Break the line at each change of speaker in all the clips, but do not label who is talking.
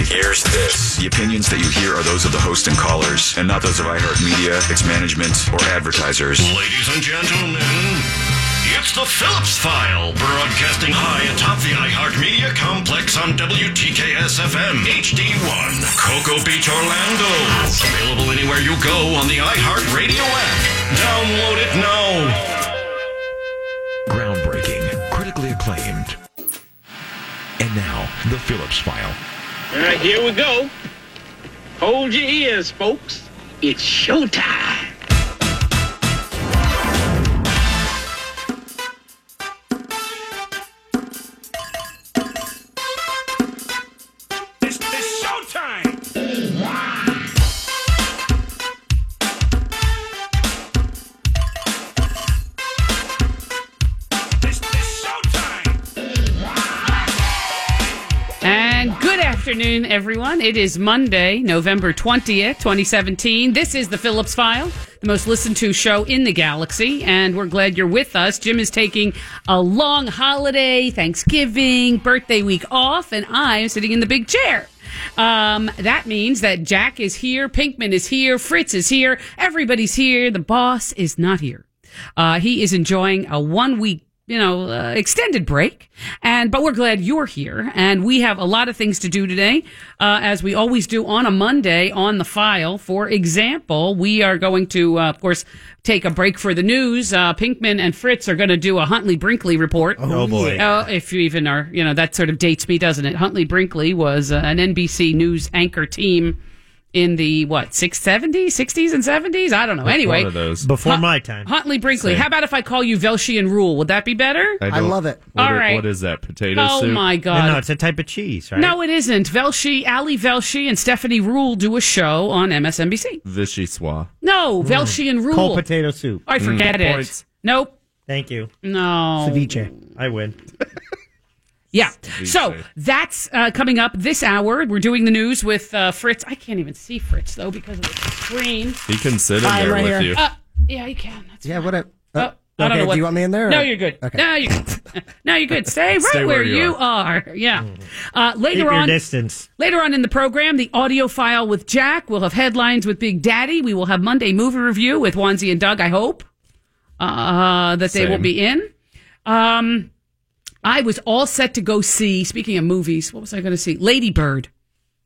Here's this.
The opinions that you hear are those of the host and callers, and not those of iHeartMedia, its management, or advertisers.
Ladies and gentlemen, it's the Phillips File, broadcasting high atop the iHeartMedia complex on WTKS FM HD1, Cocoa Beach, Orlando. Available anywhere you go on the iHeartRadio app. Download it now.
Groundbreaking, critically acclaimed. And now, the Phillips File.
All right, here we go. Hold your ears, folks. It's showtime.
It's, it's showtime! It's, it's showtime!
And good afternoon, everyone. It is Monday, November 20th, 2017. This is the Phillips File, the most listened to show in the galaxy. And we're glad you're with us. Jim is taking a long holiday, Thanksgiving, birthday week off, and I am sitting in the big chair. Um, that means that Jack is here, Pinkman is here, Fritz is here, everybody's here. The boss is not here. Uh, he is enjoying a one week, you know, uh, extended break. And, but we're glad you're here. And we have a lot of things to do today, uh, as we always do on a Monday on the file. For example, we are going to, uh, of course, take a break for the news. Uh, Pinkman and Fritz are going to do a Huntley Brinkley report.
Oh, boy.
Oh, if you even are, you know, that sort of dates me, doesn't it? Huntley Brinkley was uh, an NBC News anchor team in the what, 670s, 60s, and 70s? I don't know. Anyway,
One of those.
Before my time.
Huntley Brinkley. How about if I call you Velshian Rule? Would that be better?
I,
I
don't-
love it.
What,
All
are-
right.
what is that? Potato
Oh
soup?
my
No,
God.
no, it's a type of cheese, right?
No, it isn't. Velshi, Ali Velshi, and Stephanie Rule do a show on MSNBC.
Vichyssoise. Hmm.
No, Velshi and Rule.
Cold potato soup.
I forget it.
Mm,
Oh.
Points.
Nope.
Thank you.
No.
Ceviche.
I win.
Yeah.
be
So
safe.
that's uh, coming up this hour. We're doing the news with uh, Fritz. I can't even see Fritz though because of the screen.
He can sit in
I'm
there
right
with
here.
you.
Uh, yeah, you can. That's
Yeah, what a. Uh,
Oh, I don't
okay,
know what-
do you want me in there?
No,
or-
you're good.
Okay.
No, you're no, you're good. Stay right
Stay
where,
where you
you are. Yeah. Uh,
Keep
later
your
on,
distance.
Later on in the program, the audio file with Jack. We'll have headlines with Big Daddy. We will have Monday movie review with Wanzi and Doug. I hope uh, that they
Same.
will be in. Um, I was all set to go see. Speaking of movies, what was I going to see? Lady Bird.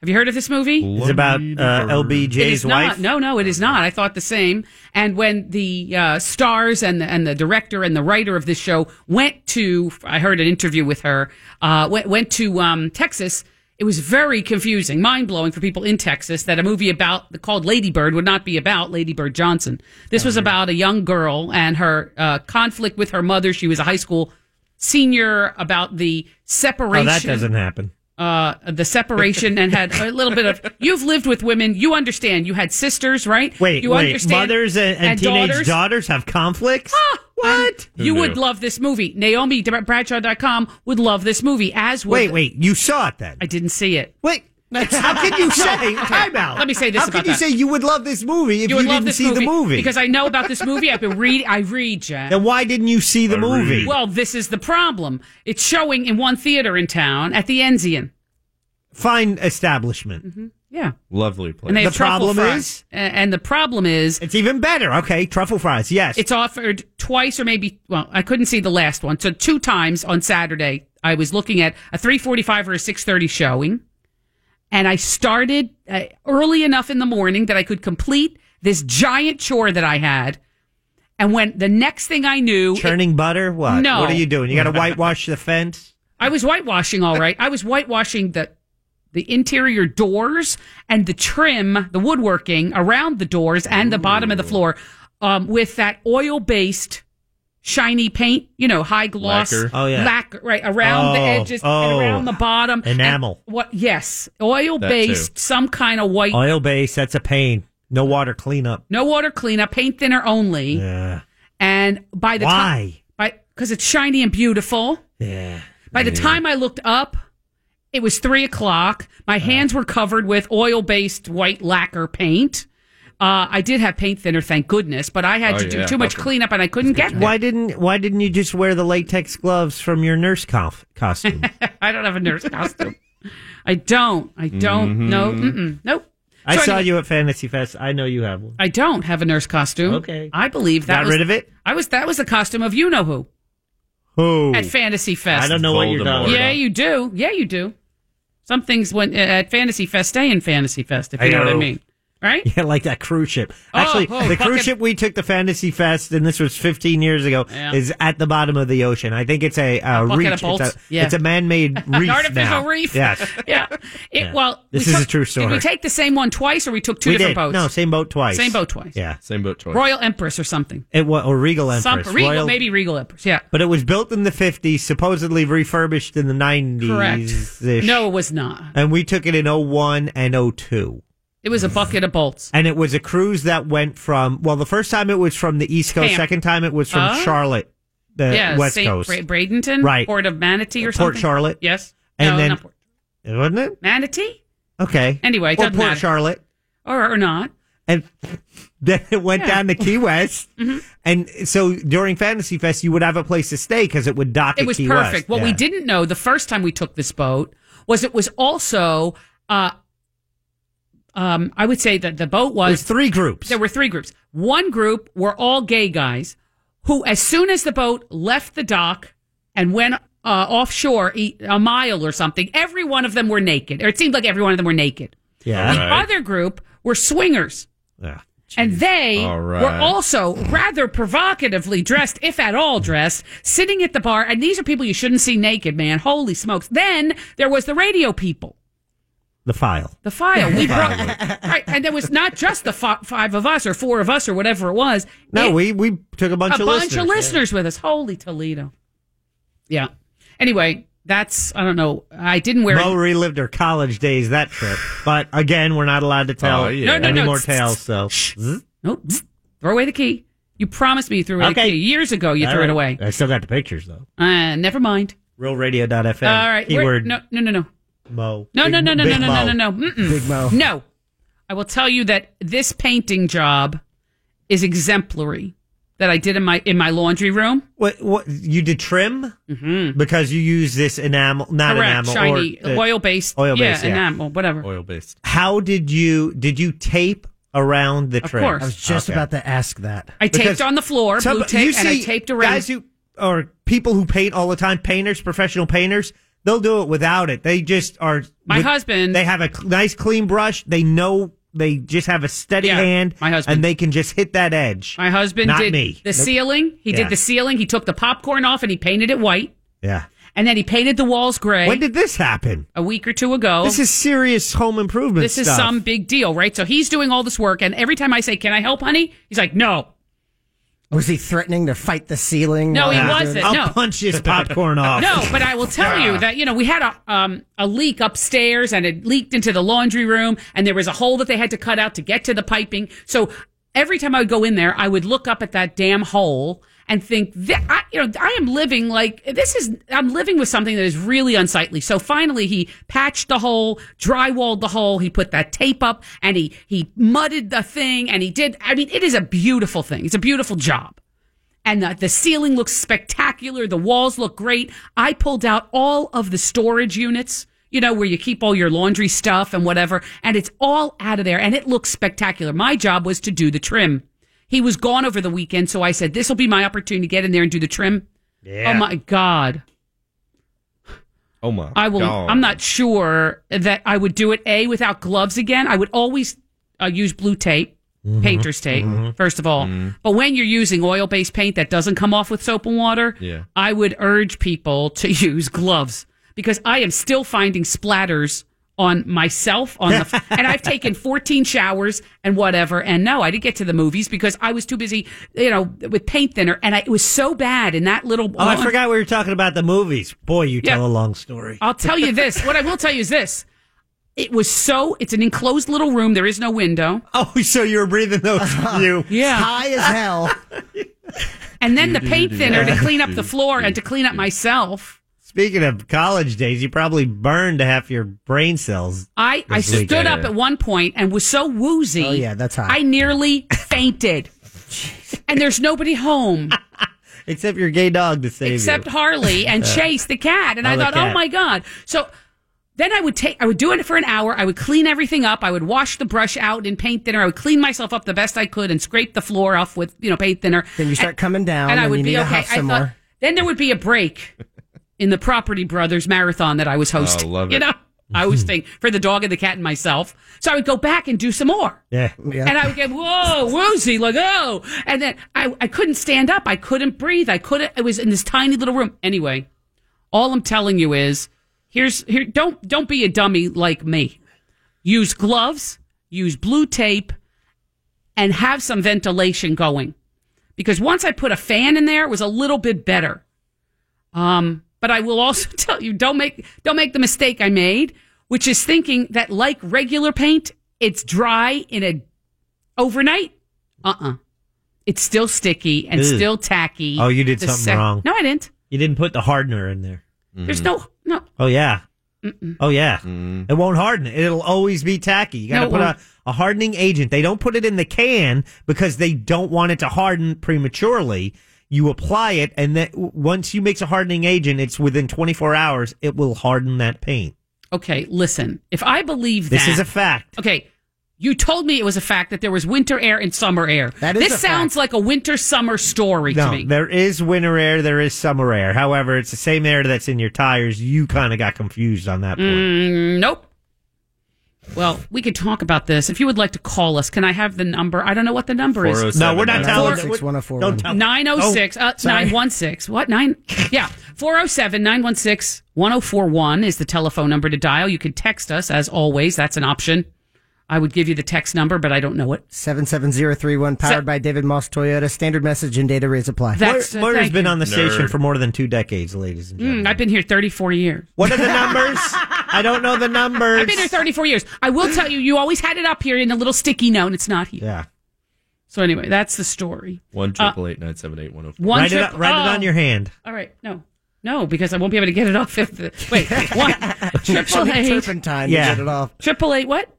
Have you heard of this movie?
It's about uh, LBJ's
It is not.
wife.
No, no, it is not. I thought the same. And when the uh, stars and the, and the director and the writer of this show went to, I heard an interview with her, uh, went, went to um, Texas. It was very confusing, mind blowing for people in Texas that a movie about called Lady Bird would not be about Lady Bird Johnson. This
Mm-hmm.
was about a young girl and her uh, conflict with her mother. She was a high school senior about the
Oh,
separation
that doesn't happen.
uh, the separation and had a little bit of you've lived with women you understand you had sisters right
Wait,
you
wait. Mothers and, and, teenage daughters? Um, have conflicts?
Ah, what
Who
you
knew?
would love this movie naomi bradshaw.com would love this movie as would
Wait, wait. You saw it then?
i didn't see it
Wait. How could you say? Time out.
Let me say this
How
about
could you
that.
say you would love this movie if you,
would love
didn't
this
see
movie
the movie?
because i know about this movie i've been read i read jack
then why didn't you see the
I
movie?
read.
well this is the problem it's showing in one theater in town at the enzian
Fine establishment.
Mm-hmm. yeah
Lovely place.
and they
The
have truffle
problem
fries.
is?
A- and the problem is
It's even better. Okay, truffle fries. Yes.
It's offered twice or maybe well, I couldn't see the last one. So two times on Saturday, I was looking at a 3:45 or a 6:30 showing, and I started uh, early enough in the morning that I could complete this giant chore that I had. And when the next thing I knew, it-
churning butter. What?
No.
What are you doing? You got to whitewash the fence.
I was whitewashing all right. I was whitewashing the the interior doors and the trim, the woodworking around the doors and the bottom of the floor um, with that oil based shiny paint, you know, high gloss
Lacquer.
Oh, yeah.
lacquer, right around the
Oh,
edges
oh.
and around the bottom. And
Enamel.
what yes, oil based some kind of white
Oil base. That's a pain. No water cleanup.
no water cleanup, paint thinner only.
Yeah.
And by the time
Why?
by cuz it's shiny and beautiful.
Yeah.
By the time I looked up, it was three o'clock. My hands were covered with oil based white lacquer paint. Uh, I did have paint thinner, thank goodness, but I had
Oh,
to do
yeah,
too much
okay.
cleanup and I couldn't get there.
Why didn't Why didn't you just wear the latex gloves from your nurse conf- costume?
I don't have a nurse costume. I don't. I don't.
Mm-hmm.
No.
Mm-hmm.
Mm-mm. Nope.
I
So
saw
anyway,
you at Fantasy Fest. I know you have one.
I don't have a nurse costume.
Okay.
I believe that
Got
was,
rid of it?
I was that was the costume of you know who
Who?
at Fantasy Fest.
I don't know what you're talking
Yeah,
about.
you do. Yeah, you do. Some things went at Fantasy Fest. Stay in Fantasy Fest if you
I
know what I
know.
mean. Right?
Yeah, like that cruise ship. Actually,
oh,
the
fucking-
cruise ship we took to Fantasy Fest, and this was 15 years ago,
Yeah.
is at the bottom of the ocean. I think it's a, uh,
bucket
reef.
of
It's
bolts?
a,
Yeah.
it's a man-made reef
An artificial
now.
reef.
Yes.
yeah. It,
Yeah.
Well, we
This is
took-
a true
Did we
story.
take the same one twice, or we took two
we
different
did.
boats?
No, same boat twice.
Same boat twice.
Yeah.
Same boat choice.
Royal Empress or something.
It was, or Regal Empress.
Some Regal,
Royal-
maybe Regal Empress. Yeah.
But it was built in the 50s, supposedly refurbished in the 90s.
Correct. No, it was not.
And we took it in 01 and 02.
It was a bucket of bolts.
And it was a cruise that went from, well, the first time it was from the East Coast,
Tampa.
second time it was from
Oh.
Charlotte, the
yeah,
West
St.
Coast.
Bra- Bradenton,
Right.
Port of Manatee or
Port
something.
Charlotte.
Yes.
And
no,
then-
not Port.
Wasn't it?
Manatee
Okay.
Anyway, it
or
doesn't
Port
matter.
Charlotte.
or, or not.
And then it went
Yeah.
down
Mm-hmm.
to Key West. And so during Fantasy Fest, you would have a place to stay because it would dock
It
at
was
Key West.
perfect. What we
Yeah.
didn't know the first time we took this boat was it was also, uh, um, I would say that the boat
It was
was
three groups.
there were three groups. One group were all gay guys who, as soon as the boat left the dock and went uh, offshore e- a mile or something, every one of them were naked. Or it seemed like every one of them were naked.
yeah.
The other group were swingers.
Yeah.
And they
All right.
were also rather provocatively dressed, if at all dressed, sitting at the bar. And these are people you shouldn't see naked, man. Holy smokes. Then there was the radio people.
The file.
The file. We brought, right. And there was not just the fi- five of us or four of us or whatever it was.
No,
It-
we, we took a bunch
a
of
bunch
listeners.
of listeners with us. Holy Toledo. Yeah. Anyway, that's, I don't know. I didn't wear
Mo relived her college days that trip, but again, we're not allowed to tell
Oh, yeah. No, no,
any
no.
more tales. So Zzz.
Nope. Psst. Throw away the key. You promised me you threw away
Okay.
the key. Years ago, you
All
threw
right.
it away.
I still got the pictures though.
Uh, never mind.
RealRadio.fm.
All right. we're-
Keyword
No, no, no, no.
Mo.
No,
Big-
no, no, no, no,
Big
no,
Mo.
no, no, no. Mm-mm.
Big Mo.
No. I will tell you that this painting job is exemplary that I did in my in my laundry room.
What? What? You did trim because you use this enamel, not
Mm-hmm. Correct.
enamel,
Shiny,
or, uh,
oil based.
oil-based, yeah.
enamel, whatever.
Oil based.
How did you? Did you tape around the
Of
trim?
course. I
I was just
Okay.
about to ask that.
I taped
Because
on the floor,
Some-
blue tape,
you
and I
see
taped around.
Guys who or people who paint all the time, painters, professional painters, they'll do it without it. They just are.
My husband-
They have a cl- nice clean brush. They know they just have a steady
Yeah,
hand.
my husband.
and they can just hit that edge.
my husband
Not
did
me.
the ceiling. He did
Yeah.
the ceiling. He took the popcorn off and he painted it white.
yeah.
And then he painted the walls gray
When did this happen?
a week or two ago.
This is serious home improvement.
this is
stuff.
some big deal, right? So he's doing all this work, and every time I say, "Can I help, honey?" He's like, "No."
Was he threatening to fight the ceiling?
No,
while
he
was doing
wasn't.
it?
I'll
no.
punch this popcorn off.
No, but I will tell you that you know we had a um, a leak upstairs, and it leaked into the laundry room, and there was a hole that they had to cut out to get to the piping. So every time I would go in there, I would look up at that damn hole and think that I, you know I am living like this is I'm living with something that is really unsightly. So finally, he patched the hole, drywalled the hole, he put that tape up, and he he mudded the thing, and he did. I mean, it is a beautiful thing. It's a beautiful job and the, the ceiling looks spectacular. The walls look great. I pulled out all of the storage units, you know, where you keep all your laundry stuff and whatever, and it's all out of there and it looks spectacular. My job was to do the trim. He was gone over the weekend, so I said, this will be my opportunity to get in there and do the trim.
Yeah.
Oh my God.
Oh my.
I will.
God.
I'm not sure that I would do it. A without gloves again. I would always uh, use blue tape,
Mm-hmm.
painter's tape, first of all.
Mm.
But when you're using oil-based paint that doesn't come off with soap and water,
Yeah.
I would urge people to use gloves because I am still finding splatters on myself on the and I've taken 14 showers and whatever and no I didn't get to the movies because I was too busy you know with paint thinner and I, it was so bad in that little
Oh, I forgot we were talking about the movies. Boy, you
Yeah.
tell a long story.
I'll tell you this. what I will tell you is this. It was so, it's an enclosed little room. There is no window.
Oh, so you were breathing those you.
High as hell.
And then the paint thinner to clean up the floor and to clean up myself.
Speaking of college days, you probably burned half your brain cells.
I, I
This
stood
weekend.
up at one point and was so woozy.
Oh, yeah, that's hot.
I nearly fainted. and there's nobody home
Except your gay dog to save
except
you.
Harley and Chase the cat. And
Oh,
I
the
thought, oh
cat.
my God. So Then I would take, I would do it for an hour. I would clean everything up. I would wash the brush out and paint thinner. I would clean myself up the best I could and scrape the floor off with, you know, paint thinner.
Then you start
And-
coming down,
and I
and
would
you
be
need to
okay.
huff some
I thought,
more.
then there would be a break in the Property Brothers marathon that I was hosting.
Oh, love
You
it.
know, I always think for the dog and the cat and myself. So I would go back and do some more.
Yeah.
And I would get whoa woozy like oh, and then I I couldn't stand up. I couldn't breathe. I couldn't. I was in this tiny little room. Anyway, all I'm telling you is here's here. Don't don't be a dummy like me. Use gloves. Use blue tape, and have some ventilation going. Because once I put a fan in there, it was a little bit better. Um, but I will also tell you, don't make don't make the mistake I made, which is thinking that like regular paint, it's dry in a overnight. Uh uh-uh. uh. It's still sticky and
Ugh.
still tacky.
Oh, you did
The
something wrong.
No, I didn't.
You didn't put the hardener in there.
There's no no.
Oh yeah. Oh yeah. It won't harden. It'll always be tacky. You got to
No, it
put
won't.
a, a hardening agent. They don't put it in the can because they don't want it to harden prematurely. You apply it, and that once you mix a hardening agent, it's within 24 hours. It will harden that paint.
Okay, listen. If I believe
This
that,
is a fact.
Okay. You told me it was a fact that there was winter air and summer air.
That is
this
a
sounds like a winter summer story to
No,
me.
there is winter air, there is summer air. However, it's the same air that's in your tires. You kind of got confused on
Mm.
that point.
Nope. Well, we could talk about this. If you would like to call us, can I have the number? I don't know what the number is.
No, we're not telling.
Four- 1041.
Don't tell. Oh,
906 uh, 916. What? 9 Yeah. 407 916 1041 is the telephone number to dial. You can text us as always. That's an option. I would give you the text number, but I don't know it.
77031, powered
Se-
by David Moss Toyota. Standard message and data rates apply.
That's uh,
Moira's
thank
been
you.
on the station
Nerd.
for more than two decades, ladies and gentlemen.
Mm, I've been here 34 years.
What are the numbers? I don't know the numbers.
I've been here 34 years. I will tell you, you always had it up here in a little sticky note, and it's not here.
yeah.
So anyway, that's the story.
One triple eight nine seven eight one zero four.
Uh, One
write it,
trip-
on- write it on
oh.
your hand.
All right, no, no, because I won't be able to get it off. If the, wait, one triple eight,
turpentine
Yeah.
to get it off.
triple eight, what?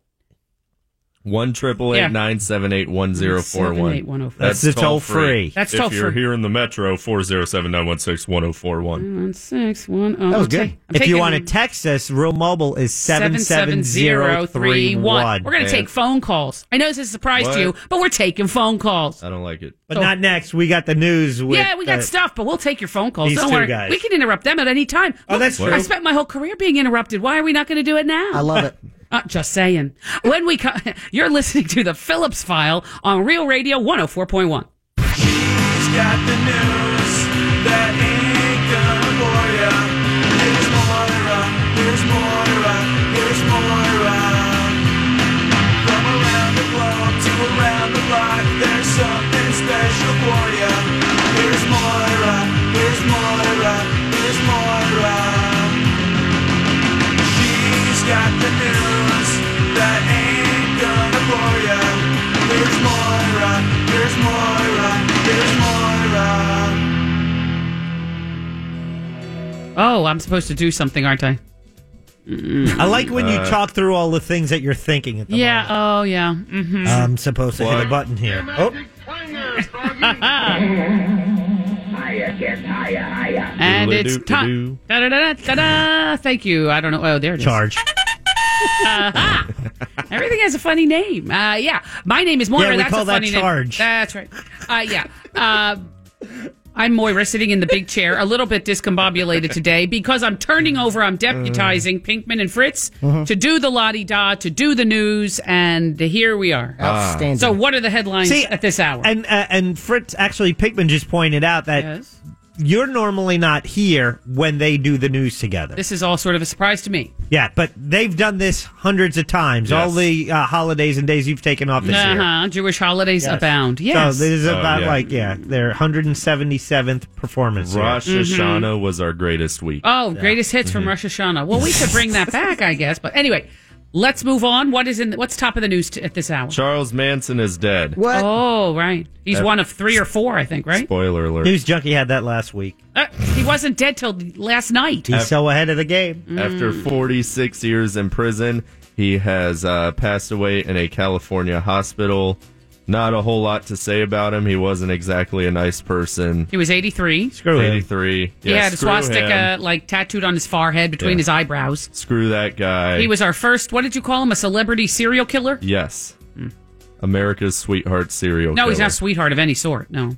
One triple
Yeah.
eight nine seven eight one zero four
Seven, eight, one, oh,
one.
four.
That's the toll free.
That's
if
toll
you're
free.
here in the metro, four zero seven nine one six one zero four one.
One six one. Oh,
That was
I'm
good.
ta- I'm
If you
taking
want to text us, Real Mobile is 77031.
We're going to
man.
take phone calls. I know this is a surprise
What?
to you, but we're taking phone calls.
I don't like it.
But not next. We got the news with.
yeah, we got
uh,
stuff, but we'll take your phone calls.
these
Don't
two
worry.
guys.
We can interrupt them at any time.
Oh,
Look,
that's
I
true.
spent my whole career being interrupted. Why are we not going to do it now?
I love it.
Uh, just saying. When we co- you're listening to the Phillips File on Real Radio 104.1.
He's got the news that ain't gonna bore ya. Here's Moira, here's Moira, here's Moira. From around the globe to around the block, there's something special for ya. Here's Moira, here's Moira, here's Moira. She's got the news that ain't gonna bore ya. Here's Moira, here's Moira, here's Moira.
Oh, I'm supposed to do something, aren't I?
I like when
Uh,
you talk through all the things that you're thinking at the
yeah. Oh, yeah. Mm.
moment. I'm supposed to hit a button here. Oh,
And it's time.
Doodle-doo-doo-doo.
Da, da, da, da, da. Thank you. I don't know. Oh, there it is. Uh-huh.
charge.
Everything has a funny name. Uh, yeah. My name is Moira.
Yeah, we
That's
call
a
that
funny
charge.
name. That's right. Uh, yeah. Uh, I'm Moira sitting in the big chair, a little bit discombobulated today because I'm turning over. I'm
Uh.
deputizing Pinkman and Fritz
Uh-huh.
to do the la di da, to do the news, and here we are.
Outstanding.
So, what are the headlines
See,
at this hour?
And uh, and Fritz actually Pinkman just pointed out that
yes.
you're normally not here when they do the news together.
This is all sort of a surprise to me.
yeah, but they've done this hundreds of times. All the uh, holidays and days you've taken off this year.
Uh-huh. Jewish holidays abound. Yes.
So this is
Oh,
about
yeah.
like yeah, their 177th performance. here.
Rosh
Mm-hmm.
Hashanah was our greatest week.
oh, greatest hits
Mm-hmm.
from Rosh Hashanah. Well, we should bring that back, I guess. But anyway, let's move on. What is in? What's top of the news t- at this hour?
Charles Manson is dead.
What?
Oh, right. He's one of three or four, I think. Right?
Spoiler alert.
News junkie had that last week.
Uh, he wasn't dead till last night. Mm.
He's so ahead of the game.
After 46 years in prison, he has uh, passed away in a California hospital. Not a whole lot to say about him. He wasn't exactly a nice person.
He was 83.
Screw it.
83.
He
Yeah,
had a
screw
swastika
him.
like tattooed on his forehead between
Yeah.
his eyebrows.
Screw that guy.
He was our first. What did you call him? A celebrity serial killer?
Yes. America's sweetheart serial
Hmm. No,
killer.
he's not a sweetheart of any sort. No.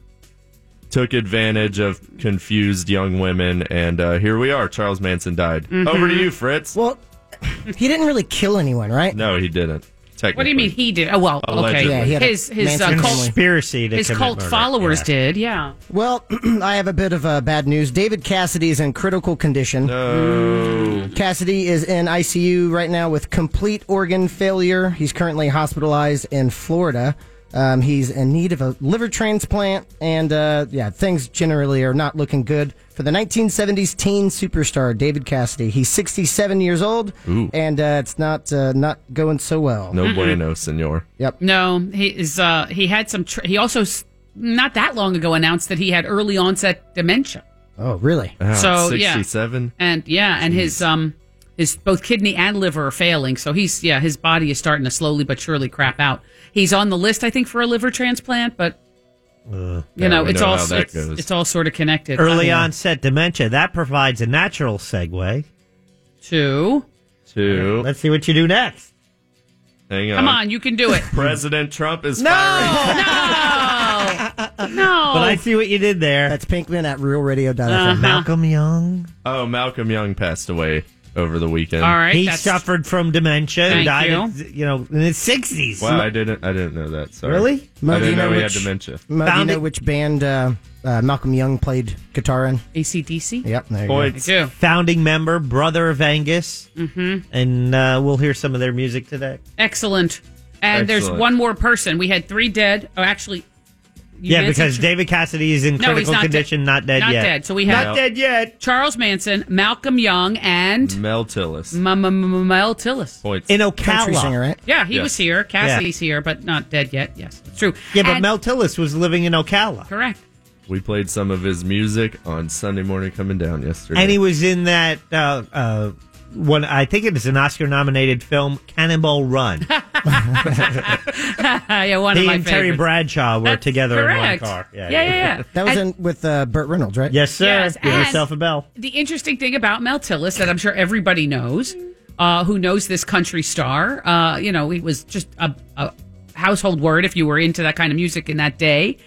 Took advantage of confused young women, and uh, here we are. Charles Manson died.
Mm-hmm.
Over to you, Fritz.
Well, he didn't really kill anyone, right?
no, he didn't. Technically.
What do you mean he did? Oh well,
Allegedly. Yeah,
okay.
he had a
his his uh,
Manson
cult
family.
Conspiracy to
his
commit
cult
murder.
followers
Yeah.
did. Yeah.
Well, I have a bit of uh, bad news. David Cassidy is in critical condition. Mm.
Oh,
Cassidy is in ICU right now with complete organ failure. He's currently hospitalized in Florida. Um, he's in need of a liver transplant, and uh, yeah, things generally are not looking good for the 1970s teen superstar David Cassidy. He's 67 years old, and uh, it's not uh, not going so well.
no bueno, senor.
No, he is. Uh, he had some. Tr- he also s- not that long ago announced that he had early onset dementia.
Oh, really?
Wow,
So, yeah.
67?
And yeah, and his um his both kidney and liver are failing. So he's yeah, his body is starting to slowly but surely crap out. He's on the list, I think, for a liver transplant, but
Uh,
you know,
we
it's
know
all
how that
it's,
goes.
it's all sort of connected.
Early
I mean,
onset dementia. That provides a natural segue.
too.
Two.
Let's see what you do next.
Hang on.
Come on, you can do it.
President Trump is firing.
No,
But I see what you did there.
That's Pinkman at RealRadio.fm.
Uh-huh.
Malcolm Young.
Oh, Malcolm Young passed away over the weekend.
all right.
he
that's-
suffered from dementia and
Thank
died,
you.
at, you know, in his sixties.
Wow, I didn't. I didn't know that. Sorry.
Really?
Mo,
I
do you
didn't know,
know
he had
which-
dementia.
Mo, do you
Found
know
it.
which band uh, uh, Malcolm Young played guitar in?
ACDC.
Yep, there you go.
I
Points.
do.
Founding member, brother of Angus, mm-hmm. and uh, we'll hear some of their music today.
Excellent. And there's
Excellent.
one more person. We had three dead. Oh, actually, you
yeah,
didn't say
because
Tr-
David Cassidy is in
No, he's
critical
not
condition,
dead.
not dead
Not
yet.
dead, so we have-
not dead yet.
Charles Manson, Malcolm Young, and
Mel Tillis.
M- M- M- Mel Tillis.
Points.
In
Country
Ocala.
singer, right?
Yeah, he
Yes.
was here. Cassidy's here, but not dead yet. Yes, it's true.
Yeah, but
And-
Mel Tillis was living in Ocala.
Correct.
we played some of his music on Sunday morning coming down yesterday.
And he was in that uh, uh, one. I think it was an Oscar-nominated film, Cannonball Run.
Uh, yeah, one of
he
my
and Terry
favorites.
Bradshaw were
That's
together
correct.
in one car.
Yeah, yeah, yeah.
That was
And
in with uh, Burt Reynolds, right?
Yes, sir.
Yes,
Give
and-
yourself a bell.
the interesting thing about Mel Tillis that I'm sure everybody knows, uh, who knows this country star. Uh, you know, he was just a, a household word if you were into that kind of music in that day.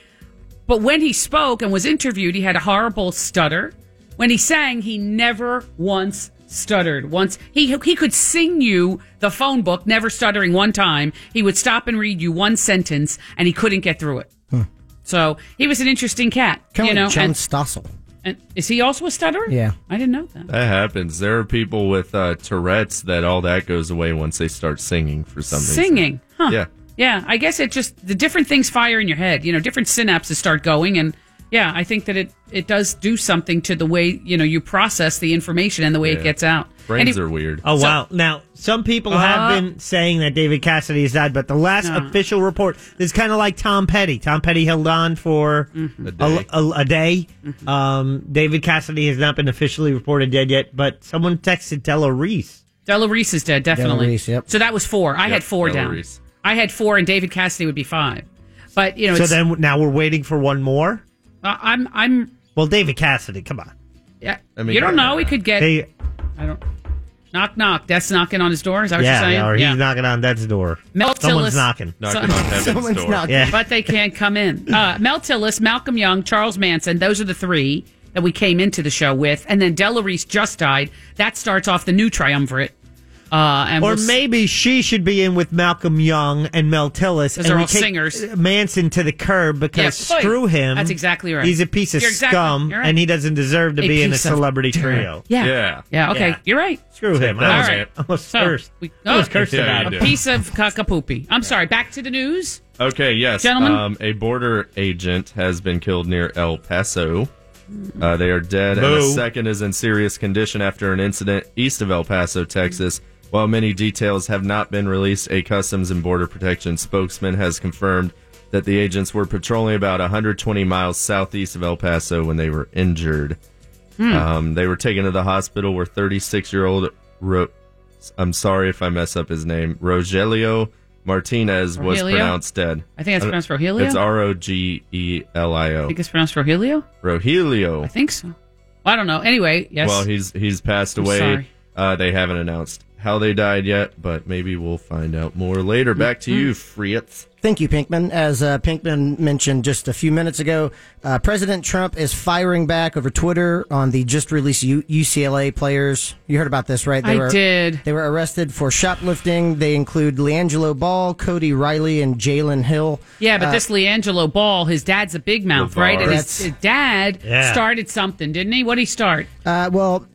But when he spoke and was interviewed, he had a horrible stutter. When he sang, he never once stuttered. Once he he could sing you the phone book, never stuttering one time. He would stop and read you one sentence, and he couldn't get through it. So he was an interesting cat,
Kind
you
of
know.
like John
and-
Stossel.
and is he also a stutterer?
Yeah.
I didn't know that.
that happens. There are people with uh, Tourette's that all that goes away once they start singing for some reason.
Singing. Huh.
Yeah.
Yeah. I guess it just, the different things fire in your head. You know, different synapses start going. And yeah, I think that it, it does do something to the way, you know, you process the information and the way
Yeah.
it gets out.
Brains
Any-
are weird.
Oh
So-
wow! Now some people have
Uh,
been saying that David Cassidy is dead, but the last official report this is kind of like Tom Petty. Tom Petty held on for
Mm-hmm.
A
a,
day.
a- a day. Um, David Cassidy has not been officially reported dead yet, but someone texted Della Reese.
Della Reese is dead, definitely.
Reese, yep.
So that was four. I
Yep,
had four
Della
down.
Reese.
I had four, and David Cassidy would be five. But, you know,
So
it's,
then now we're waiting for one more.
uh, I'm, I'm,
Well, David Cassidy, come on.
yeah,
I mean,
you don't know.
uh,
He could get,
They,
I don't, knock, knock. That's knocking on his door. Is that what you're saying?
yeah, or he's knocking on that's door.
Mel
Someone's
Tillis-
knocking.
Knocking on heaven's
Someone's
door.
not.
Yeah.
but they can't come in. Uh, Mel Tillis, Malcolm Young, Charles Manson. Those are the three that we came into the show with, and then Della Reese just died. That starts off the new triumvirate. Uh, and
Or
we'll s-
maybe she should be in with Malcolm Young and Mel Tillis.
Those
and
are
we
all
take
singers.
Manson to the curb because
Yeah, please.
screw him.
That's exactly right.
He's a piece of
You're exactly-
scum,
you're right.
and he doesn't deserve to
A
be in a
piece of
celebrity
dirt.
trio.
yeah,
Yeah.
okay,
Yeah.
you're right.
Screw him.
that
I was
was it.
almost
So,
cursed.
we-
I was
oh.
cursing
Yeah,
about
you
it.
did.
Piece of cackapoopy. I'm sorry. Back to the news.
Okay, yes.
Gentlemen?
Um, a border agent has been killed near El Paso. Uh, they are dead, and a
Boo.
second is in serious condition after an incident east of El Paso, Texas. While many details have not been released, a Customs and Border Protection spokesman has confirmed that the agents were patrolling about 120 miles southeast of El Paso when they were injured.
Hmm.
Um, they were taken to the hospital where 36 year old, Ro- I'm sorry if I mess up his name, Rogelio Martinez was
Rogelio?
pronounced dead.
I think it's
don't-
pronounced Rogelio?
Uh, It's R O G E L I O.
I think it's pronounced Rogelio.
Rogelio.
I think so. Well, I don't know. Anyway, yes.
Well, he's he's passed
I'm
away.
sorry.
Uh, they haven't announced how they died yet, but maybe we'll find out more later. Back
Hmm.
to you, Fritz.
Thank you, Pinkman. As uh, Pinkman mentioned just a few minutes ago, uh, President Trump is firing back over Twitter on the just released U- UCLA players. You heard about this, right?
I did.
They were arrested for shoplifting. They include Leangelo Ball, Cody Riley, and Jalen Hill. Uh,
Yeah,
Uh,
but this Leangelo Ball, his dad's a big mouth,
LeVar.
right? And his,
That's-
his dad
Yeah.
started something, didn't he? What did he start?
Uh, well,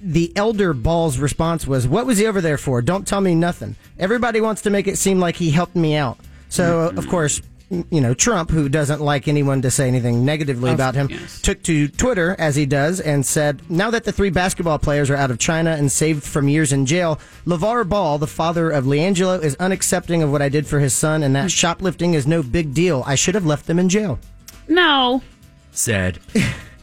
the elder Ball's response was, "What was he over there for? Don't tell me nothing. Everybody wants to make it seem like he helped me out." So, uh, of course, m- you know Trump, who doesn't like anyone to say anything negatively about him,
yes.
took to Twitter as he does and said, "Now that the three basketball players are out of China and saved from years in jail, LeVar Ball, the father of Leangelo, is unaccepting of what I did for his son, and that shoplifting is no big deal. I should have left them in jail."
No.
Sad.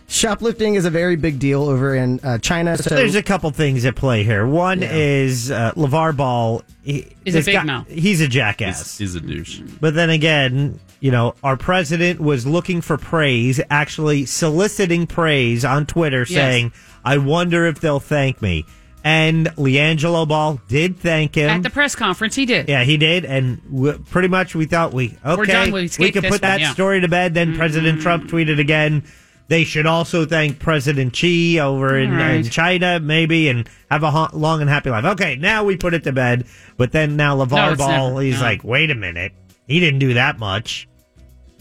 Shoplifting is a very big deal over in uh, China. So
There's a couple things at play here. One is uh, LeVar Ball. He,
He's a
this
big
guy-
mouth.
He's a jackass.
He's, he's a douche.
But then again, you know, our president was looking for praise, actually soliciting praise on Twitter, saying, I wonder if they'll thank me. And Leangelo Ball did thank him.
At the press conference, he did.
yeah, he did. And w pretty much we thought we, okay,
done. We
we,
escaped
could
this
put
one,
that
yeah. Mm.
story to bed. Then President Trump tweeted again. They should also thank President Xi over in,
All right.
in China, maybe, and have a ho- long and happy life. Okay, now we put it to bed. But then now LeVar
No, it's
Ball,
never-
he's
no.
like, wait a minute. He didn't do that much.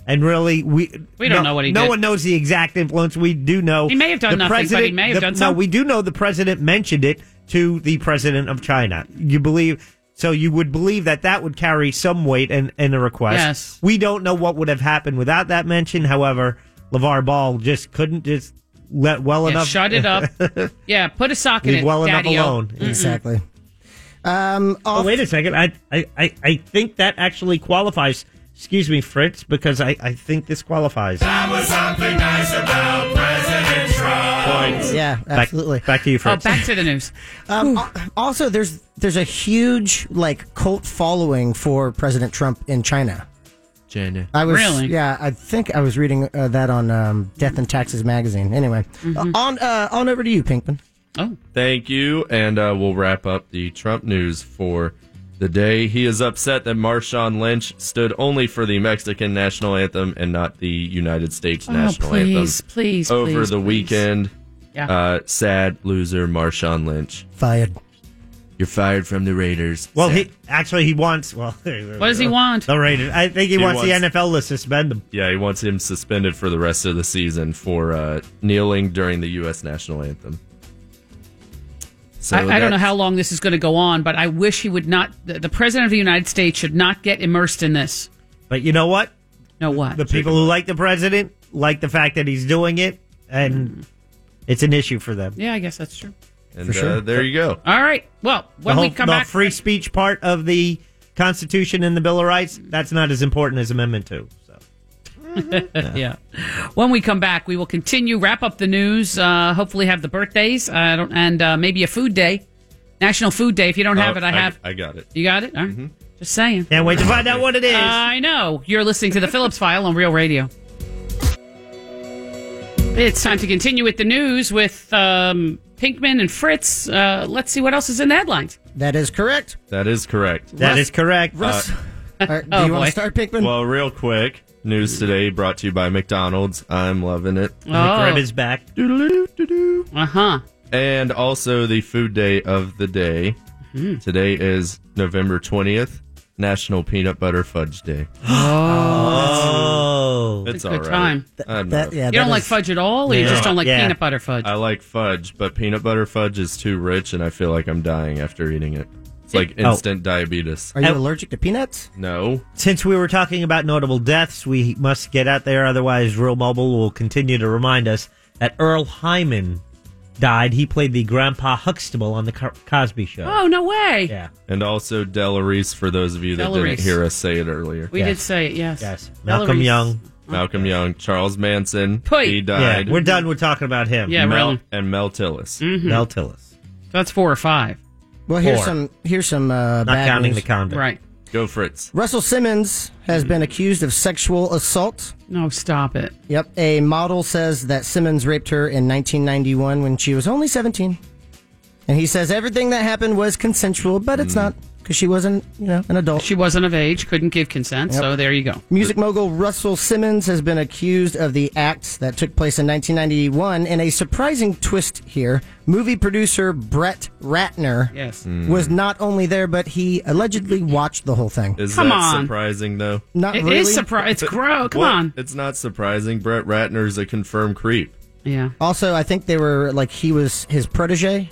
And really, we
We don't
no-
know what he
No
did.
one knows the exact influence. We do know
He may have done
the
nothing, but he
president-
may have
the-
done
No,
something.
we do know the president mentioned it to the president of China. You believe so? You would believe that that would carry some weight in, in a request.
Yes.
We don't know what would have happened without that mention. However, LeVar Ball just couldn't just let well
Yeah,
enough
shut it up. yeah, put a sock in
leave
it.
well
Daddy-o.
enough alone.
Exactly. Um,
Oh,
off-
wait a second. I, I, I, I think that actually qualifies. Excuse me, Fritz, because I, I think this qualifies.
yeah, uh,
Back-
absolutely.
Back, to you,
Oh,
Fritz.
back to the news.
Um, al- also, there's there's a huge like cult following for President Trump in China.
Jenna.
I was
Really?
yeah, I think I was reading uh, that on um, Death and Taxes magazine. Anyway,
Mm-hmm.
Uh, on uh, on over to you, Pinkman.
Oh,
Thank you, and uh, we'll wrap up the Trump news for the day. He is upset that Marshawn Lynch stood only for the Mexican national anthem and not the United States
oh
national
please,
anthem
please,
over
please,
the
please.
weekend.
Yeah.
Uh, sad loser, Marshawn Lynch.
Fired.
You're fired from the Raiders.
well,
Sad.
he actually he wants. Well,
What does he want?
The Raiders. I think he, wants,
wants-
the NFL to suspend him.
yeah, he wants him suspended for the rest of the season for uh, kneeling during the U.S. national anthem. So
I, I don't know
that's-
how long this is going to go on, but I wish he would not. The, the president of the United States should not get immersed in this.
But you know what?
No, what?
The people who like the president like the fact that he's doing it, and it's an issue for them.
Mm. yeah, I guess that's true.
And,
For sure.
uh, there you go.
All right. Well, when
the whole,
we come
the
back,
free speech part of the Constitution and the Bill of Rights that's not as important as Amendment Two. So. Mm-hmm.
yeah. When we come back, we will continue wrap up the news. Uh, hopefully, have the birthdays. I don't, and uh, maybe a food day, National Food Day. If you don't have
Oh,
it, I have.
I, got it.
you got it. All right. Just saying.
Mm-hmm. Can't wait to find out what it is.
I know. You're listening to the Phillips File on Real Radio. It's time to continue with the news with um, Pinkman and Fritz. Uh, let's see what else is in the headlines.
That is correct.
That is correct. Uh,
that is correct.
All right, do
Oh,
you want
boy.
to start, Pinkman?
Well, real quick, news today brought to you by McDonald's. I'm loving it.
McRib
Oh,
is back.
Doo-doo-doo-doo-doo.
uh
Uh-huh.
huh.
And also the food day of the day.
Hmm.
Today is November 20th, National Peanut Butter Fudge Day.
Oh,
It's
a
all
good
right.
time.
I'm
That-
not-
yeah,
You don't
that
like
is-
fudge at all, or you
Yeah.
just don't like
Yeah.
peanut butter fudge?
I like fudge, but peanut butter fudge is too rich, and I feel like I'm dying after eating it. It's like
Oh.
instant diabetes.
Are you
Oh.
allergic to peanuts?
No.
since we were talking about notable deaths, we must get out there. Otherwise, Real Mobile will continue to remind us that Earl Hyman died. He played the Grandpa Huxtable on the Co- Cosby Show.
oh, no way.
Yeah.
And also Delarice, for those of you that
Delarice.
didn't hear us say it earlier.
We
Yes.
did say it, yes.
Yes. Malcolm
Belarus.
Young.
Malcolm Young, Charles Manson,
Pui.
he
Yeah.
died.
We're done. We're talking about him.
Yeah, Mm-hmm.
Mel
really.
and Mel Tillis.
Mel Tillis.
That's four or five.
Well, here's
Four.
some here's some uh,
Not
bad
counting
news.
the convict.
Right.
Go Fritz.
Russell Simmons has been accused of sexual assault.
Mm-hmm. No, stop it.
Yep, a model says that Simmons raped her in 1991 when she was only 17. And he says everything that happened was consensual, but
Mm.
it's not because she wasn't, you know, an adult.
She wasn't of age, couldn't give consent, so there you go.
Music mogul Russell Simmons has been accused of the acts that took place in 1991. In a surprising twist here, movie producer Brett Ratner
Yes.
was not only there, but he allegedly watched the whole thing.
Is
Come
that
on.
surprising though?
not
It is
really.
surpri- It's gross. Come
Well,
on.
It's not surprising. Brett Ratner's a confirmed creep.
Yeah.
Also, I think they were like he was his protege.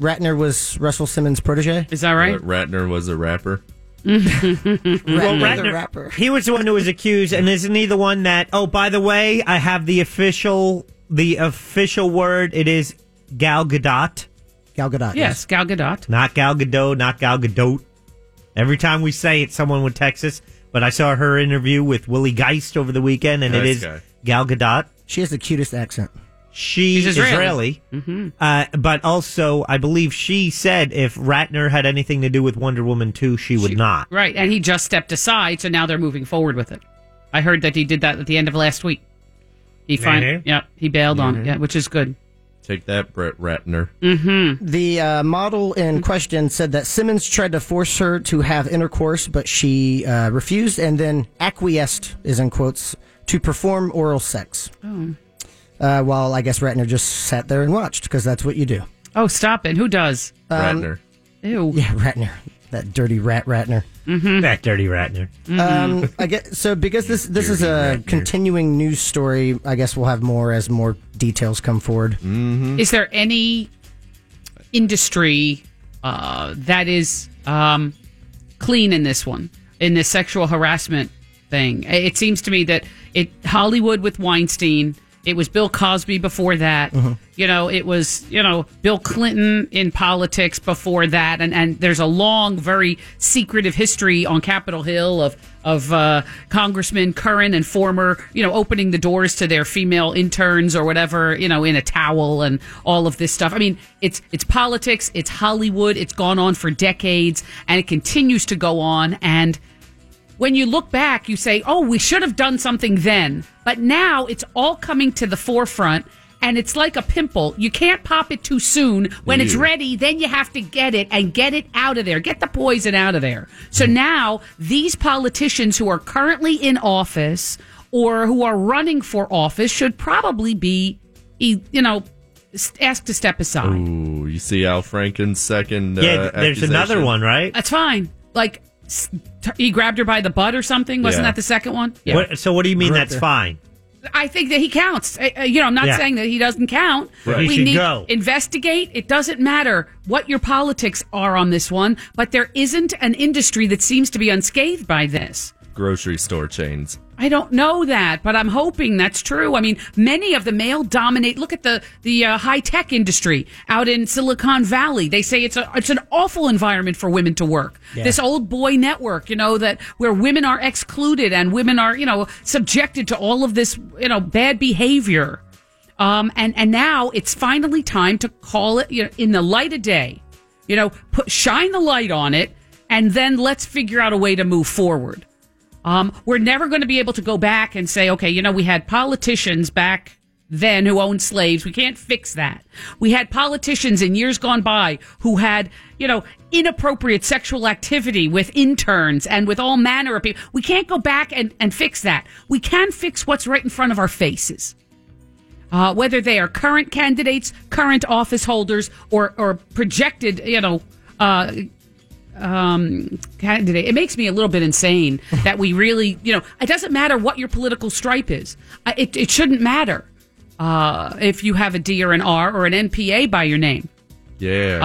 Ratner was Russell Simmons' protege.
Is that right?
Brett Ratner was a rapper.
Mm-hmm.
Ratner, the
Ratner-
rapper.
He was the one who was accused, and isn't he the one that? Oh, by the way, I have the official the official word. It is Gal Gadot,
Gal Gadot.
Yes, Gal Gadot.
not Gal Gadot, not Gal Gadot. Every time we say it, someone would text us. But I saw her interview with Willie Geist over the weekend, and it
Nice
is
guy.
Gal Gadot.
She has the cutest accent.
She
She's
is
Israeli.
Israeli, uh, but also I believe she said if Ratner had anything to do with Wonder Woman two, she would not.
Right, and he just stepped aside, so now they're moving forward with it. I heard that he did that at the end of last week. He finally,
Mhm.
yeah, he bailed on it, yeah, which is good.
Take that, Brett Ratner.
The uh, model in question said that Simmons tried to force her to have intercourse, but she uh, refused and then acquiesced, is in quotes, to perform oral sex.
oh.
Uh, while I guess Ratner just sat there and watched because that's what you do.
Oh, stop it! Who does?
Ratner.
Ew.
Yeah, Ratner, that dirty rat Ratner.
That dirty Ratner. Mm-hmm.
Um, I guess, so because this this is a continuing news story, I guess we'll have more as more details come forward.
Is there any industry uh, that is um, clean in this one, in this sexual harassment thing? I- It seems to me that it Hollywood with Weinstein. It was Bill Cosby before
Mm-hmm.
that. You know, it was, you know, Bill Clinton in politics before that. And, and there's a long, very secretive history on Capitol Hill of, of uh, Congressmen, current and former, you know, opening the doors to their female interns or whatever, you know, in a towel and all of this stuff. I mean, it's it's politics, it's Hollywood, it's gone on for decades, and it continues to go on. And when you look back, you say, "Oh, we should have done something then," but now it's all coming to the forefront. And it's like a pimple. You can't pop it too soon. When it's
Mm-hmm.
Ew.
ready, then you have to get it and get it out of there. Get the poison out of there. So
Mm-hmm.
now these politicians who are currently in office or who are running for office should probably be, e- you know, s- asked to step aside.
Ooh, you see Al Franken's second.
yeah,
uh,
th- there's another
accusation?
one, right?
That's fine. Like s- t- he grabbed her by the butt or something. Wasn't
Yeah.
that the second one?
What, so what do you mean that's fine?
I think that he counts. Uh, uh, you know, I'm not
Yeah.
saying that he doesn't count.
But he
We
should
need
go.
investigate. It doesn't matter what your politics are on this one, but there isn't an industry that seems to be unscathed by this.
Grocery store chains.
I don't know that, but I'm hoping that's true. I mean, many of the male dominate. Look at the the uh, high tech industry out in Silicon Valley. They say it's a it's an awful environment for women to work. This old boy network, you know, that where women are excluded and women are you know subjected to all of this you know bad behavior. Um, and and now it's finally time to call it you know, in the light of day. You know, put, shine the light on it, and then let's figure out a way to move forward. Um, we're never going to be able to go back and say, okay, you know, we had politicians back then who owned slaves. We can't fix that. We had politicians in years gone by who had, you know, inappropriate sexual activity with interns and with all manner of people. We can't go back and, and fix that. We can fix what's right in front of our faces. Uh, whether they are current candidates, current office holders, or, or projected, you know, uh, um, candidate. It makes me a little bit insane that we really, you know, it doesn't matter what your political stripe is. I- It, it shouldn't matter uh, if you have a D or an R or an NPA by your name.
Yeah.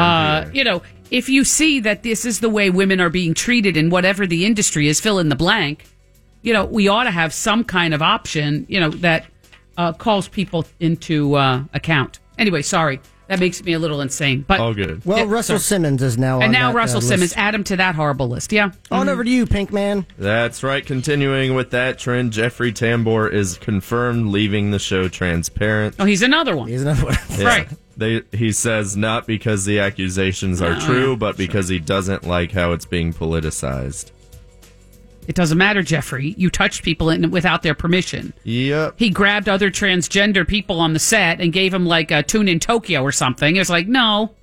Uh, you know, if you see that this is the way women are being treated in whatever the industry is, fill in the blank. You know, we ought to have some kind of option. You know that uh, calls people into uh, account. Anyway, sorry, that makes me a little insane. But
All good.
Well,
Yeah,
Russell
sorry.
Simmons is now on
and now
that, uh,
Russell
list.
Simmons, add him to that horrible list. Yeah.
On over to you, Pink Man.
That's right. Continuing with that trend, Jeffrey Tambor is confirmed leaving the show transparent.
Oh, he's another one.
Here's another one.
Yeah.
Right.
They, he says not because the accusations are true, but because he doesn't like how it's being politicized.
It doesn't matter, Jeffrey. You touched people in, without their permission.
Yep.
He grabbed other transgender people on the set and gave him like a tune in Tokyo or something. It was like, no,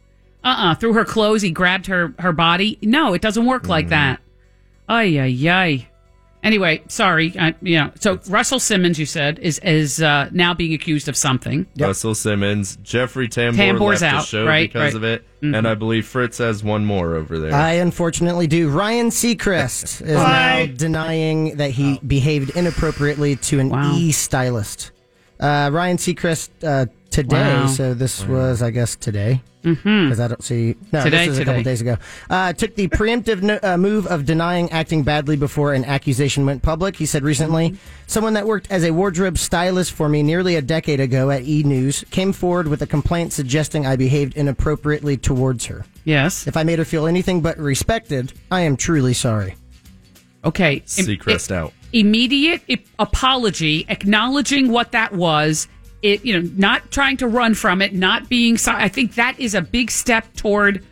uh uh Through her clothes, he grabbed her, her body. No, it doesn't work like that. Ay, ay, ay. Anyway, sorry. I, yeah. So Russell Simmons, you said, is, is uh, now being accused of something.
Russell Simmons, Jeffrey Tambor
Tambor's
left
out,
the show
right,
because
right. Mm-hmm.
of it, and I believe Fritz has one more over there.
I unfortunately do. Ryan Seacrest is now
What?
denying that he behaved inappropriately to an
Wow.
e stylist. Uh, Ryan Seacrest uh, today,
Wow.
so this was, I guess, today. Because I don't see. No,
Mm-hmm. Today,
this was a couple
today.
days ago. Uh, took the preemptive no, uh, move of denying acting badly before an accusation went public. He said recently, someone that worked as a wardrobe stylist for me nearly a decade ago at E News came forward with a complaint suggesting I behaved inappropriately towards her.
Yes.
If I made her feel anything but respected, I am truly sorry.
Okay. Im-
Seacrest
i-
out.
Immediate i- apology, acknowledging what that was. It, you know, not trying to run from it, not being. So- I think that is a big step toward,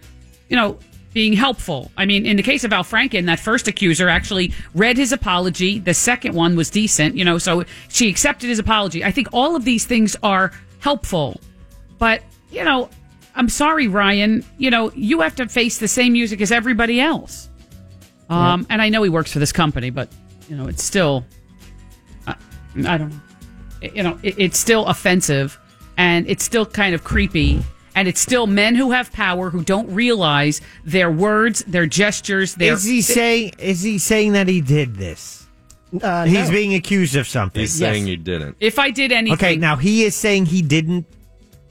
you know, being helpful. I mean, in the case of Al Franken, that first accuser actually read his apology. The second one was decent, you know, so she accepted his apology. I think all of these things are helpful, but you know, I'm sorry, Ryan. You know, you have to face the same music as everybody else. Um, and I know he works for this company, but you know, it's still, I, I don't know, It- you know, it, it's still offensive, and it's still kind of creepy, and it's still men who have power who don't realize their words, their gestures, their
Is he saying? Is he saying that he did this?
Uh,
He's
no.
being accused of something.
He's saying you didn't.
if I did anything,
okay, now he is saying he didn't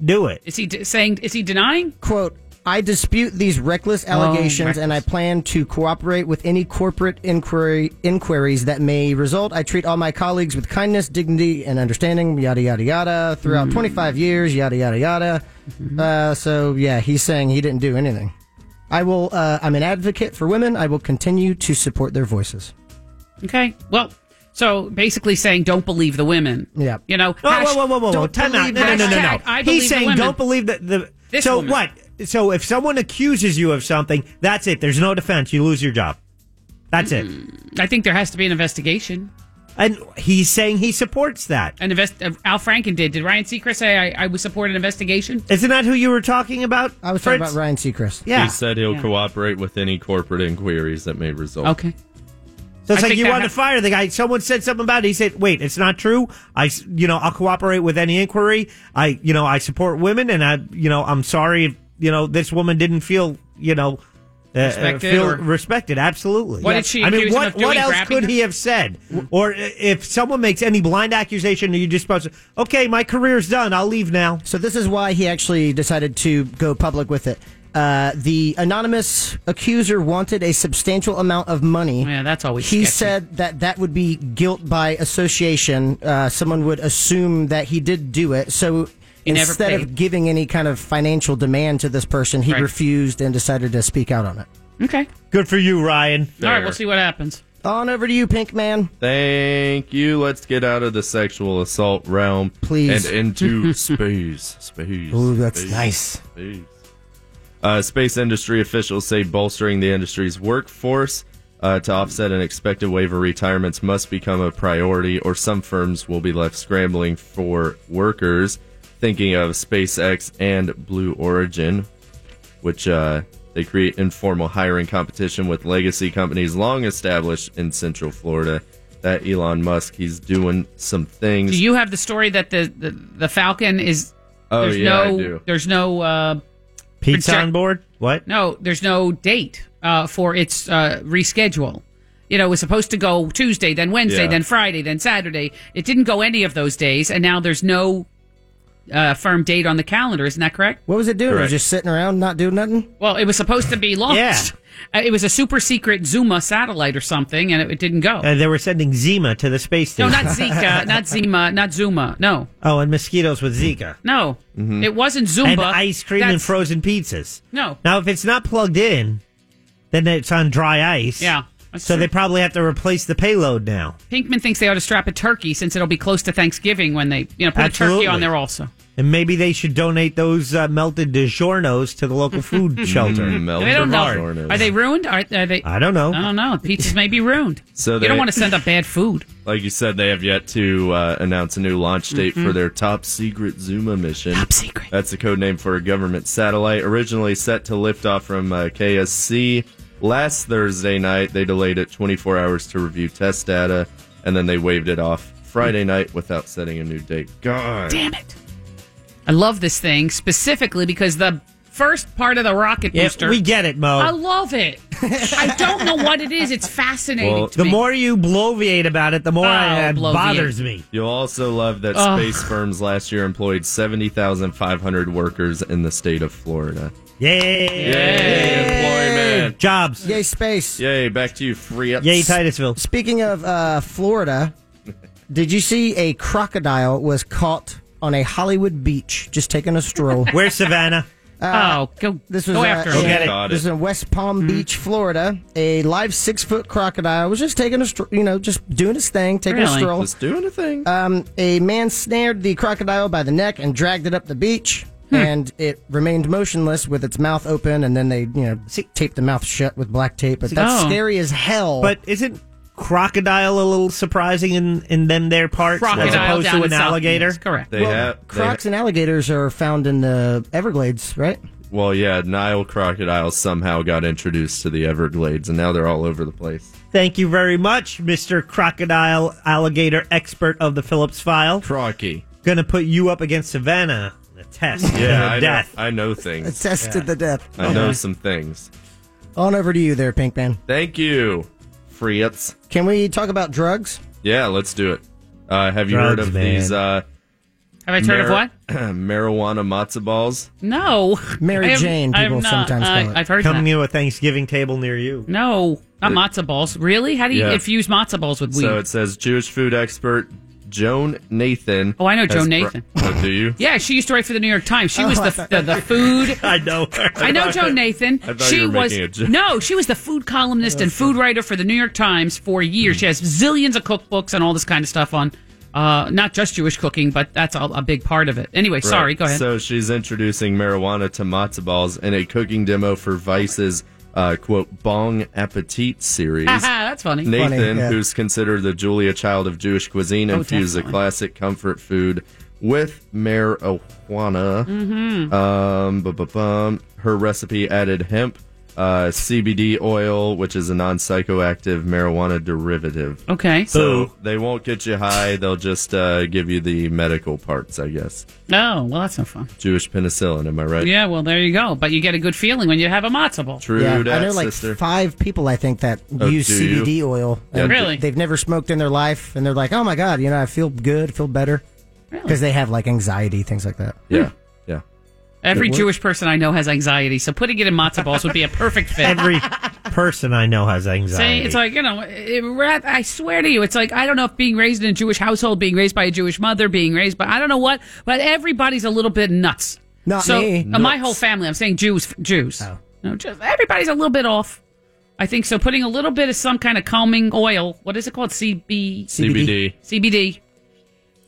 do it.
is he de- saying? Is he denying? Oh,
quote. I dispute these reckless allegations, and I
reckless.
plan to cooperate with any corporate inquiry inquiries that may result. I treat all my colleagues with kindness, dignity, and understanding. Yada yada yada. Throughout 25 years, yada yada yada. Uh, so yeah, he's saying he didn't do anything. I will. Uh, I'm an advocate for women. I will continue to support their voices.
Okay, well. So basically, saying don't believe the women.
Yeah.
You know.
Oh, Whoa,
hash-
whoa, whoa, whoa, whoa, whoa!
don't
Time out!
believe-
No, no, no, no, no!
hashtag I believe
He's
the
saying
women.
don't believe that the.
This
so
woman.
what? So if someone accuses you of something, that's it. There's no defense. You lose your job. That's it.
I think there has to be an investigation.
And he's saying he supports that.
An invest- uh, Al Franken did. Did Ryan Seacrest say I, I would support an investigation?
Isn't that who you were talking about?
I was talking
Fritz?
about Ryan Seacrest.
Yeah.
He said he'll
Yeah.
cooperate with any corporate inquiries that may result.
Okay.
So it's
I
like
think
you
that
want to
hap-
fire the guy. Someone said something about it. He said, "Wait, it's not true. I, s- you know, I'll cooperate with any inquiry. I, you know, I support women, and I, you know, I'm sorry if you know this woman didn't feel, you know, uh,
Respected
feel
or-
respected. Absolutely.
What did she
I mean,
accuse him
what
of doing,
what else
grabbing
could
her?
he have said? Or uh, if someone makes any blind accusation, you just supposed to, okay, my career's done. I'll leave now.
So this is why he actually decided to go public with it. Uh, the anonymous accuser wanted a substantial amount of money.
Yeah, that's always
He
sketchy.
said that that would be guilt by association. Uh, someone would assume that he did do it. So
He never
instead
paid.
of giving any kind of financial demand to this person, he
Right.
refused and decided to speak out on it.
Okay.
Good for you, Ryan.
All right.
There.
We'll see what happens.
On over to you, Pink Man.
Thank you. Let's get out of the sexual assault realm,
Please.
and into space. Space. space.
nice.
Space. Uh, space industry officials say bolstering the industry's workforce uh, to offset an expected wave of retirements must become a priority, or some firms will be left scrambling for workers. Thinking of SpaceX and Blue Origin, which uh, they create informal hiring competition with legacy companies long established in Central Florida. That Elon Musk, he's doing some things.
Do you have the story that the the, the Falcon is?
Oh,
there's
yeah, I
no,
do.
There's no uh,
Pete's
Reject-
on board. What?
no there's no date uh, for its uh, reschedule. You know, it was supposed to go Tuesday, then Wednesday,
Yeah.
then Friday, then Saturday. It didn't go any of those days, and now there's no uh, firm date on the calendar. Isn't that correct?
What was it doing? It was
Correct.
just sitting around, not doing nothing.
Well, it was supposed to be launched. Uh, It was a super secret Zuma satellite or something, and it, it didn't go.
Uh, they were sending Zima to the space
no,
station.
not Zika, not Zima, not Zuma. No,
oh, and mosquitoes with Zika.
no,
Mm-hmm.
Mm-hmm.
it wasn't Zumba.
and ice cream and
That's-
frozen pizzas.
No.
Now, if it's not plugged in, then it's on dry ice.
Yeah. that's
So
true.
they probably have to replace the payload now.
Pinkman thinks they ought to strap a turkey since it'll be close to Thanksgiving when they, you know, put a turkey
Absolutely.
on there also.
And maybe they should donate those uh, melted DiGiornos to the local food shelter.
They don't know.
Mm, DiGiornos.
Are they ruined? Are, are they?
I don't know.
I don't know. Pizzas may be ruined.
So
you
they-
don't want to send up bad food.
Like you said, they have yet to uh, announce a new launch date for their top secret Zuma mission.
Mm-hmm. Top secret.
That's the code name for a government satellite. Originally set to lift off from uh, KSC last Thursday night, they delayed it 24 hours to review test data, and then they waived it off Friday night without setting a new date. God.
Mm. Damn it! I love this thing specifically because the first part of the rocket
Yeah,
booster.
we get it, Mo.
I love it. I don't know what it is. It's fascinating.
Well,
to
the
me.
more you bloviate about it, the more
Oh,
it
bloviate.
bothers me.
You'll also love that
Ugh.
space firms last year employed 70,500 workers in the state of Florida.
Yay!
Employment.
Jobs.
Yay, space.
Yay, back to you, free up.
Yay, Titusville.
Speaking of uh, Florida, did you see a crocodile was caught on a Hollywood beach just taking a stroll? Uh,
Where's Savannah?
oh, go
This was
go
uh,
after
in-
him.
get it. Mm-hmm.
Got
This is
it.
in West Palm Beach, Florida. A live six foot crocodile was just taking a, stro- you know, just doing his thing, taking
Really?
a stroll. Um,
Just doing a thing.
A man snared the crocodile by the neck and dragged it up the beach,
Hmm.
and it remained motionless with its mouth open. And then they, you know, taped the mouth shut with black tape. But that's
Oh.
scary as hell.
But isn't crocodile a little surprising in, in them their parts as
Crocodile
opposed
down
to
in
an
South-
alligator?
Yes, correct.
they
Well,
have they
crocs and alligators are found in the Everglades, right?
Well, yeah, Nile crocodiles somehow got introduced to the Everglades, and now they're all over the place.
Thank you very much, Mr. Crocodile Alligator Expert of the Phillips File.
Crocky.
Gonna put you up against Savannah. in A test.
Yeah,
to
I know,
death.
I know things.
Tested to the death.
I know some things.
On over to you there, Pink Man.
Thank you, Fritz.
Can we talk about drugs?
Yeah, let's do it. Uh, have you heard
Drugs,
of
man.
these uh,
Have I heard of
mar-
what?
marijuana matzo balls?
No.
Mary
I have-
Jane,
I have
people
not.
sometimes
I,
call it.
I've heard
Coming
that.
to a Thanksgiving table near you.
No, not matzo balls. Really? How do you
Yeah.
infuse matzo balls with weed?
So it says Jewish food expert Joan Nathan.
Oh, I know
has
Joan Nathan.
Oh, do you?
yeah, she used to write for the New York Times. She was the, the the food.
I know.
I know Joan Nathan.
I thought
she
you were
was
making a joke.
no, she was the food columnist and food writer for the New York Times for years.
Mm-hmm.
She has zillions of cookbooks and all this kind of stuff on uh, not just Jewish cooking, but that's a, a big part of it. Anyway, sorry,
Right.
go ahead.
So she's introducing marijuana to matzo balls in a cooking demo for Vice's uh, quote bong appetit series.
that's funny.
Nathan,
Funny, yeah.
who's considered the Julia Child of Jewish cuisine,
Oh,
infused a
definitely.
classic comfort food with marijuana.
Mm-hmm.
Um, ba-ba-bum. Her recipe added hemp, uh, CBD oil, which is a non psychoactive marijuana derivative.
okay.
So they won't get you high; they'll just uh, give you the medical parts, I guess.
No, Oh, well, that's no fun.
Jewish penicillin, am I right?
Yeah, well, there you go. But you get a good feeling when you have a matzo ball.
True
yeah,
that,
I know like
sister. Oh,
five people I think that use
do you?
CBD oil. and
Really?
They've never smoked in their life, and they're like, "Oh my god, you know, I feel good, feel better,"
Really? Hmm. Oh,
because they have like anxiety, things like that.
yeah, yeah.
Every Jewish person I know has anxiety, so putting it in matzo balls would be a perfect fit.
Every person I know has
Say,
anxiety.
it's like you know, it, rat- I swear to you, it's like I don't know if being raised in a Jewish household, being raised by a Jewish mother, being raised by I don't know what, but everybody's a little bit nuts.
Not
so,
me.
uh, my whole family. I'm saying Jews, Jews. Oh. No, just everybody's a little bit off. I think so. Putting a little bit of some kind of calming oil. What is it called? CB,
CBD.
CBD,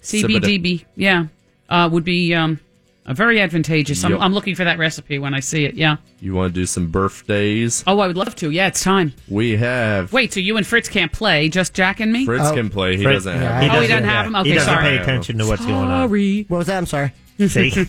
CBDB. Yeah, uh, would be um, uh, very advantageous. I'm,
Yep.
I'm looking for that recipe when I see it. Yeah.
You want to do some birthdays?
Oh, I would love to. Yeah, it's time.
We have
Wait, so you and Fritz can't play? Just Jack and me?
Fritz
Oh.
can play. He
Fritz-
doesn't
yeah,
have.
he
it.
Oh, he
doesn't-
doesn't have
yeah,
them?
he
Okay,
doesn't
sorry.
pay attention to what's going on.
Sorry.
What was that? I'm sorry.
See?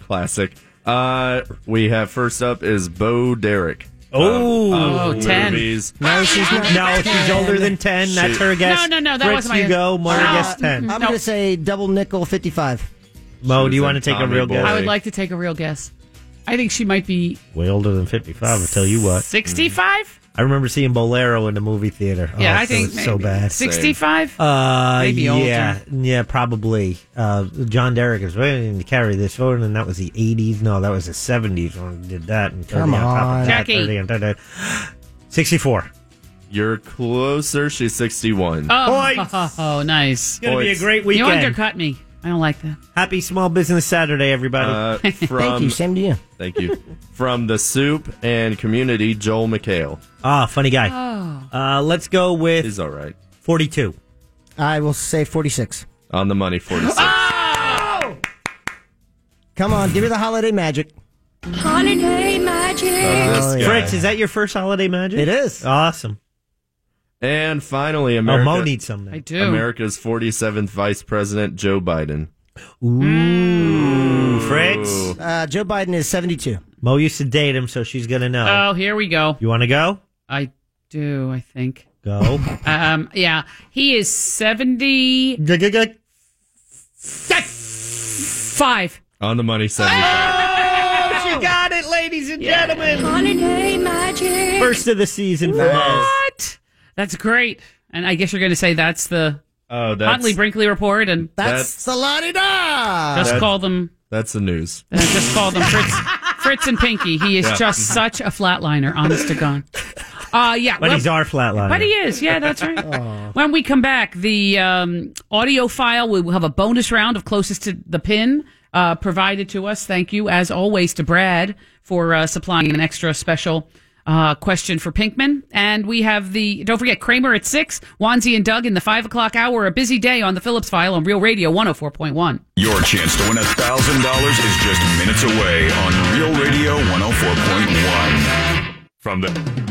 Classic. Uh, we have first up is Bo Derek. Um, uh,
Oh.
Oh, Ah. 10.
Movies.
No, she's not.
No, she's older than 10. That's her guess.
No, no, no, that
Fritz,
wasn't my-
you go. Mo,
Uh,
guess 10.
I'm
No.
gonna say double nickel fifty-five.
Mo, do
She
you
was
want to
in
take a
Tommy
real
Boy.
I
guess?
would like to take a real guess. I think she might be
Way older than 55, I'll tell you what.
65?
I remember seeing Bolero in the movie theater.
yeah,
oh,
I
it
think
was so
maybe
bad.
65?
Uh,
Maybe
yeah, yeah, probably. Uh, John Derek is waiting to carry this forward, and that was the '80s. No, that was the '70s when we did that. And 30
Come
top of
on.
that,
Jackie.
30 on top of that. Sixty-four.
You're closer. She's 61.
oh,
points.
oh, oh, nice.
Gonna be a
Points.
great
You
weekend.
undercut me. I don't like that.
Happy Small Business Saturday, everybody.
Uh, from,
Thank you. Same to you.
Thank you. From the soup and community, Joel McHale.
ah, funny guy.
Oh.
Uh, let's go with
He's all right.
forty-two.
I will say forty-six.
On the money, 46.
Oh,
Come on, give me the holiday magic.
Holiday magic.
This guy.
Fritz, is that your first holiday magic?
Oh, It is.
Awesome.
And finally,
Oh,
America,
Mo needs some.
I
now.
do.
America's 47th Vice President, Joe Biden.
Mm.
Ooh, Fritz.
Uh, Joe Biden is 72.
Mo used to date him, so she's gonna know.
Oh, here we go.
you want to go?
I do, I think.
Go.
Um, yeah, he is 75.
G-g-g-
On the money,
Ah!
75. Oh.
You got it, ladies and gentlemen.
Holiday magic.
First of the season for Mo.
What? That's great. And I guess you're going to say that's the
Oh, that's,
Huntley Brinkley report, and
That's the la di da.
just
that-
call them,
that's the news.
uh, just call them Fritz, Fritz and Pinky. He is just such a flatliner, honest to God. Uh, yeah,
But
well-
he's our flatliner. Oh.
But he is. Yeah, that's right. When we come back, the um, audio file, we will have a bonus round of closest to the pin uh, provided to us. Thank you, as always, to Brad for uh, supplying an extra special uh, question for Pinkman. And we have the, don't forget, Kramer at 6, Wanzi and Doug in the 5 o'clock hour. A busy day on the Phillips file on Real Radio 104.1.
Your chance to win $1,000 is just minutes away on Real Radio 104.1. From the.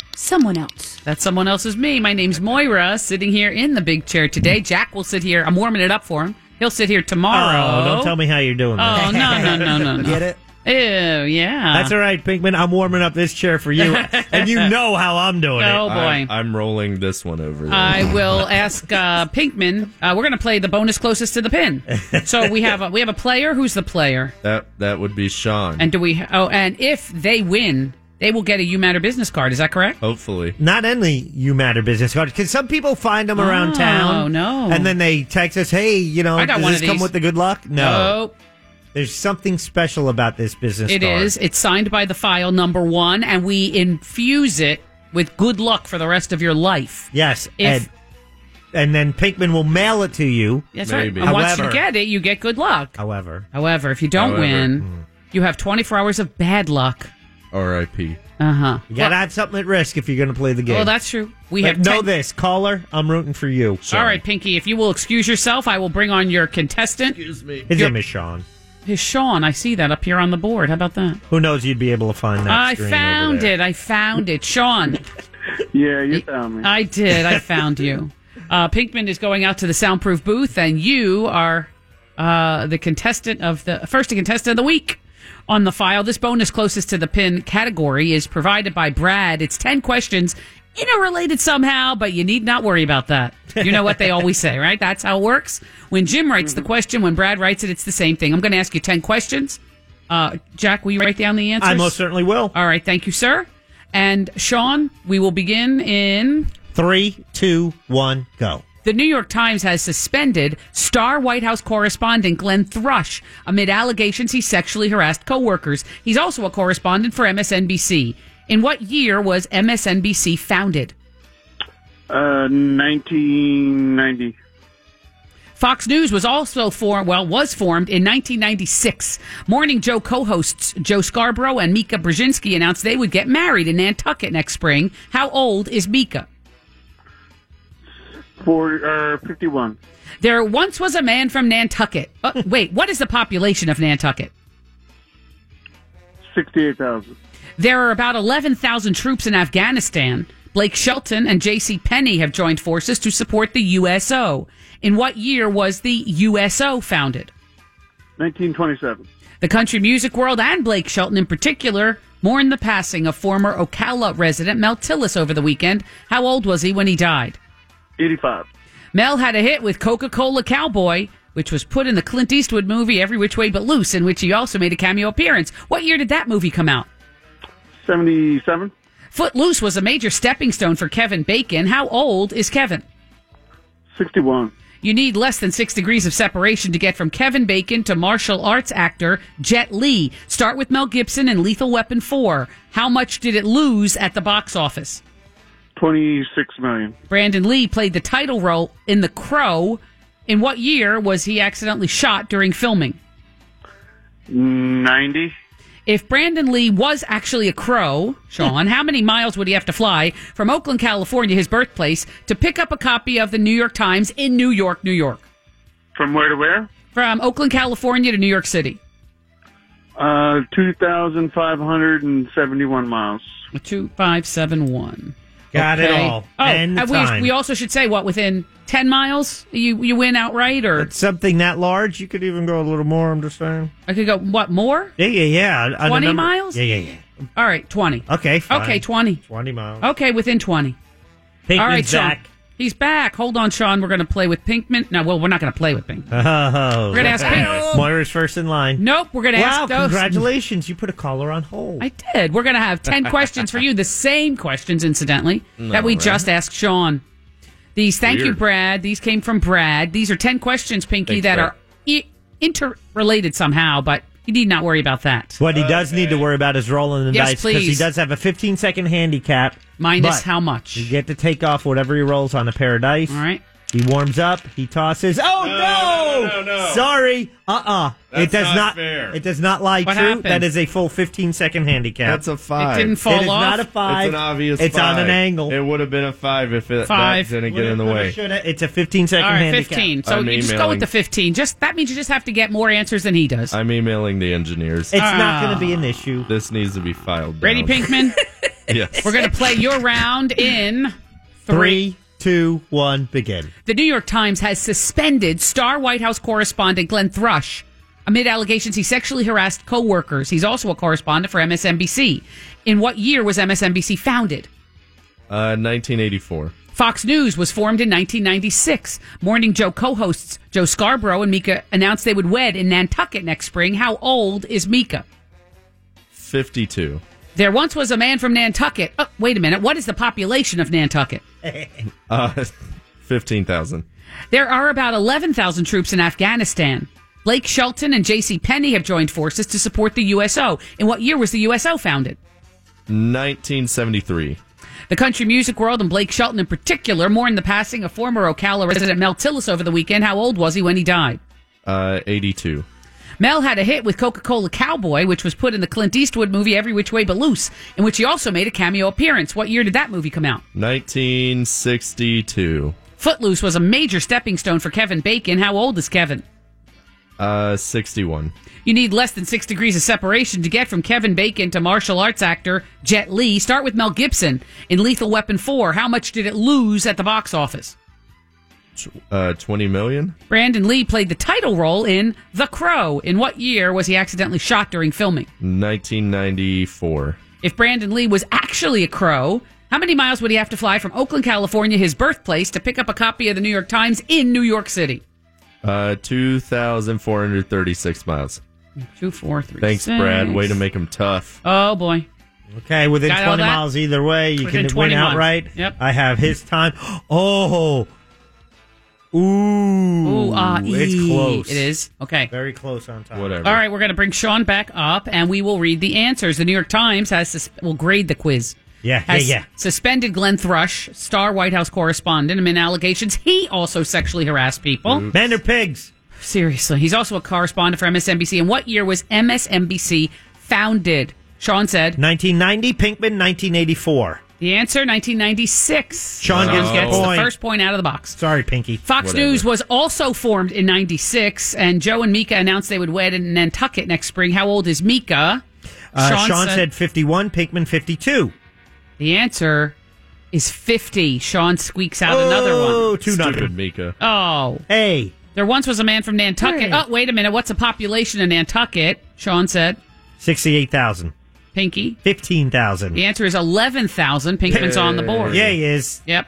someone else.
That's someone else's me. My name's Moira, sitting here in the big chair today. Jack will sit here. I'm warming it up for him. He'll sit here tomorrow.
Oh, don't tell me how you're doing. that.
Oh, no, no, no, no, Ah. no.
Get it?
Ew, yeah.
That's all right, Pinkman. I'm warming up this chair for you, and you know how I'm doing
Oh,
it.
boy.
I'm, I'm rolling this one over. There.
I will ask uh, Pinkman. Uh, we're going to play the bonus closest to the pin. So we have a, we have a player. Who's the player?
that that would be Sean.
And do we? Oh, and if they win, they will get a You Matter business card. Is that
Oh,
correct?
Hopefully.
Not any you matter business card because some people find them around
Oh,
town.
no.
and then they text us, "Hey, you know,
I got
does
one
this
of
come
these.
with the good luck?" No,
Oh,
there's something special about this business.
it
card.
is. It's signed by the file number one, and we infuse it with good luck for the rest of your life.
Yes,
If-
and and then Pinkman will mail it to you.
That's
Maybe.
right. And once you
However-
get it, you get good luck.
However,
However, if you don't
However.
win, you have 24 hours of bad luck.
R.I.P.
Uh huh.
you got to add something at risk if you're going to play the game.
Well, Oh, that's true. We
But
have
know
ten-
this, caller. I'm rooting for you.
All right, Pinky, if you will excuse yourself, I will bring on your contestant.
Excuse me.
His
You're-
name is Sean.
His Sean, I see that up here on the board. How about that?
Who knows? You'd be able to find that.
I
screen
found
over there.
it. I found it. Sean,
Yeah, you found me.
I did. I found you. Uh, Pinkman is going out to the soundproof booth, and you are uh, the contestant of the first contestant of the week on the file. This bonus closest to the pin category is provided by Brad. It's 10 questions interrelated somehow, but you need not worry about that. You know what they always say, right? That's how it works. When Jim writes
Mm-hmm.
the question, when Brad writes it, it's the same thing. I'm going to ask you 10 questions. Uh, Jack, will you write down the answers?
I most certainly will.
All right. Thank you, sir. And Sean, we will begin in
Three, two, one, go.
the New York Times has suspended star White House correspondent Glenn Thrush amid allegations he sexually harassed coworkers. He's also a correspondent for MSNBC. In what year was MSNBC founded?
Uh, 1990.
Fox News was also formed, well, was formed in 1996. Morning Joe co-hosts Joe Scarborough and Mika Brzezinski announced they would get married in Nantucket next spring. How old is Mika?
Four, uh, 51.
There once was a man from Nantucket. Uh, wait, what is the population of Nantucket?
68,000.
There are about 11,000 troops in Afghanistan. Blake Shelton and J.C. Penney have joined forces to support the USO. In what year was the USO founded?
1927.
The country music world and Blake Shelton in particular mourned the passing of former Ocala resident Mel Tillis over the weekend. How old was he when he died?
85.
Mel had a hit with Coca Cola Cowboy, which was put in the Clint Eastwood movie Every Which Way But Loose, in which he also made a cameo appearance. What year did that movie come out?
77.
Footloose was a major stepping stone for Kevin Bacon. How old is Kevin?
61.
You need less than six degrees of separation to get from Kevin Bacon to martial arts actor Jet Li. Start with Mel Gibson and Lethal Weapon 4. How much did it lose at the box office?
26 million.
Brandon Lee played the title role in The Crow. In what year was he accidentally shot during filming?
90.
If Brandon Lee was actually a crow, Sean, how many miles would he have to fly from Oakland, California, his birthplace, to pick up a copy of the New York Times in New York, New York?
From where to where?
From Oakland, California to New York City.
Uh, 2,571 miles.
2571.
Got it all.
Oh,
And the
we,
time.
we also should say what within 10 miles you you win outright or
It's something that large. You could even go a little more. I'm just saying.
I could go what more?
Yeah, yeah, yeah. I- I
20
remember-
miles?
Yeah, yeah,
All right, 20.
yeah. Okay, fine.
Okay, 20.
20 miles.
Okay, within 20.
Pinkman's
All right, Sean.
back.
He's back. Hold on, Sean. We're going to play with Pinkman. No, well, we're not going to play with Pinkman.
Oh,
We're gonna ask Pete.
Moira's first in line.
Nope, we're going to
wow,
ask those.
congratulations! You put a caller on hold.
I did. We're going to have 10 questions for you, the same questions, incidentally, that we
All right.
just asked Sean. These, thank you,
Weird.
Brad. These came from Brad. These are 10 questions, Pinky,
Thanks,
that
Brad.
are I- interrelated somehow, but you need not worry about that.
What he does need to worry about is rolling the
Yes,
dice because he
please.
does have a 15 second handicap.
Minus
but
how much?
You get to take off whatever he rolls on a pair of dice. All
right.
He warms up. He tosses. Oh no!
no, no, no, no.
Sorry. Uh uh It
That's
does
not
not.
fair.
It does not lie
What
true.
happened?
That is a full 15 second handicap.
That's a five.
It is not a five.
It's an obvious
It's on
five.
an angle.
It would have been a five if it,
Uh, Five.
that didn't get in the
Would've-
way.
shoulda- It's a 15 second
All right,
handicap.
15. So
I'm
you just go
emailing.
with the 15. Just That means you just have to get more answers than he does.
I'm emailing the engineers.
It's not Ah. gonna be
an issue.
This needs to be filed.
Brady
down.
Pinkman,
yes.
we're going to play your round in
Three, two, one, begin.
The New York Times has suspended star White House correspondent Glenn Thrush amid allegations he sexually harassed coworkers. He's also a correspondent for MSNBC. In what year was MSNBC founded?
Uh, 1984.
Fox News was formed in 1996. Morning Joe co-hosts Joe Scarborough and Mika announced they would wed in Nantucket next spring. How old is Mika?
52.
There once was a man from Nantucket. Oh, wait a minute. What is the population of Nantucket?
Uh, 15,000.
There are about 11,000 troops in Afghanistan. Blake Shelton and J.C. Penney have joined forces to support the USO. In what year was the USO founded?
1973.
The country music world and Blake Shelton in particular mourned the passing of former Ocala resident Mel Tillis over the weekend. How old was he when he died?
Uh, 82.
Mel had a hit with Coca Cola Cowboy, which was put in the Clint Eastwood movie Every Which Way But Loose, in which he also made a cameo appearance. What year did that movie come out?
1962.
Footloose was a major stepping stone for Kevin Bacon. How old is Kevin?
Uh, 61.
You need less than six degrees of separation to get from Kevin Bacon to martial arts actor Jet Li. Start with Mel Gibson in Lethal Weapon 4. How much did it lose at the box office?
Uh, 20 million?
Brandon Lee played the title role in The Crow. In what year was he accidentally shot during filming?
1994.
If Brandon Lee was actually a crow, how many miles would he have to fly from Oakland, California, his birthplace, to pick up a copy of the New York Times in New York City?
Uh, 2,436 miles.
Two, four, three.
Thanks,
six.
Brad. Way to make them tough.
Oh boy.
Okay, within
Got all
20
that?
miles either way, you
Within
can
20
win
miles.
outright.
Yep.
I have his time. Oh. Ooh. Ooh,
ah,
it's
ee.
close.
It is? Okay.
Very close on time.
Whatever.
All right, we're going to bring Sean back up, and we will read the answers. The New York Times has sus- will grade the quiz.
Yeah,
Has
yeah, yeah.
Suspended Glenn Thrush, star White House correspondent, amid allegations he also sexually harassed people.
Mm-hmm. Men are pigs.
Seriously, he's also a correspondent for MSNBC. And what year was MSNBC founded? Sean said
1990, Pinkman, 1984.
the answer 1996.
Sean gets the
gets the
point.
first point out of the box.
Sorry, Pinky.
Fox News was also formed in 96, and Joe and Mika announced they would wed in Nantucket next spring. How old is Mika?
Uh, Sean, said, 51, Pinkman 52.
The answer is 50. Sean squeaks out another
Oh,
one.
two nothing.
Stupid Mika.
Oh.
Hey.
There once was a man from Nantucket.
Hey.
Oh, wait a minute. What's the population in Nantucket? Sean said.
68,000.
Pinky.
15,000.
The answer is 11,000. Pinkman's on the board.
Yeah, he is.
Yep.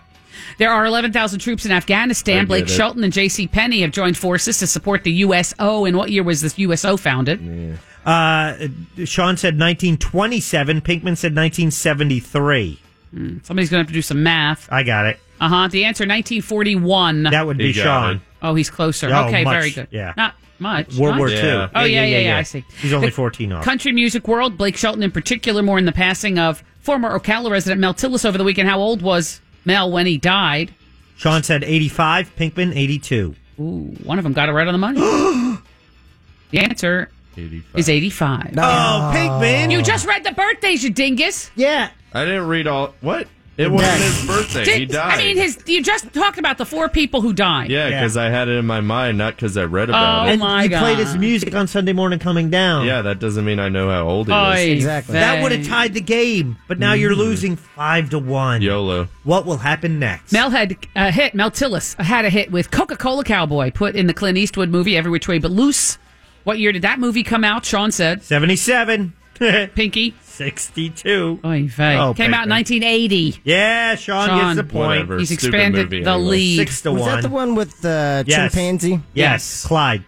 There are 11,000 troops in
I
Afghanistan.
get
Blake
it.
Shelton and J.C. Penney have joined forces to support the USO. In Oh, what year was this USO founded?
Uh, Sean said 1927. Pinkman said 1973.
Somebody's going to have to do some Hmm, math.
I got it.
Uh huh. The answer 1941. That
would be He got Sean. it.
Oh, he's closer.
Oh,
okay,
much,
very good.
yeah.
Not much.
World
Not-
War II.
Oh, yeah, yeah, yeah. I see.
He's only
The
14 off.
Country music world, Blake Shelton in particular, more in the passing of former Ocala resident Mel Tillis over the weekend. How old was Mel when he died?
Sean said 85, Pinkman 82.
Ooh, one of them got it right on the money. the answer is 85.
Oh, Pinkman.
You just read the birthdays, you dingus.
Yeah.
I didn't read all. What? It wasn't his birthday. He died.
I mean, his. You just talked about the four people who died.
yeah, because I had it in my mind, not because I read about
Oh,
it.
And my
He played his music on Sunday morning coming down.
Yeah, that doesn't mean I know how old he
Oy
is.
Exactly. That would have tied the game, but now you're
Mm.
losing 5 to 1.
YOLO.
What will happen next?
Mel had a hit. Mel Tillis had a hit with Coca Cola Cowboy, put in the Clint Eastwood movie Every Which Way But Loose. What year did that movie come out? Sean said
77.
Pinky
62.
Oy vey.
Oh,
Came out in
Pinkman.
1980.
Yeah, Sean,
Sean.
gets the point.
Whatever, He's stupid expanded movie the anyway. lead.
Six to
Was
one.
that the one with uh, the
Yes.
chimpanzee?
Yes, Clyde.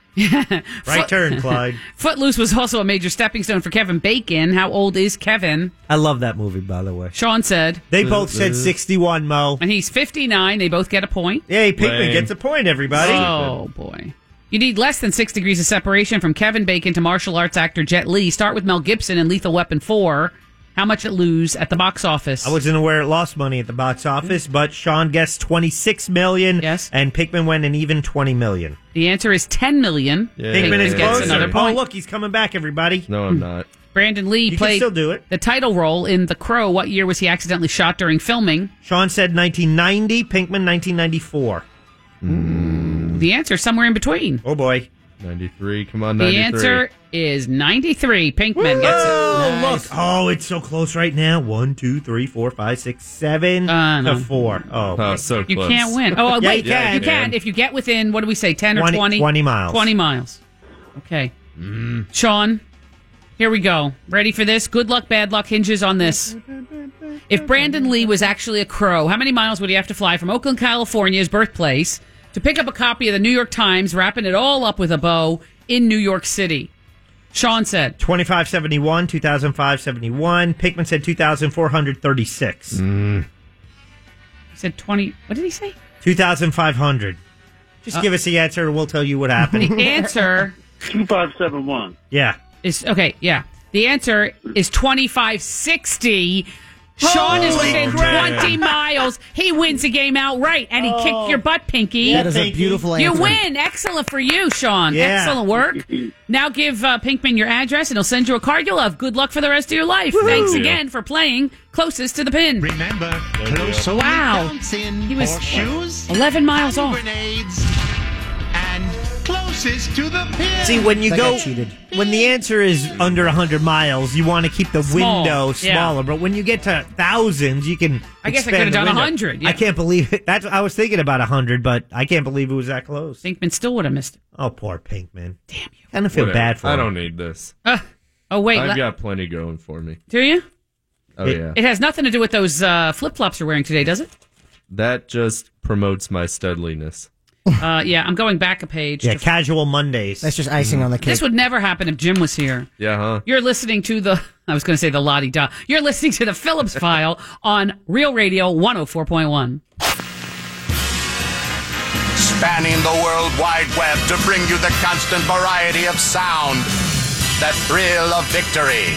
right turn, Clyde.
Footloose was also a major stepping stone for Kevin Bacon. How old is Kevin?
I love that movie, by the way.
Sean said
They both said 61, Mo.
and he's 59. They both get a point.
Hey, Pinkman gets a point, everybody.
Oh boy. You need less than six degrees of separation from Kevin Bacon to martial arts actor Jet Li. Start with Mel Gibson in Lethal Weapon 4. How much it lose at the box office?
I wasn't aware it lost money at the box office, but Sean guessed 26 million. Yes. And Pinkman went an even 20 million.
The answer is 10 million.
Pinkman is
gets
close.
another
Oh,
point.
look, he's coming back, everybody.
No, I'm not.
Brandon Lee
can
played
still do it.
the title role in The Crow. What year was he accidentally shot during filming?
Sean said 1990, Pinkman 1994.
Mm. The answer is somewhere in between.
Oh, boy.
93. Come on, 93.
The answer is 93. Pinkman gets it.
Oh,
Nice.
look. Oh, it's so close right now. One, two, three, four, five, six, seven
Uh, no.
to four. Oh,
Oh, so
You
close.
can't win. Oh,
Yeah,
wait,
you can.
you can if you get within what do we say, ten or
20
twenty?
20 miles.
Twenty miles. Okay, Mm. Sean. Here we go. Ready for this? Good luck, bad luck hinges on this. If Brandon Lee was actually a crow, how many miles would he have to fly from Oakland, California, his birthplace, to pick up a copy of the New York Times, wrapping it all up with a bow in New York City? Sean said.
2571, 200571. Pinkman said 2436.
Mm.
He said twenty. What did he say?
2500. Just
Uh,
give us the answer and we'll tell you what happened.
The answer
Two five seven one.
yeah.
is okay. Yeah, the answer is twenty five sixty. Sean is
Holy
within
crap.
twenty miles. He wins the game outright, and he kicked your butt, Pinky.
That is a Pinky. beautiful
You
answer.
win. Excellent for you, Sean.
Yeah.
Excellent work. Now give uh, Pinkman your address, and he'll send you a card you'll have. Good luck for the rest of your life.
Woohoo.
Thanks
Yeah.
again for playing closest to the pin.
Remember, close only
Wow.
counts in
He was
horseshoes,
eleven miles
hand
off.
Grenades and closest to the pin.
See, when you go, when the answer is under 100 miles, you want to keep the
Small,
window
yeah.
smaller. But when you get to thousands, you can.
I guess I
expand
could've
the
done
window.
100, yeah.
I can't believe it. That's I was thinking about 100, but I can't believe it was that close.
Pinkman still would have missed it.
Oh, poor Pinkman. Damn you. Kind of feel
Whatever.
bad for
I
him.
don't need this.
Uh, oh wait,
I've
let-
got plenty going for me.
do you?
Oh, yeah.
It has nothing to do with those uh, flip flops you're wearing today, does it?
that just promotes my studliness.
Uh, yeah, I'm going back a page. to
casual Mondays.
That's just icing
Mm-hmm.
on the cake.
Mm-hmm. This would never happen if Jim was here.
Yeah, huh?
You're listening to the, I was going to say the Lottie Da. You're listening to the Phillips file on Real Radio 104.1.
spanning the World Wide Web to bring you the constant variety of sound, the thrill of victory,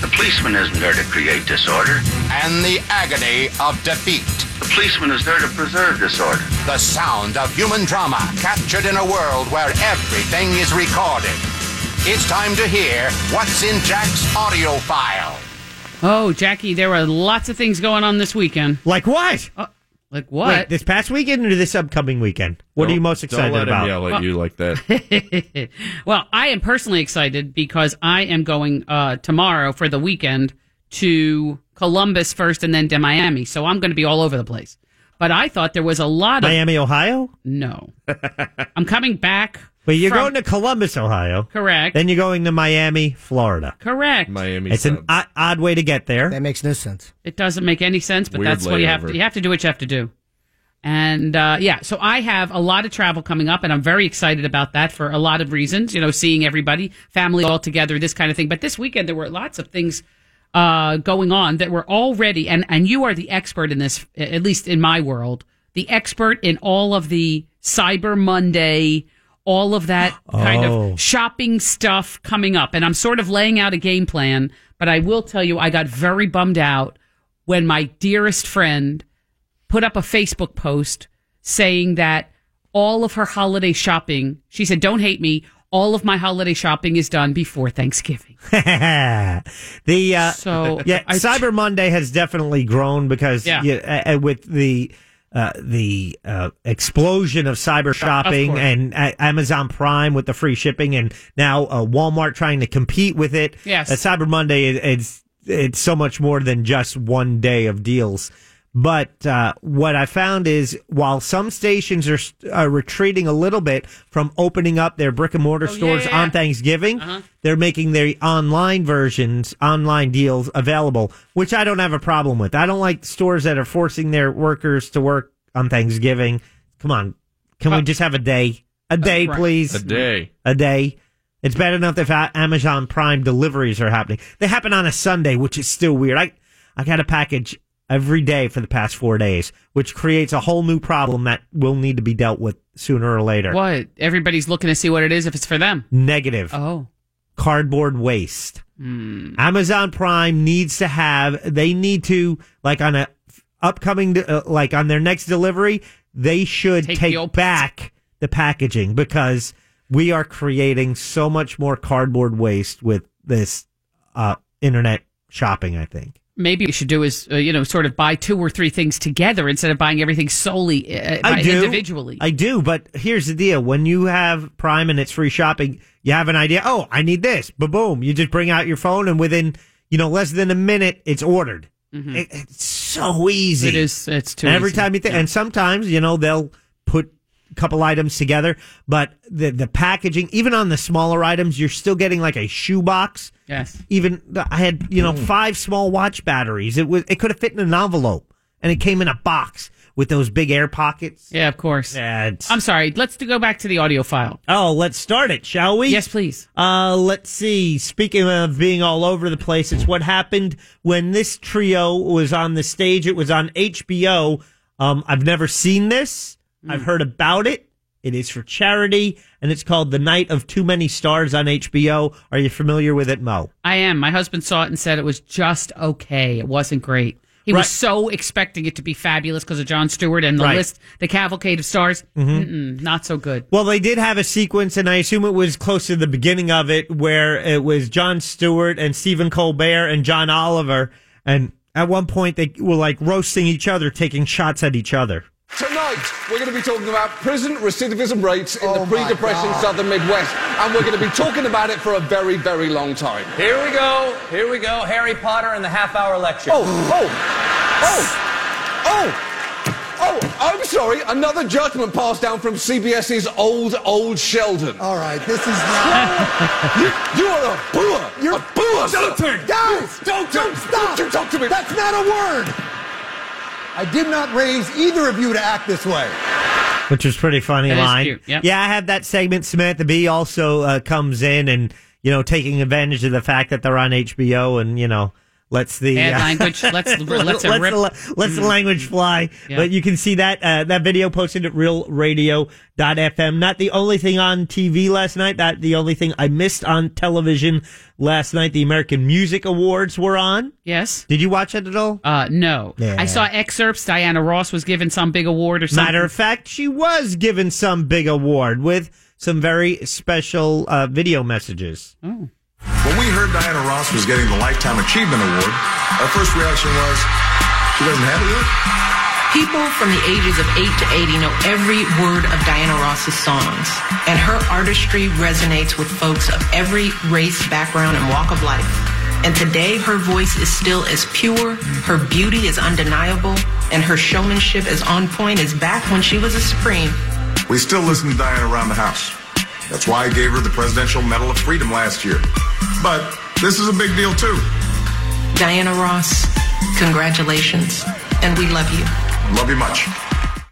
The policeman isn't there to create disorder.
and the agony of defeat. The policeman is there to preserve disorder. The sound of human drama captured in a world where everything is recorded. It's time to hear what's in Jack's audio file.
Oh, Jackie, there were lots of things going on this weekend. Uh,
Like what?
like what?
Wait, this past weekend or this upcoming weekend? What are
Don't-
you most excited
don't let
about?
Him yell at you like that.
well, I am personally excited because I am going uh, tomorrow for the weekend to Columbus first and then to Miami. So I'm going to be all over the place. But I thought there was a lot of.
Miami, Ohio?
No. I'm coming back.
But you're
from-
going to Columbus, Ohio.
Correct.
Then you're going to Miami, Florida.
Correct.
Miami.
It's an o- odd way to get there. That
makes no sense.
It doesn't make any sense, but
Weird
that's what you have
layover.
to. You have to do what you have to do. And uh, yeah, so I have a lot of travel coming up, and I'm very excited about that for a lot of reasons. You know, seeing everybody, family all together, this kind of thing. But this weekend there were lots of things uh, going on that were already, and and you are the expert in this, at least in my world, the expert in all of the Cyber Monday, all of that kind
Oh.
of shopping stuff coming up. And I'm sort of laying out a game plan, but I will tell you, I got very bummed out when my dearest friend put up a Facebook post saying that all of her holiday shopping, she said, don't hate me, all of my holiday shopping is done before Thanksgiving.
the uh,
So,
yeah,
I-
Cyber Monday has definitely grown because
Yeah.
uh, uh, with the uh, the uh, explosion of cyber shopping
course.
and uh, Amazon Prime with the free shipping, and now uh, Walmart trying to compete with it.
Yes.
uh, Cyber Monday is it's it's so much more than just one day of deals. But uh, what I found is while some stations are, s- are retreating a little bit from opening up their brick and mortar
yeah,
stores
Oh, yeah,
on
yeah.
Thanksgiving,
Uh-huh.
they're making their online versions, online deals available, which I don't have a problem with. I don't like stores that are forcing their workers to work on Thanksgiving. Come on. Can
Uh,
we just have a day? A day,
right.
please.
A day.
A day. It's bad enough if a- Amazon Prime deliveries are happening. They happen on a Sunday, which is still weird. I, I got a package every day for the past four days, which creates a whole new problem that will need to be dealt with sooner or later.
What? Everybody's looking to see what it is if it's for them.
Negative.
Oh.
Cardboard waste. Amazon Prime needs to have, they need to, like on a upcoming, uh, like on their next delivery, they should take, back the packaging because we are creating so much more cardboard waste with this uh, internet shopping, I think.
Maybe what you should do is, uh, you know, sort of buy two or three things together instead of buying everything solely uh, by individually.
I do, but here's the deal. When you have Prime and it's free shopping, you have an idea, oh, I need this. Ba boom. You just bring out your phone and within, you know, less than a minute, it's ordered. It- it's so easy.
Mm-hmm. It is. It's too
And every
easy.
time you think,
Yeah.
and sometimes, you know, they'll put a couple items together, but the, the packaging, even on the smaller items, you're still getting like a shoebox.
Yes.
Even I had, you know,
Mm.
five small watch batteries. It was, it could have fit in an envelope and it came in a box with those big air pockets.
Yeah, of course.
I'm
sorry. Let's go back to the audio file.
Oh, let's start it, shall we? Yes,
please.
Uh, let's see. Speaking of being all over the place, it's what happened when this trio was on the stage. It was on HBO. Um, I've never seen this. I've heard about it. It is for charity, and it's called The Night of Too Many Stars on HBO. Are you familiar with it, Mo?
I am. My husband saw it and said it was just okay. It wasn't great. He
Right.
was so expecting it to be fabulous because of John Stewart and the
Right.
list, the cavalcade of stars.
Mhm.
Mm-mm, not so good.
Well, they did have a sequence, and I assume it was close to the beginning of it, where it was John Stewart and Stephen Colbert and John Oliver, and at one point they were like roasting each other, taking shots at each other.
Tonight, we're going to be talking about prison recidivism rates in the pre depression
God.
southern Midwest, and we're going to be talking about it for a very, very long time.
Here we go. Here we go. Harry Potter and the half hour lecture.
Oh, oh, oh, oh, oh, I'm sorry, another judgment passed down from CBS's old, old Sheldon. All right, this is not. you, you are a booer. You're a booer. Dalton.
Guys,
don't, don't
stop.
you talk to me.
That's not a word. I did not raise either of you to act this way.
which was pretty funny
That is
line.
cute, yep.
Yeah, I had that segment. Samantha Bee also uh, comes in and you know taking advantage of the fact that they're on HBO and you know lets the
Bad
uh,
language. Let's-
lets,
let's
the
rip.
la- lets the
Mm.
language fly.
Yeah.
But you can see that uh, that video posted at RealRadio.fm. Not the only thing on TV last night. Not the only thing I missed on television last night. The American Music Awards were on.
Yes.
Did you watch it at all?
Uh, no.
Yeah.
I saw excerpts. Diana Ross was given some big award or something.
Matter of fact, she was given some big award with some very special uh, video messages.
Oh.
When we heard Diana Ross was getting the Lifetime Achievement Award, our first reaction was, she doesn't have it yet?
People from the ages of 8 to 80 know every word of Diana Ross's songs, and her artistry resonates with folks of every race, background, and walk of life. And today, her voice is still as pure, her beauty is undeniable, and her showmanship is on point as back when she was a Supreme.
We still listen to Diana around the house. That's why I gave her the Presidential Medal of Freedom last year. But this is a big deal, too.
Diana Ross, congratulations, and we love you.
Love you much.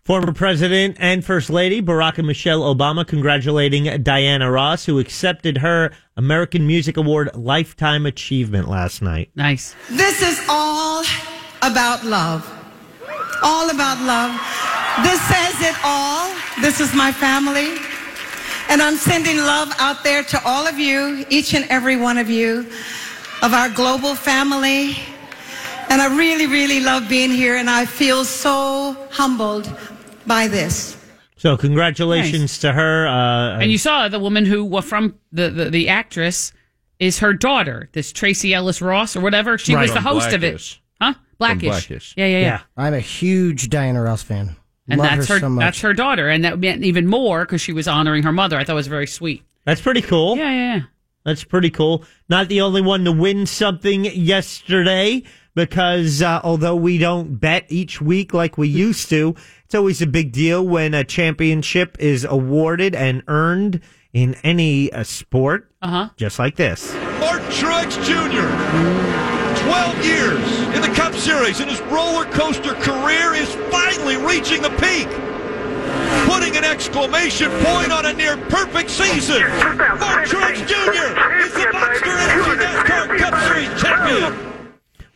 Former President and First Lady Barack and Michelle Obama congratulating Diana Ross, who accepted her American Music Award Lifetime Achievement last night.
Nice.
This is all about love. All about love.
This says it all. This is my family. And I'm sending love out there to all of you, each and every one of you, of our global family. And I really, really love being here, and I feel so humbled by this.
So congratulations to her. Uh,
And you saw the woman who was from the, the, the actress is her daughter, this Tracy Ellis Ross or whatever. She
Right.
was the
From
host
Blackish.
of it. Huh? Blackish. Yeah, yeah, yeah.
I'm a huge Diana Ross fan.
And
Love
that's
her,
her,
so much.
that's her daughter. And that meant even more because she was honoring her mother. I thought it was very sweet.
That's pretty cool.
Yeah, yeah,
That's pretty cool. Not the only one to win something yesterday because uh, although we don't bet each week like we used to, it's always a big deal when a championship is awarded and earned in any uh, sport.
Uh-huh.
Just like this.
Martin Truex Jr. 12 years in the Cup Series, and his roller coaster career is finally reaching the peak, putting an exclamation point on a near perfect season. Martin Truex Jr. is the Monster Energy NASCAR Cup Series champion.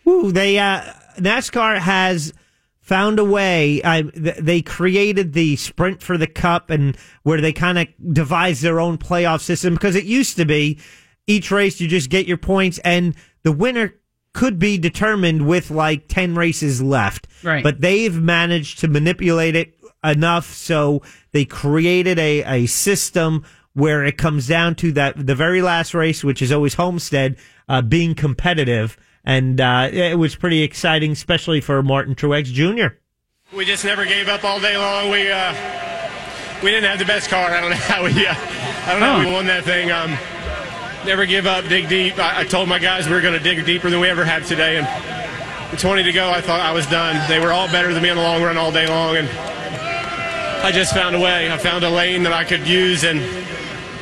Woo, they uh, NASCAR has found a way. I, th- they created the sprint for the cup, and where they kind of devised their own playoff system because it used to be each race you just get your points, and the winner could be determined with like ten races left.
Right.
but they've managed to manipulate it enough so they created a, a system where it comes down to that the very last race, which is always Homestead, uh, being competitive. And uh, it was pretty exciting, especially for Martin Truex Jr.
We just never gave up all day long. We uh, we didn't have the best car. I don't know how we uh, I don't know how we won that thing. Um, never give up. Dig deep. I, I told my guys we were going to dig deeper than we ever have today. And with 20 to go, I thought I was done. They were all better than me in the long run all day long, and I just found a way. I found a lane that I could use, and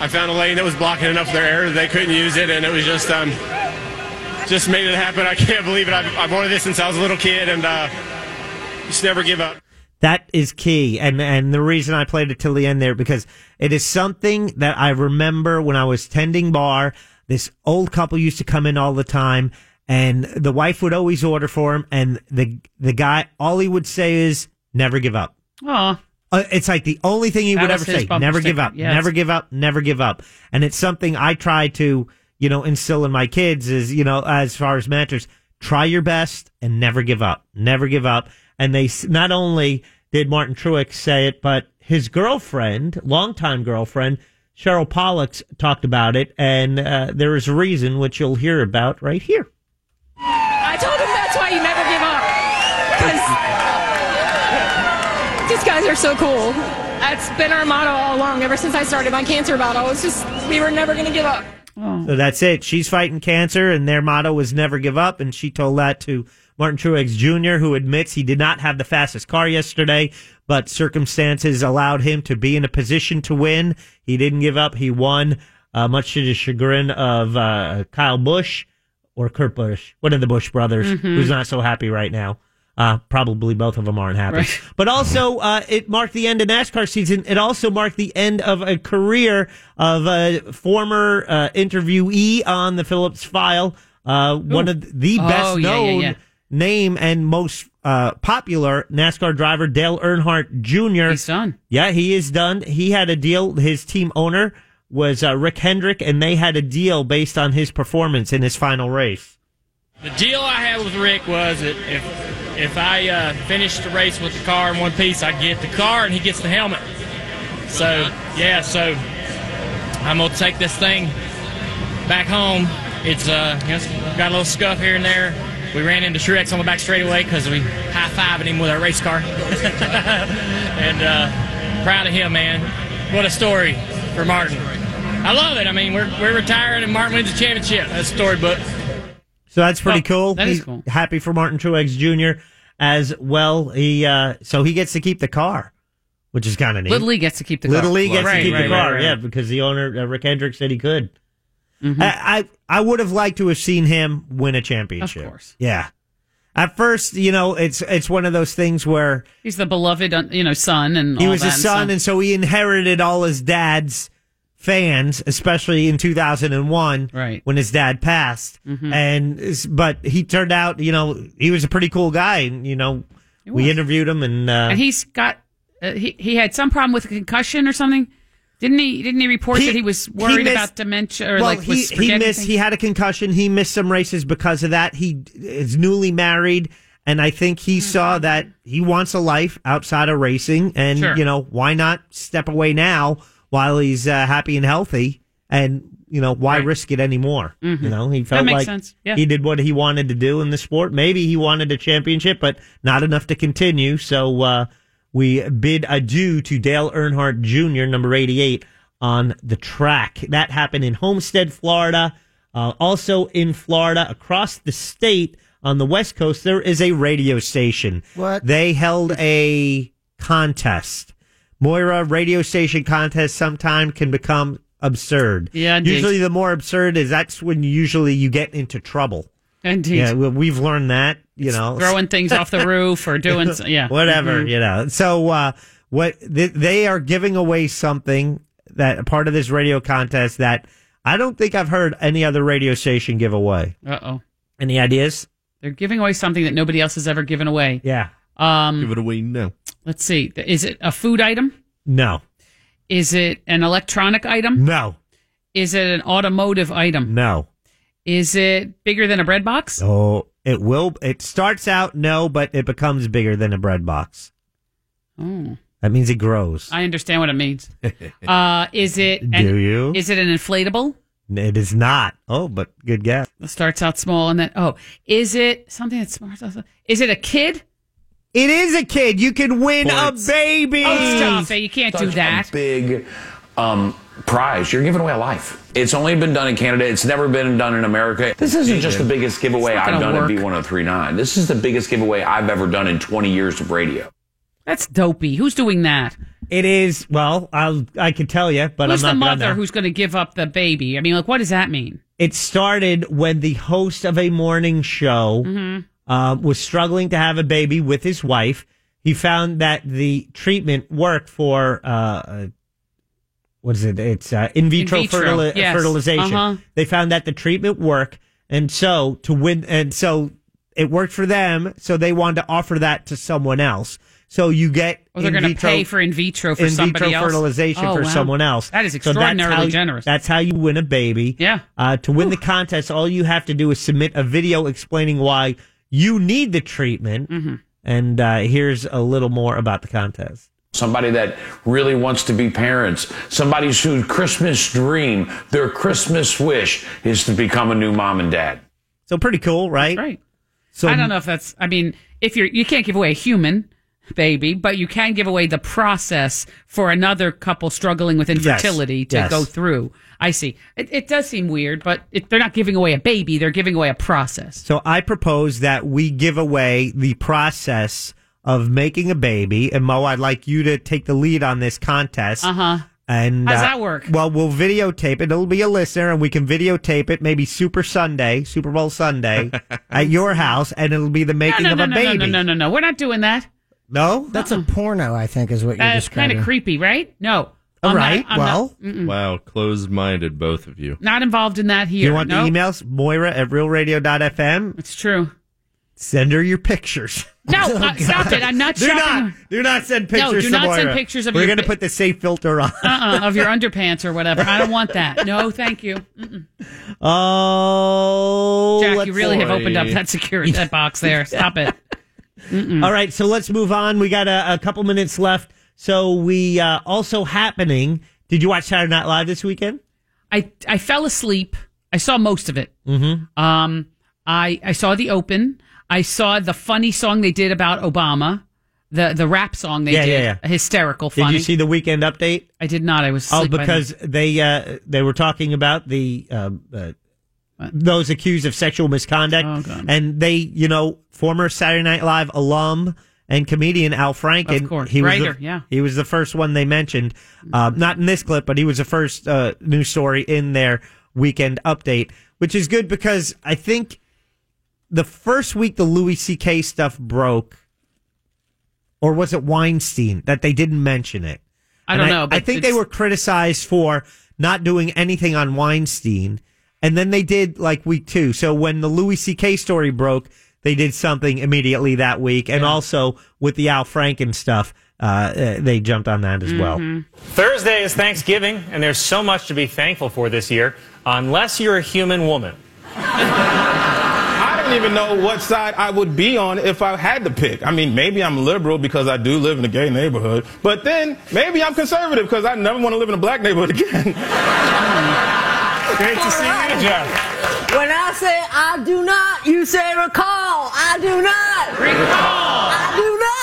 I found a lane that was blocking enough of their air that they couldn't use it, and it was just um, just made it happen. I can't believe it. I've, I've wanted this since I was a little kid, and uh, just never give up.
That is key, and and the reason I played it till the end there because it is something that I remember when I was tending bar. This old couple used to come in all the time, and the wife would always order for him, and the the guy all he would say is "never give up."
Oh,
Uh, it's like the only thing he
That
would
was
ever
his
say:
bumper
"Never give
sticker,
up,
yes.
never give up, never give up." And it's something I try to, you know, instill in my kids is, you know, as far as mentors, try your best and never give up, never give up. And they s- not only did Martin Truex say it, but his girlfriend, longtime girlfriend Cheryl Pollux, talked about it, and uh, there is a reason which you'll hear about right here.
I told him that's why you never give up. Because these guys are so cool. That's been our motto all along, ever since I started my cancer battle. It's just, we were never going to give up.
So that's it. She's fighting cancer, and their motto was never give up. And she told that to Martin Truex Jr., who admits he did not have the fastest car yesterday, but circumstances allowed him to be in a position to win. He didn't give up. He won, uh, much to the chagrin of uh, Kyle Busch or Kurt Busch, one of the Busch brothers,
Mhm.
Mm-hmm.
who's not so happy right now. Uh, probably both of them aren't happy.
Right.
But also, uh, it marked the end of NASCAR season. It also marked the end of a career of a former uh, interviewee on the Phillips file, uh, one of the
Oh,
best
yeah, yeah,
known
yeah.
name and most uh, popular NASCAR driver, Dale Earnhardt Jr. He's
done.
Yeah, he is done. He had a deal. His team owner was uh, Rick Hendrick, and they had a deal based on his performance in his final race.
The deal I had with Rick was that if if I uh, finished the race with the car in one piece, I get the car and he gets the helmet. So yeah, so I'm gonna take this thing back home. It's uh, you know, it's got a little scuff here and there. We ran into Truex on the back straightaway because we high fiving him with our race car. and uh, proud of him, man. What a story for Martin. I love it. I mean, we're, we're retiring and Martin wins the championship. That's storybook.
So that's pretty cool.
Well, that is
He's
cool.
Happy for Martin Truex Jr. as well. He uh, so he gets to keep the car, which is kind of neat.
Little League gets to keep the
Little
car.
League gets
Right,
to keep
right,
the
right,
car,
right. Mm-hmm.
yeah, because the owner uh, Rick Hendrick said he could. I, I I would have liked to have seen him win a championship. Of course, yeah. At first, you know, it's it's one of those things where
He's the beloved, uh, you know, son and
he
all
was
that
a
and
son, and so he inherited all his dad's fans, especially in 2001, right. when his dad passed.
Mm-hmm.
And it's- but he turned out, you know, he was a pretty cool guy. And, you know, we interviewed him, and uh,
and he's got Uh, he he had some problem with a concussion or something. Didn't he? Didn't he report that he was worried
missed-
about dementia or
well,
like
he,
was
he
forgetting
missed.
things?
He had a concussion. He missed some races because of that. He d- is newly married, and I think he
Mm-hmm.
saw that he wants a life outside of racing. And
Sure.
you know, why not step away now while he's uh, happy and healthy? And you know, why risk it anymore? You know, he felt
Mm-hmm. makes
like
sense. Yeah.
he did what he wanted to do in the sport. Maybe he wanted a championship, but not enough to continue. So uh, we bid adieu to Dale Earnhardt Jr., number 88, on the track. That happened in Homestead, Florida. Uh, also in Florida, across the state on the West Coast, there is a radio station.
What?
They held a contest. Moira radio station contest sometime can become absurd.
Yeah, indeed.
usually the more absurd is that's when usually you get into trouble.
Indeed.
Yeah, we- we've learned that. You know,
throwing things off the roof or doing s- yeah
whatever.
Mhm.
You know, so uh, what th- they are giving away something that part of this radio contest that I don't think I've heard any other radio station give away.
Uh oh.
Any ideas?
They're giving away something that nobody else has ever given away.
Yeah.
Um,
Give it away now.
Let's see. Is it a food item?
No.
Is it an electronic item?
No.
Is it an automotive item?
No.
Is it bigger than a bread box?
Oh, it will. It starts out no, but it becomes bigger than a bread box.
Oh,
That means it grows.
I understand what it means. Uh, is it? An,
Do you?
Is it an inflatable?
It is not. Oh, but good guess.
It starts out small and then oh, is it something that's smart? Is it a kid?
It is a kid. You can win
Points.
a baby.
Oh, stop it! You can't do
Such
that.
A big um, prize. You're giving away a life. It's only been done in Canada. It's never been done in America. This isn't just the biggest giveaway
It's not
I've
gonna
done
work.
at B1039. This is the biggest giveaway I've ever done in 20 years of radio.
That's dopey. Who's doing that?
It is. Well, I'll, I can tell you, but
Who's
I'm
the
not going
mother
to.
who's going to give up the baby? I mean, like, what does that mean?
It started when the host of a morning show
Mhm.
uh, was struggling to have a baby with his wife. He found that the treatment worked for uh, uh, what is it? It's uh, in vitro,
vitro,
fertili-
yes.
fertilization.
Uh-huh.
They found that the treatment worked, and so to win, and so it worked for them. So they wanted to offer that to someone else. So you get
Or they're
in
going to
vitro-
pay for in vitro for
in
somebody
vitro
else?
fertilization
Oh,
for
wow.
someone else.
That is
So that's how
extraordinarily
you-
generous.
That's how you win a baby.
Yeah.
Uh, to win the contest, all you have to do is submit a video explaining why you need the treatment.
Mm-hmm.
And uh, here's a little more about the contest.
Somebody that really wants to be parents. Somebody whose Christmas dream, their Christmas wish, is to become a new mom and dad.
So pretty cool, right?
right.
So
I don't know if that's. I mean, if you're you can't give away a human baby, but you can give away the process for another couple struggling with infertility to
Yes.
go through. I see. It, it does seem weird, but it, they're not giving away a baby; they're giving away a process.
So I propose that we give away the process of making a baby. And Mo, I'd like you to take the lead on this contest.
Uh-huh.
And
How's
uh,
that work?
Well, we'll videotape it. It'll be a listener, and we can videotape it. Maybe Super Sunday, Super Bowl Sunday, at your house, and it'll be the making
no,
of
no,
a
no,
baby.
no, no, no, Uh-uh. no, no. We're not doing that.
No?
That's a porno, I think, is what you're
That's
describing.
kind of creepy, right? No.
All
I'm not-
right,
I'm not-
well,
mm-mm.
Wow, closed minded, both of you.
not involved in that here.
You want
No.
the emails? Moira at realradio.fm.
It's true.
Send her your pictures.
No, uh, stop it! I'm not
Oh, do
shopping.
not, do not send
No,
pictures.
do
to
not send
Moira.
pictures of
We're
your
going to
pi-
put the safe filter on.
Uh-uh, of your underpants or whatever. I don't want that. No, thank you. Mm-mm.
Oh,
Jack,
let's
you really have
see.
opened up that security that box there. Stop it.
All right, so let's move on. We got a, a couple minutes left. So we uh, also happening. Did you watch Saturday Night Live this weekend?
I I fell asleep. I saw most of it.
Mm-hmm.
Um, I I saw the open. I saw the funny song they did about Obama. The the rap song they
Yeah,
did.
yeah, yeah.
Hysterical
Did
funny.
you see the weekend update?
I did not. I was
Oh,
asleep by then.
because they uh, they were talking about the uh, uh, those accused of sexual misconduct,
Oh,
and they, you know, former Saturday Night Live alum and comedian Al Franken.
Of course. Writer,
was the,
yeah.
he was the first one they mentioned, uh, not in this clip, but he was the first uh, news story in their weekend update, which is good because I think the first week the Louis C.K. stuff broke, or was it Weinstein that they didn't mention it?
I don't
And
know,
I
but
think they
it's-
were criticized for not doing anything on Weinstein, and then they did like week two. So when the Louis C.K. story broke, they did something immediately that week, and also with the Al Franken stuff, uh, uh, they jumped on that as
Mm-hmm.
well.
Thursday is Thanksgiving, and there's so much to be thankful for this year, unless you're a human woman.
I don't even know what side I would be on if I had to pick. I mean, maybe I'm liberal because I do live in a gay neighborhood, but then maybe I'm conservative because I never want to live in a black neighborhood again.
Great to see you, Jeff.
When I say I do not, you say recall. I do not. Recall. I do not.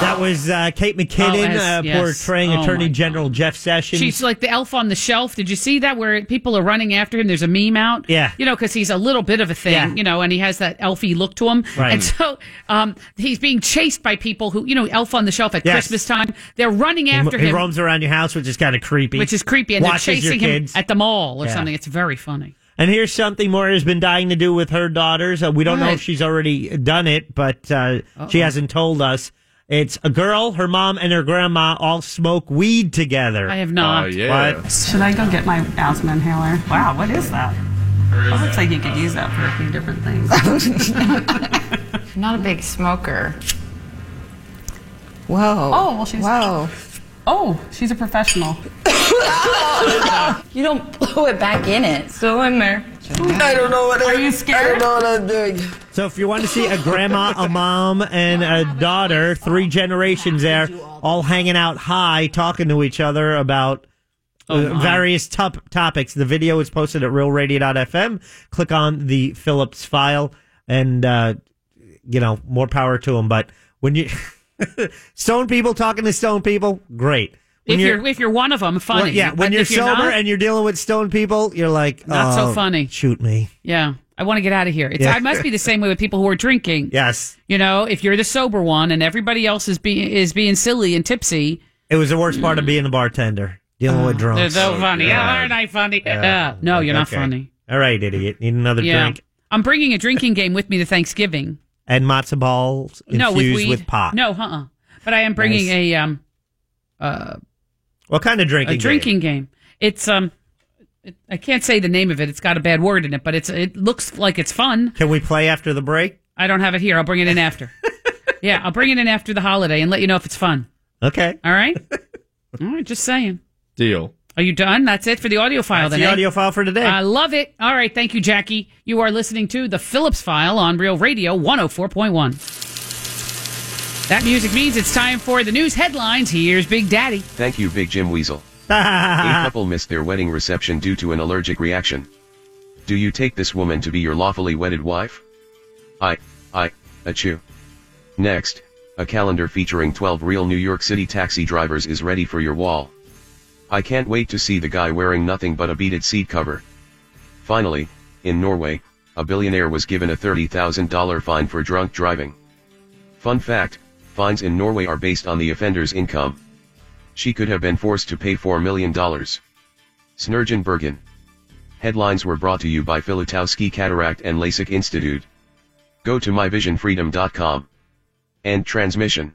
That was uh, Kate McKinnon
Oh, as-
uh,
yes.
portraying
Oh,
Attorney
my
General Jeff Sessions.
She's like the elf on the shelf. Did you see that where people are running after him? There's a meme out.
Yeah.
You know, because he's a little bit of a thing, you know, and he has that elfy look to him.
Right.
And so um, he's being chased by people who, you know, elf on the shelf at
Yes.
Christmas time. They're running
He-
after
he,
him,
roams around your house, which is kind of creepy.
which is creepy. And
Watches
they're chasing
your
him
kids.
at the mall or
Yeah.
something. It's very funny.
And here's something Moira has been dying to do with her daughters. Uh, we don't know
What?
if she's already done it, but uh, she hasn't told us. It's a girl, her mom, and her grandma all smoke weed together. I
have not. Oh,
yeah.
Should I go get my asthma inhaler? Wow, what is that? It looks like you could use that for a few different things.
I'm not a big smoker.
Whoa. Oh, well, she's. Whoa. Oh, she's a professional.
you don't blow it back in it. Still in there.
I don't know what. Are you scared? I don't know what I'm doing.
So if you want to see a grandma, a mom, and a daughter, three generations there, all hanging out high, talking to each other about
Oh,
uh,
my.
various top topics, the video is posted at realradio.fm. Click on the Phillips file, and uh, you know more power to them. But when you stone people talking to stone people, great. When
if you're, if you're one of them, funny.
well, yeah, when
But
you're
if
sober
not-
and you're dealing with stone people, you're like
Not so
"Oh,
funny."
Shoot me.
Yeah. I want to get out of here. It's,
Yeah.
I must be the same way with people who are drinking.
Yes.
You know, if you're the sober one and everybody else is being is being silly and tipsy,
It was the worst part of being a bartender, dealing
Oh.
with drunks. Oh,
they're so funny. Yeah, aren't I funny? Yeah. No, you're not
Okay.
funny.
All right, idiot. Need another
yeah.
drink
I'm bringing a drinking game with me to Thanksgiving.
and matzo balls infused
no, with weed.
pot.
No, uh uh But I am bringing
Nice.
a um uh,
What kind of drinking?
a drinking game. It's um it, I can't say the name of it. It's got a bad word in it, but it's it looks like it's fun.
Can we play after the break?
I don't have it here. I'll bring it in after. yeah, I'll bring it in after the holiday and let you know if it's fun.
Okay.
All right? All right, just saying.
Deal.
Are you done? That's it for the audio file
That's
then.
the
eh?
audio file for today.
I love it. All right. Thank you, Jackie. You are listening to the Phillips File on Real Radio 104.1. That music means it's time for the news headlines. Here's Big Daddy.
Thank you, Big Jim Weasel. A
That's
couple missed their wedding reception due to an allergic reaction. Do you take this woman to be your lawfully wedded wife? I, I, achoo. Next, a calendar featuring 12 real New York City taxi drivers is ready for your wall. I can't wait to see the guy wearing nothing but a beaded seat cover. Finally, in Norway, a billionaire was given a $30,000 fine for drunk driving. Fun fact, fines in Norway are based on the offender's income. She could have been forced to pay $4 million. Snurgenbergen. Headlines were brought to you by Filatowski Cataract and LASIK Institute. Go to myvisionfreedom.com. End transmission.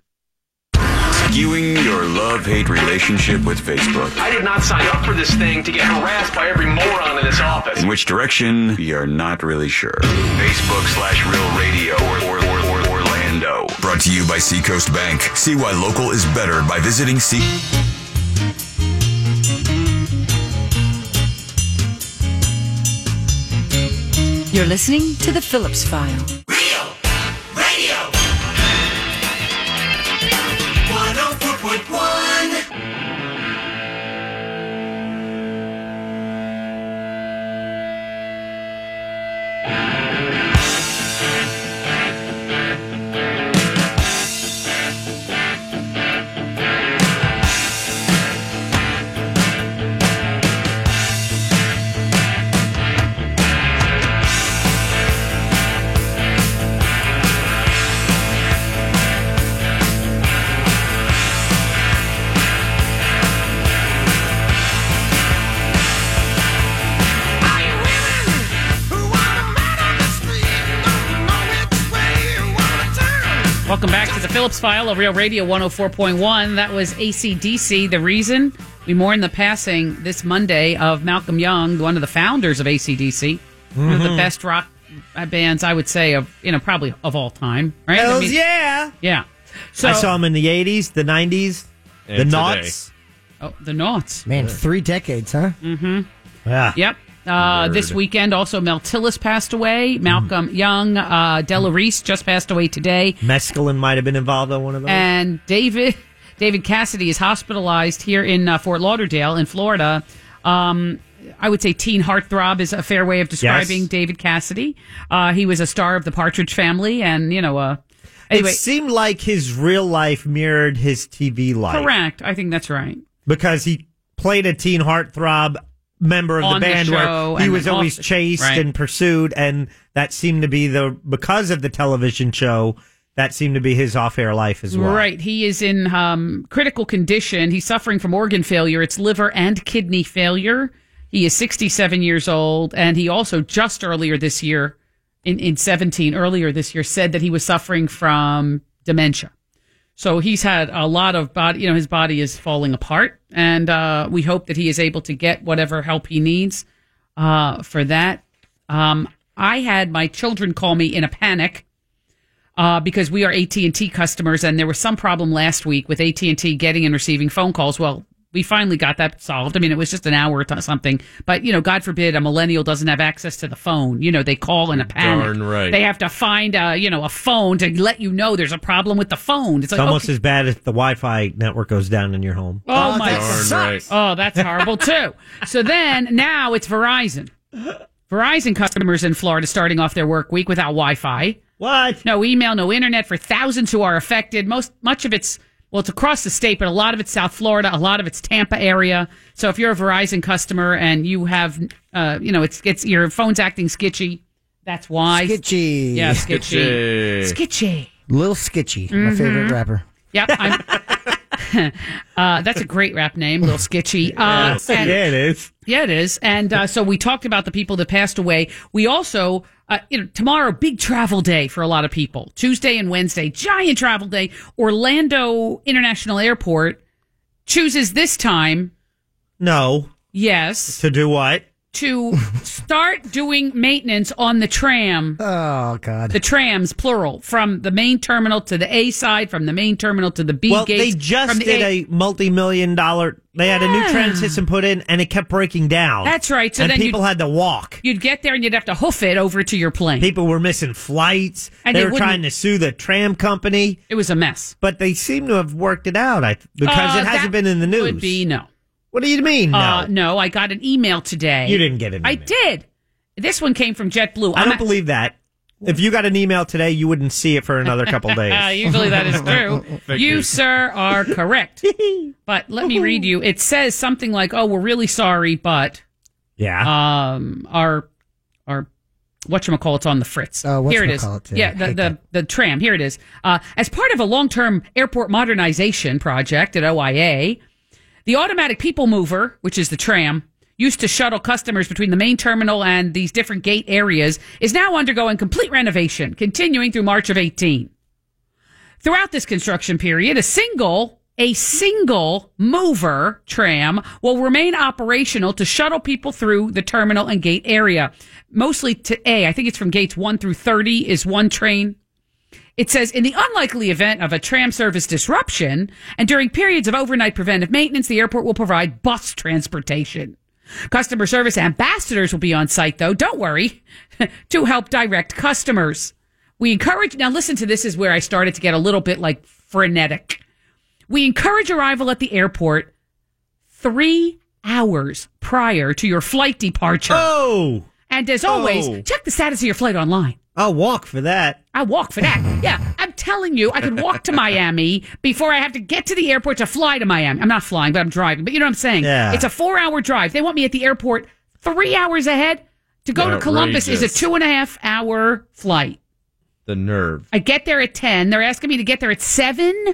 Skewing your love hate relationship with Facebook.
I did not sign up for this thing to get harassed by every moron in this office.
In which direction, you're not really sure. Facebook slash Real Radio or, or, or, or Orlando. Brought to you by Seacoast Bank. See why local is better by visiting Sea.
You're listening to The Phillips File.
Radio 104.1.
Welcome back to the Phillips File of Real Radio 104.1. That was ACDC. The reason we mourn the passing this Monday of Malcolm Young, one of the founders of ACDC, one of the
Mhm.
best rock uh, bands I would say of you know probably of all time, right? I
Hells
mean-
yeah!
yeah. So
I saw him in the '80s, the '90s,
And
the
today.
Knots.
Oh, the Knots.
Man, three decades, huh?
Mm-hmm.
Yeah.
Yep. Uh,
Nerd.
this weekend, also Mel Tillis passed away. Malcolm
Mm-hmm.
Young, uh, Della Reese just passed away today,
Mescaline might have been involved in one of those.
and David David Cassidy is hospitalized here in uh, Fort Lauderdale, in Florida. Um, I would say teen heartthrob is a fair way of describing David Cassidy. Uh, he was a star of the Partridge Family, and you know, uh, anyway,
it seemed like his real life mirrored his TV life.
correct. I think that's right.
because he played a teen heartthrob member of
On the
the band
show
where he
and
was
then off
always
the-
chased
Right.
and pursued and that seemed to be the because of the television show that seemed to be his off-air life as well
Right. He is in um, critical condition. He's suffering from organ failure. It's liver and kidney failure. He is 67 years old. And he also just earlier this year, in, in 17, earlier this year, said that he was suffering from dementia. So he's had a lot of body, you know, his body is falling apart. And uh, we hope that he is able to get whatever help he needs uh, for that. Um, I had my children call me in a panic uh, because we are AT&T customers and there was some problem last week with AT&T getting and receiving phone calls. Well, we finally got that solved. I mean, it was just an hour or t- something, but you know, God forbid a millennial doesn't have access to the phone. You know, they call in a panic.
darn right.
They have to find a, you know, a phone to let you know there's a problem with the phone. It's
it's
like,
almost
okay.
as bad if the wi-fi network goes down in your home
Oh, my
that
God.
sucks.
Oh, that's horrible too. So then now it's Verizon. Verizon customers in Florida starting off their work week without Wi-Fi.
What?
No email, no internet for thousands who are affected. Most much of it's well, it's across the state, but a lot of it's South Florida, a lot of it's Tampa area. So if you're a Verizon customer and you have, uh, you know, it's it's your phone's acting sketchy, that's why
sketchy.
Yeah, sketchy, sketchy.
Lil Skitchy, my favorite
Mhm.
rapper.
Yep. I'm, uh, that's a great rap name, Little Sketchy. Uh, and-
is.
yeah, it is. And uh, so we talked about the people that passed away. We also, uh, you know, tomorrow, big travel day for a lot of people. Tuesday and Wednesday, giant travel day. Orlando International Airport chooses this time,
no
yes,
to do what
to start doing maintenance on the tram.
Oh God!
The trams, plural, from the main terminal to the A side, from the main terminal to the B
well
gates.
they just
from the
did a multi-million dollar they had a new
Yeah.
tram system put in and it kept breaking down
That's right. So
and
then
people
you'd-
had to walk
You'd get there and you'd have to hoof it over to your plane.
People were missing flights.
And
they
they
were
wouldn't-
trying to sue the tram company.
It was a mess.
But they seem to have worked it out I, because
Uh,
it
that
hasn't been in the news.
would be no.
What do you mean? No,
Uh, no, I got an email today.
you didn't get it.
I did. This one came from JetBlue.
I
I'm
don't
a-
believe that. If you got an email today, you wouldn't see it for another couple days.
Uh, usually that is true.
Fake
you,
news.
sir, are correct. but let me read you. It says something like, "Oh, we're really sorry, but
yeah,
um, our our whatchamacallit's on the fritz. Oh, Here it is.
Uh, whatchamacallit, yeah,
Yeah,
I
the,
hate
the, the tram. Here it is. Uh, as part of a long term airport modernization project at OIA, the automatic people mover, which is the tram, used to shuttle customers between the main terminal and these different gate areas, is now undergoing complete renovation, continuing through March of 18. Throughout this construction period, a single a single mover tram will remain operational to shuttle people through the terminal and gate area. Mostly to A, I think it's from gates 1 through 30 is one train. It says in the unlikely event of a tram service disruption and during periods of overnight preventive maintenance, the airport will provide bus transportation. Customer service ambassadors will be on site though, don't worry, to help direct customers. We encourage, now listen to this is where I started to get a little bit like frenetic. We encourage arrival at the airport three hours prior to your flight departure.
Oh!
And as always,
Oh.
check the status of your flight online.
I'll walk for that.
I walk for that. Yeah, I'm telling you, I could walk to Miami before I have to get to the airport to fly to Miami. I'm not flying, but I'm driving. But you know what I'm saying?
Yeah.
It's a four hour drive. They want me at the airport three hours ahead. To go to Columbus is a
Outrageous.
two and a half hour flight.
The nerve.
I get there at 10. They're asking me to get there at 7.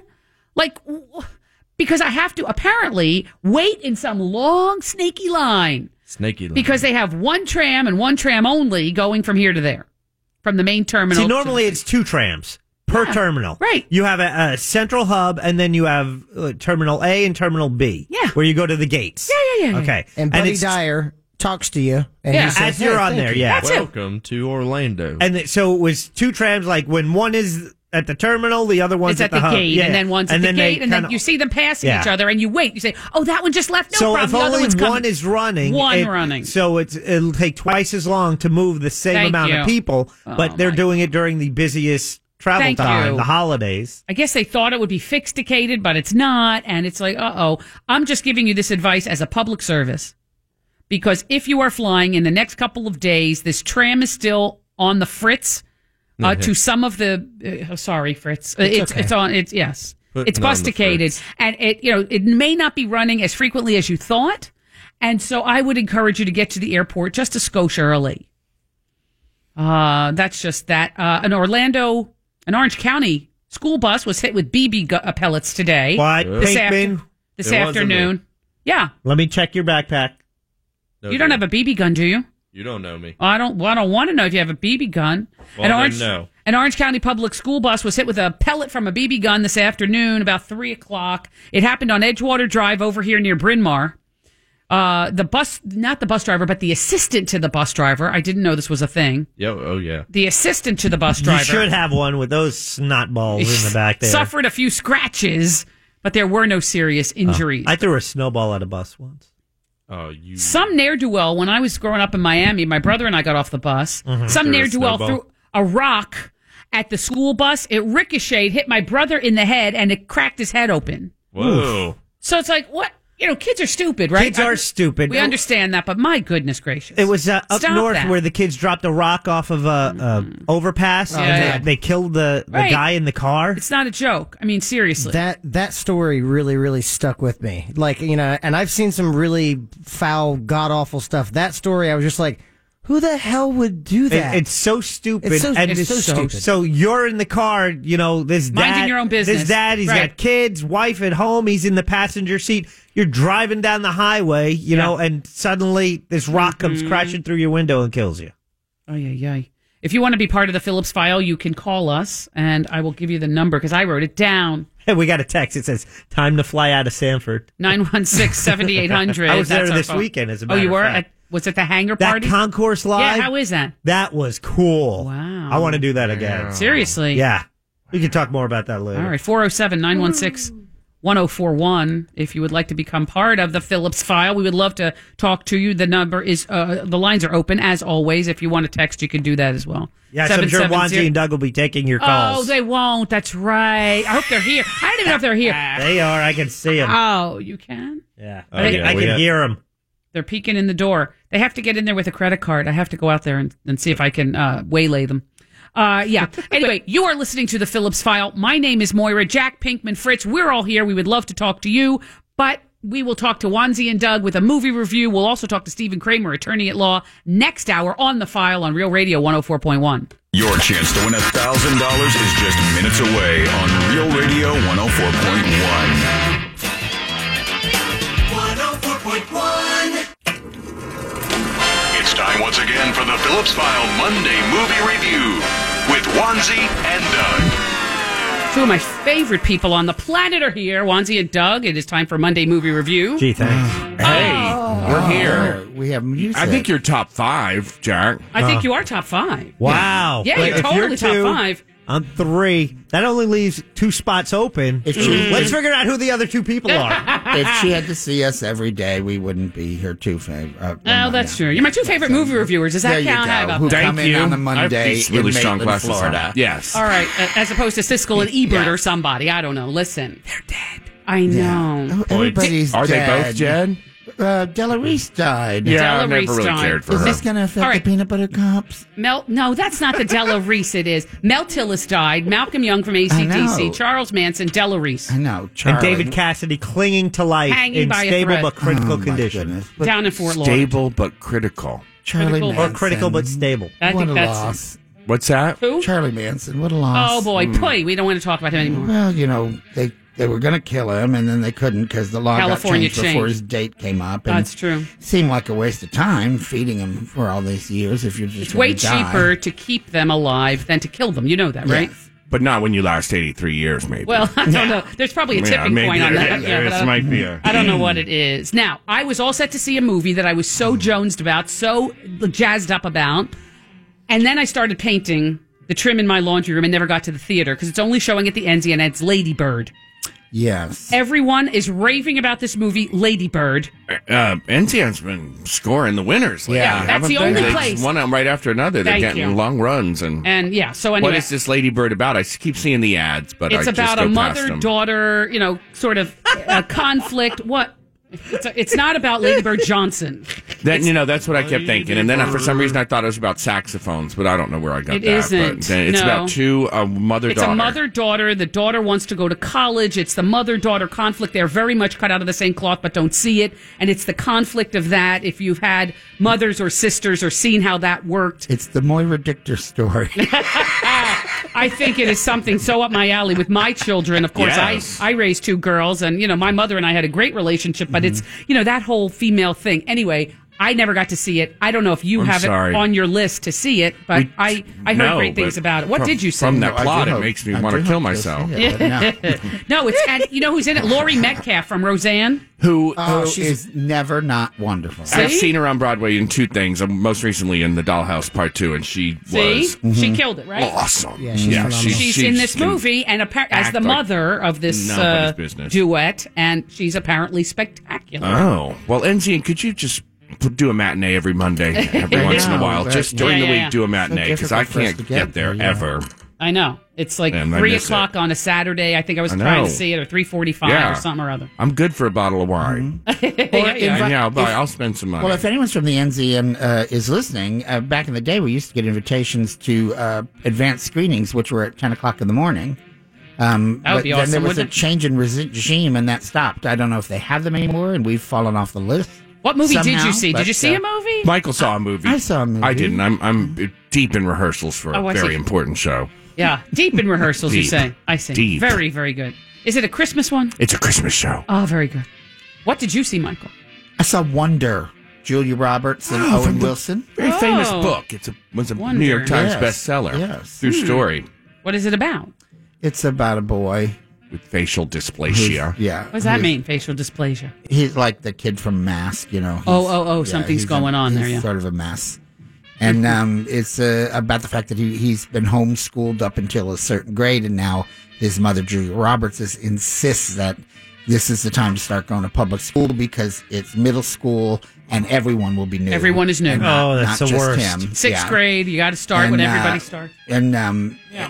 Like, w- because I have to apparently wait in some long, snaky line
Snaky.
because they have one tram and one tram only going from here to there, from the main terminal.
See,
to-
normally it's two trams per
Yeah,
terminal.
right.
You have a, a central hub, and then you have uh, terminal A and terminal B. Yeah. Where you go to the gates.
Yeah, yeah, yeah, yeah.
Okay.
And Buddy
it's-
Dyer talks to you. And he says,
as you're
"Hey,
on
thank
there,
you."
yeah.
Welcome to Orlando.
And th- so it was two trams. Like when one is at the terminal, the other one's
It's at the,
hub.
gate,
Yeah.
and then one's at the
they
gate, and then
kinda-
you see them passing
Yeah.
each other, and you wait. You say, "Oh, that one just left. No
so
problem.
if
the other
only
one's coming."
one is running,
one
it-
running.
so it's, it'll take twice as long to move the same
Thank
amount
you.
of people.
Oh,
But they're doing it during the busiest travel
Thank
time,
you.
the holidays.
I guess they thought it would be fixedicated, but it's not. And it's like, uh oh. I'm just giving you this advice as a public service. Because if you are flying in the next couple of days, this tram is still on the fritz uh,
Mhm.
to some of the. Uh, oh, sorry, Fritz. Uh,
It's
It's it's,
okay.
on. It's yes.
Putting
it's
on the
busticated, and it you know it may not be running as frequently as you thought. And so I would encourage you to get to the airport just a skosh early. Uh, that's just that. Uh, an Orlando, an Orange County school bus was hit with BB gu- uh, pellets today.
What?
This,
Pinkman?
after- this
It wasn't
afternoon.
me.
Yeah.
Let me check your backpack.
No,
you don't have a BB gun, do you?
You don't know me.
I don't. Well, I don't want to know if you have a BB gun.
Well,
an
then
Orange,
no.
An Orange County public school bus was hit with a pellet from a BB gun this afternoon, about three o'clock. It happened on Edgewater Drive over here near Bryn Mawr. Uh, the bus, not the bus driver, but the assistant to the bus driver. I didn't know this was a thing.
Yo, oh yeah.
The assistant to the bus driver.
You should have one with those snot balls in the back there. Oh,
Suffered a few scratches, but there were no serious injuries.
I threw a snowball at a bus once.
Oh, you
Some ne'er do well, when I was growing up in Miami, my brother and I got off the bus.
Mhm.
Some
Threw a
ne'er do well
snowball.
threw a rock at the school bus. It ricocheted, hit my brother in the head, and it cracked his head open.
Whoa.
So it's like, what? You know, kids are stupid, right?
Kids are stupid.
We understand that, but my goodness gracious.
It was uh, up
Stop
north
that.
where the kids dropped a rock off of a, a overpass
Oh,
and
yeah.
they, they killed the, the
Right.
guy in the car.
It's not a joke. I mean, seriously.
That that story really really stuck with me. Like you know, and I've seen some really foul, god awful stuff. That story, I was just like, who the hell would do
It-
that?
it's so stupid.
It's so-
and
it's so stupid.
So you're in the car, you know, this
Minding
dad.
your own business.
This dad, he's
Right.
got kids, wife at home, he's in the passenger seat. You're driving down the highway, you know, and suddenly this rock comes
Mhm.
crashing through your window and kills you.
Oh yeah, yeah. If you want to be part of the Phillips file, you can call us, and I will give you the number because I wrote it down.
Hey, we got a text. It says, time to fly out of Sanford.
916-7800.
I was
That's
there
our
this
phone.
weekend, as a
Oh,
matter
you
of
were?
fact.
At, was it the hangar
That
party?
concourse live?
Yeah, how is that?
That was cool. Wow. I want to do that
Yeah.
again.
Seriously?
Yeah. We can talk more about that later.
All right, 407-916-1041. If you would like to become part of the Phillips file, we would love to talk to you. The number is, uh, the lines are open as always. If you want to text, you can do that as well.
Yeah, so I'm sure
770
Wanzi and Doug will be taking your
Oh,
calls.
they won't. That's right. I hope they're here. I don't even know if they're here.
They are. I can see them.
Oh, you can?
yeah.
Oh,
I,
yeah,
I
we
can
have-
hear them.
They're peeking in the door. They have to get in there with a credit card. I have to go out there and, and see if I can uh, waylay them. Uh, yeah. Anyway, you are listening to the Phillips File. My name is Moira, Jack Pinkman, Fritz. We're all here. We would love to talk to you, but we will talk to Wanzi and Doug with a movie review. We'll also talk to Stephen Kramer, attorney at law, next hour on the file on Real Radio 104.1.
Your chance to win $1,000 is just minutes away on Real Radio 104.1.
104.1.
It's time once again for the Phillips File Monday Movie Review with Wanzi and Doug.
Two of my favorite people on the planet are here, Wanzi and Doug. It is time for Monday Movie Review.
Gee, thanks.
Hey, we're here.
Uh, we have music.
I think you're top five, Jack.
I think you are top five.
Uh, Wow.
Yeah,
But
you're
if
totally top
two,
five.
I'm three. That only leaves two spots open.
she-
Let's figure out who the other two people are.
if she had to see us every day, we wouldn't be here too. Fav- uh,
Oh, that's true. You're my two favorite movie reviewers. Does that
There you
count?
go.
How about
Who
that?
come in on a Monday
these
in
really strong
Maitland,
glasses on.
Florida.
Yes.
All right, uh, as opposed to Siskel and Ebert or somebody. I don't know. Listen, they're dead. I know.
Oh, Everybody's
Are they both
dead. Uh, Della Reese died.
Yeah, I Della never Reese really died. cared for
Is
her.
this going to affect
All right.
the peanut butter cups?
Mel, no, that's not the Della Reese. It is Mel Tillis died. Malcolm Young from
I know.
ACDC. Charles Manson. Della Reese.
I know.
and
Charlie.
David Cassidy clinging to life
Hanging
in
by a
stable
thread.
but critical
Oh, my
condition.
Down in Fort Lauderdale.
Stable but critical.
Charlie
Critical-
Manson.
Or critical
but stable.
I
what
think
a
that's-
loss.
What's that? Mm.
Who?
Charlie Manson. What a loss.
Oh boy,
Mm.
boy, we don't want to talk about him anymore.
Well, you know, they they were going to kill him, and then they couldn't because the law
California
got changed before
changed.
his date came up. And
That's true.
Seemed like a waste of time feeding him for all these years if you're just
It's way
gonna die.
cheaper to keep them alive than to kill them. You know that, right?
Yes.
But not when you last 83 years, maybe.
Well, I don't know. There's probably a
Yeah,
tipping
maybe
point on
there-
that.
there
but
is-
I don't-
might be a- Hmm.
I don't know what it is. Now, I was all set to see a movie that I was so jonesed about, so jazzed up about, and then I started painting the trim in my laundry room and never got to the theater because it's only showing at the Enzy and it's Ladybird.
Yes.
Everyone is raving about this movie, Ladybird.
Uh, NTN's been scoring the winners. lately,
Yeah, that's
haven't
the
they?
only
They just
place.
One of 'em right after another. They're
Thank
getting
you.
long runs. And,
And yeah, so anyway.
what is this Ladybird about? I s- keep seeing the ads, but
it's
I just
about
go
a
past
mother
them.
daughter, you know, sort of a conflict. What? It's, it's not about Ladybird Johnson.
Then you know that's what I kept thinking, and then for some reason I thought it was about saxophones, but I don't know where I got
It
that. but
isn't,
then it's
no.
about two a mother
It's
daughter.
a mother daughter. The daughter wants to go to college. It's the mother daughter conflict. They're very much cut out of the same cloth, but don't see it. And it's the conflict of that. If you've had mothers or sisters or seen how that worked,
It's the Moira Dictor story.
I think it is something so up my alley with my children. Of course,
Yes.
I, I raised two girls, and, you know, my mother and I had a great relationship, but it's,
Mm-hmm.
you know, that whole female thing. Anyway, I never got to see it. I don't know if you
I'm
have
sorry.
it on your list to see it, but
We-
I, I heard
No,
great things
but
about it. What
from-
did you see?
From that plot, it makes me want to kill myself.
no, it's and you know who's in it? Lori Metcalf from Roseanne.
Who,
oh,
who
she's never not wonderful.
I've seen her on Broadway in two things. um, Most recently in The Dollhouse Part Two, and she
See,
was Mm-hmm.
she killed it, right?
Awesome.
Yeah,
she's,
she's Yeah, phenomenal. she- she
in this
can
movie and appar- as
act
the
like
mother of this
nobody's
uh,
business.
duet, and she's apparently spectacular.
Oh well, Enzian, could you just p- do a matinee every Monday, every
I
once in a
know,
while,
but-
just during
Yeah,
the
yeah,
week,
yeah.
do a
So
matinee because I
difficult for us
can't
to
get,
get
there
there, yeah.
ever.
I know it's like
And I
three
miss
o'clock on a Saturday. I think I was
I
trying
know.
to see it, or three forty-five, or something or other.
I'm good for a bottle of wine.
Yeah, yeah.
And yeah, I'll, buy,
if-
I'll spend some money.
Well, if anyone's from the NZN uh, is listening, uh, back in the day, we used to get invitations to uh, advanced screenings, which were at 10 o'clock in the morning. Um,
That would
but
be
Then there was
awesome,
a
wouldn't it?
change in resi- regime, and that stopped. I don't know if they have them anymore, and we've fallen off the list.
What movie did
somehow,
you see?
but,
Did you see
uh,
a movie?
Michael saw a movie. I saw a movie. I didn't. I'm I'm deep in rehearsals for a
Oh, I see.
very important show.
Yeah, deep in rehearsals. You
Deep.
say? I see.
Deep.
Very, very good. Is it a Christmas one?
It's a Christmas show.
Oh, very good. What did you see, Michael?
I saw Wonder, Julia Roberts and
Oh,
Owen
from the
Wilson.
Very famous book. It's a was a
Oh. Wonder.
New York Times
Yes,
bestseller.
yes.
True
Hmm.
story
What is it about?
It's about a boy.
with facial dysplasia.
Yeah.
What does that
who's-
mean? Facial dysplasia.
He's like the kid from Mask, you know. he's-
Oh, oh, oh,
he's
something's
a-
going on there,
he's
yeah.
sort of a mess. And um, it's uh, about the fact that he, he's been homeschooled up until a certain grade, and now his mother, Julia Roberts, is, insists that this is the time to start going to public school because it's middle school and everyone will be new.
Everyone is new.
And not- not just Him.
Sixth
Yeah.
grade, you got to start
And,
when
uh,
everybody starts.
And um,
Yeah.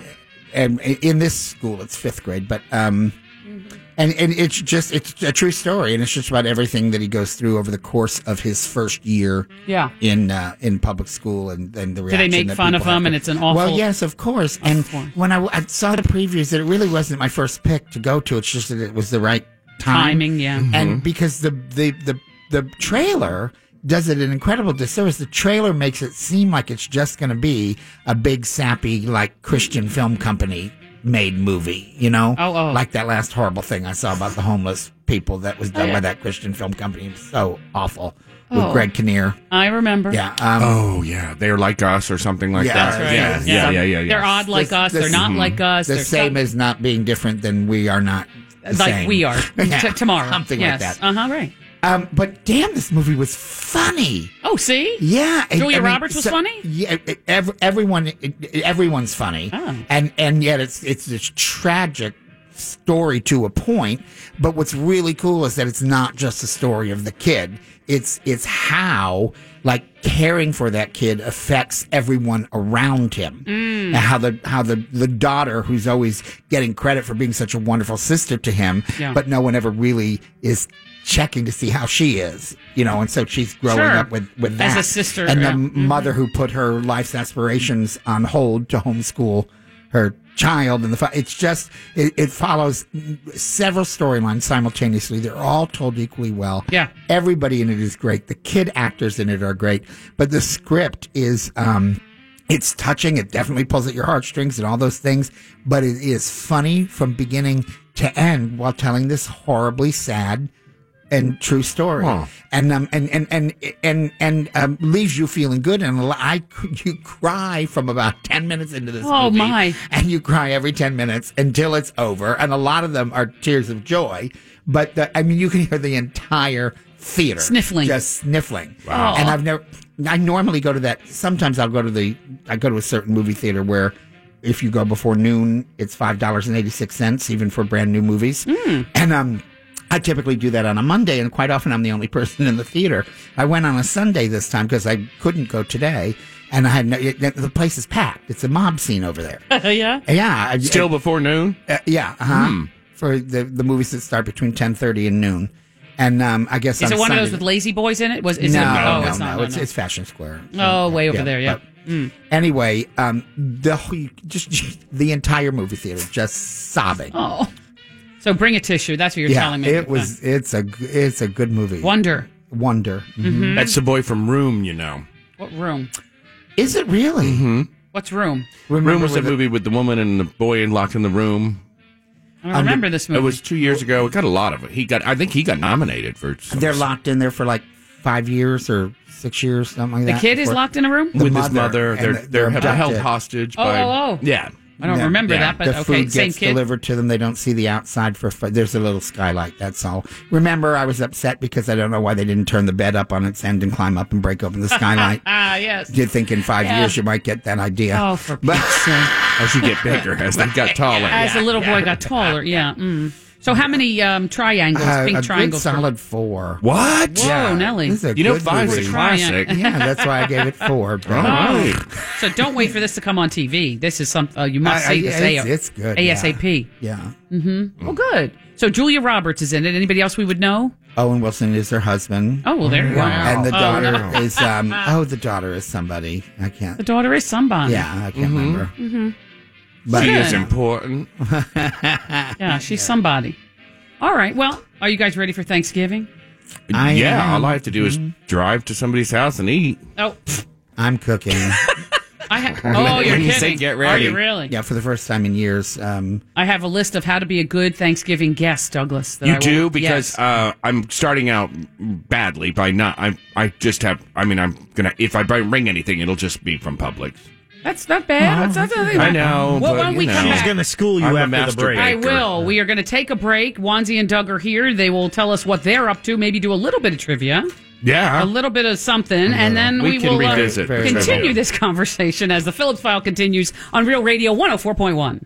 and in this school it's fifth grade but um
Mm-hmm.
and and it's just it's a true story and it's just about everything that he goes through over the course of his first year
Yeah.
in uh, in public school and and the
Do
reaction
they make
that
fun
people
of
have
him
to-
and it's an awful?
well yes of course and when I, I saw the previews it really wasn't my first pick to go to it's just that it was the right time
Timing, yeah.
and because the the the, the trailer does it an incredible disservice. The trailer makes it seem like it's just going to be a big sappy like Christian film company made movie, you know?
Oh, oh.
Like that last horrible thing I saw about the homeless people that was done
Oh, yeah.
by that Christian film company. It was so awful
Oh.
with Greg Kinnear.
I remember.
Yeah. Um,
oh yeah, they're like us or something like
Yeah,
that.
that's right.
Yeah, yeah, yeah, yeah, yeah, Mm-hmm.
They're odd like us. They're not like us.
The
They're
same
some-
as not being different than we are not the
like
same.
we are
Yeah,
T- tomorrow.
Something
yes.
like that.
Uh huh. Right.
Um, but damn, this movie was funny.
Oh, see.
Yeah, and-
Julia
I mean,
Roberts was
so-
funny.
Yeah, ev- everyone, e, everyone's funny,
Oh.
and and yet it's it's this tragic story to a point. But what's really cool is that it's not just a story of the kid. It's it's how like caring for that kid affects everyone around him,
Mm.
and
Uh-huh.
how the how the the daughter who's always getting credit for being such a wonderful sister to him,
Yeah.
but no one ever really is checking to see how she is, you know, and so she's growing
Sure.
up with with
As
that
a sister,
and
yeah. Mm-hmm.
the mother who put her life's aspirations on hold to homeschool her child and the fa- it's just it, it follows several storylines simultaneously they're all told equally well
yeah
everybody in it is great the kid actors in it are great but the script is um it's touching it definitely pulls at your heartstrings and all those things but it is funny from beginning to end while telling this horribly sad
Mm.
and true story, and um, and and and and and um, leaves you feeling good. And l- I, you cry from about ten minutes into this.
Oh,
movie,
my.
And you cry every ten minutes until it's over, and a lot of them are tears of joy. But the, I mean, you can hear the entire theater
Sniffling.
just sniffling.
Wow.
And I've never. I normally go to that. Sometimes I'll go to the. I go to a certain movie theater where. If you go before noon, it's five dollars and eighty six cents, even for brand new movies.
Mm.
And um, I typically do that on a Monday, and quite often I'm the only person in the theater. I went on a Sunday this time because I couldn't go today, and I had no. It, the place is packed. It's a mob scene over there.
yeah.
Yeah, I-
Still before noon.
Uh, yeah, uh-huh.
Hmm.
for the the movies that start between ten thirty and noon, and um, I guess
Is
on
it one of those
Sunday-
with lazy boys in it? Was is
no,
it?
no,
oh,
no,
it's not.
it's, it's Fashion Square.
oh, way over there. Yeah.
but- Anyway, um, the whole- just the entire movie theater just sobbing.
Oh, so bring a tissue. That's what you're
yeah,
telling me.
it was. It's a g- it's a good movie.
Wonder.
Wonder. Mm-hmm.
Mhm.
That's the boy from Room, you know.
What room?
Is it really?
Mm-hmm.
What's room?
room was
where
that
the-
movie with the woman and the boy locked in the room.
I don't remember this movie.
It was two years ago. It got a lot of it. He got. I think he got nominated for. some-
They're locked in there for like five years or six years, something like
The
that.
kid is
For-
locked in a room?
The
with his mother.
and
They're
the-
they're,
abducted.
held hostage.
Oh,
by,
oh, oh.
yeah.
I don't
Yeah.
remember
Yeah.
that, but
the
okay,
food
same
gets
kid.
delivered to them. They don't see the outside for. fi- There's a little skylight. That's all. Remember, I was upset because I don't know why they didn't turn the bed up on its end and climb up and break open the skylight.
Ah, yes.
You'd think in five
Yeah.
years you might get that idea.
Oh, for
But-
Pete's sake.
As you Oh, get bigger, as they got taller.
Ah, As the little boy got taller, yeah. Mm. So how many um, triangles,
Uh,
pink
a
triangles?
good
were-
solid four.
What?
Whoa, Nelly.
This is a
You know
good
five's a
movie.
classic.
yeah, that's why I gave it four. but-
Alright.
So don't wait for this to come on TV. This is something uh, you must
I- I-
see this.
it's-
A-
it's good, yeah. Mm.
ASAP.
Yeah.
Mm-hmm. Well, good. So Julia Roberts is in it. Anybody else we would know?
Owen Wilson is her husband.
Oh, well, there you go. Wow.
And the
Oh,
daughter
no.
is um. Oh, the daughter is somebody. I can't.
The daughter is somebody.
Yeah, I can't remember.
Mm-hmm.
she
Good.
is important.
Yeah, she's somebody. All right. Well, are you guys ready for Thanksgiving? I
yeah,
am.
all I have to do is drive to somebody's house and eat.
Oh, pfft,
I'm cooking.
I ha- oh, you're
When you
kidding.
say get
Are
ready.
you really?
Yeah, for the first time in years. Um,
I have a list of how to be a good Thanksgiving guest, Douglas. that I
You
will-
do because
Yes.
uh, I'm starting out badly by not. I I just have. I mean, I'm gonna. If I bring anything, it'll just be from Publix.
that's not
Oh,
bad. That's not
I know.
Well,
but,
why don't
you
we
know.
come back?
school you
I'm a
after the
master
break.
I
baker.
will. We are going to take a break. Wanzi and Doug are here. They will tell us what they're up to. Maybe do a little bit of trivia.
Yeah.
A little bit of something, and then
Uh-huh. We
we,
can
will uh,
revisit the
continue
trivia.
this conversation as the Phillips File continues on Real Radio 104.1.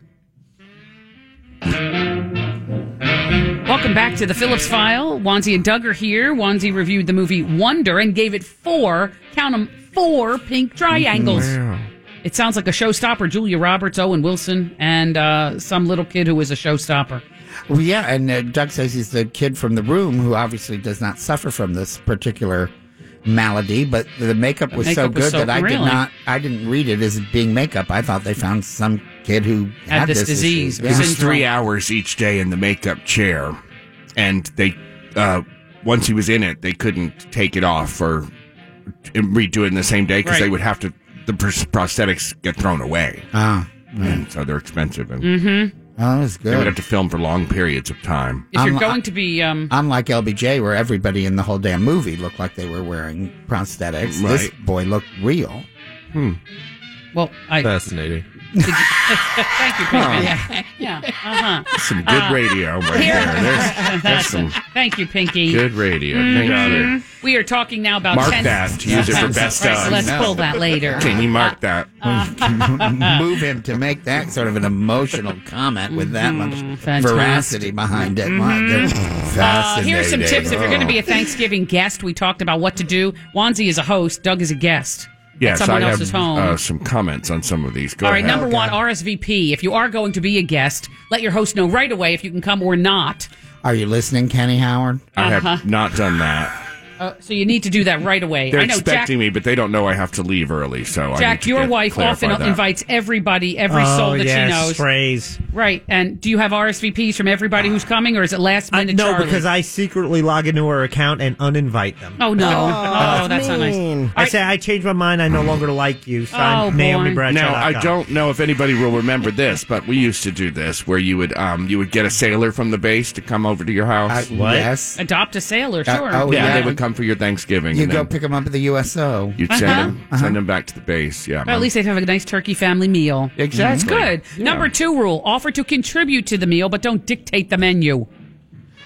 Welcome back to the Phillips File. Wanzi and Doug are here. Wanzi reviewed the movie Wonder and gave it four, count 'em, four pink triangles.
Mm,
It sounds like a showstopper. Julia Roberts, Owen Wilson, and uh, some little kid who was a showstopper.
well, yeah, and uh, Doug says he's the kid from the room who obviously does not suffer from this particular malady, but the makeup
The
was so
makeup
good
was so-
that I did
really?
not, I didn't read it as being makeup. I thought they found some kid who had,
Had this disease,
issue.
It was three hours each day in the makeup chair, and they uh, once he was in it, they couldn't take it off or redo it in the same day because
Right.
they would have to. The pros- prosthetics get thrown away.
Ah,
and so they're expensive, and
Mm-hmm.
Oh, that was
they would
good.
have to film for long periods of time.
If
Um,
you're going to be um,
Unlike LBJ, where everybody in the whole damn movie looked like they were wearing prosthetics, this
Right.
boy looked real.
Well, I
Fascinating.
Thank you, Pink Man. Yeah. Uh huh.
Some good
Uh,
radio right there. There's, there's some
Thank you, Pinky.
good radio. Thank you.
Mhm. We are talking now about
Mark
ten- Uh,
that to use it for best
Right,
of.
Let's pull that later. Uh,
Can you mark that?
move him to make that sort of an emotional comment with that much
Mm-hmm. Fantastic.
veracity behind it. My, that's
Uh, here's some
fascinating.
tips if you're going to be
Oh.
a Thanksgiving guest. We talked about what to do. Wanzi is a host. Doug is a guest.
Yes,
at someone
I
else's
have
home.
uh, some comments on some of these. Go
All right,
ahead.
number one, RSVP. If you are going to be a guest, let your host know right away if you can come or not.
Are you listening, Kenny Howard?
I have
Uh-huh.
not done that.
Uh, so you need to do that right away.
They're
I know Jack
expecting me, but they don't know I have to leave early. So I need
Jack,
to
your
get-
wife
clarify
often
that.
invites everybody, every
Oh,
soul that
yes,
she knows.
phrase.
Right. And do you have RSVPs from everybody who's coming, or is it last minute?
No,
Charlie?
because I secretly log into her account and uninvite them.
Oh no!
Uh,
Oh, that's not nice.
I say I changed my mind. I no longer like you. Signed,
Oh,
Naomi
boring.
Bradshaw.
Now I don't know if anybody will remember this, but we used to do this where you would um you would get a sailor from the base to come over to your house.
Uh, What? yes.
Adopt a sailor,
Uh,
sure.
oh,
yeah,
yeah.
they would come for your Thanksgiving.
You
and
go
then
pick them up at the USO.
You'd send
Uh-huh.
them
Uh-huh.
send them back to the base. Yeah.
Well, at least they'd have a nice turkey family meal.
Exactly.
Good.
Yeah.
Number two rule: offer to contribute to the meal, but don't dictate the menu.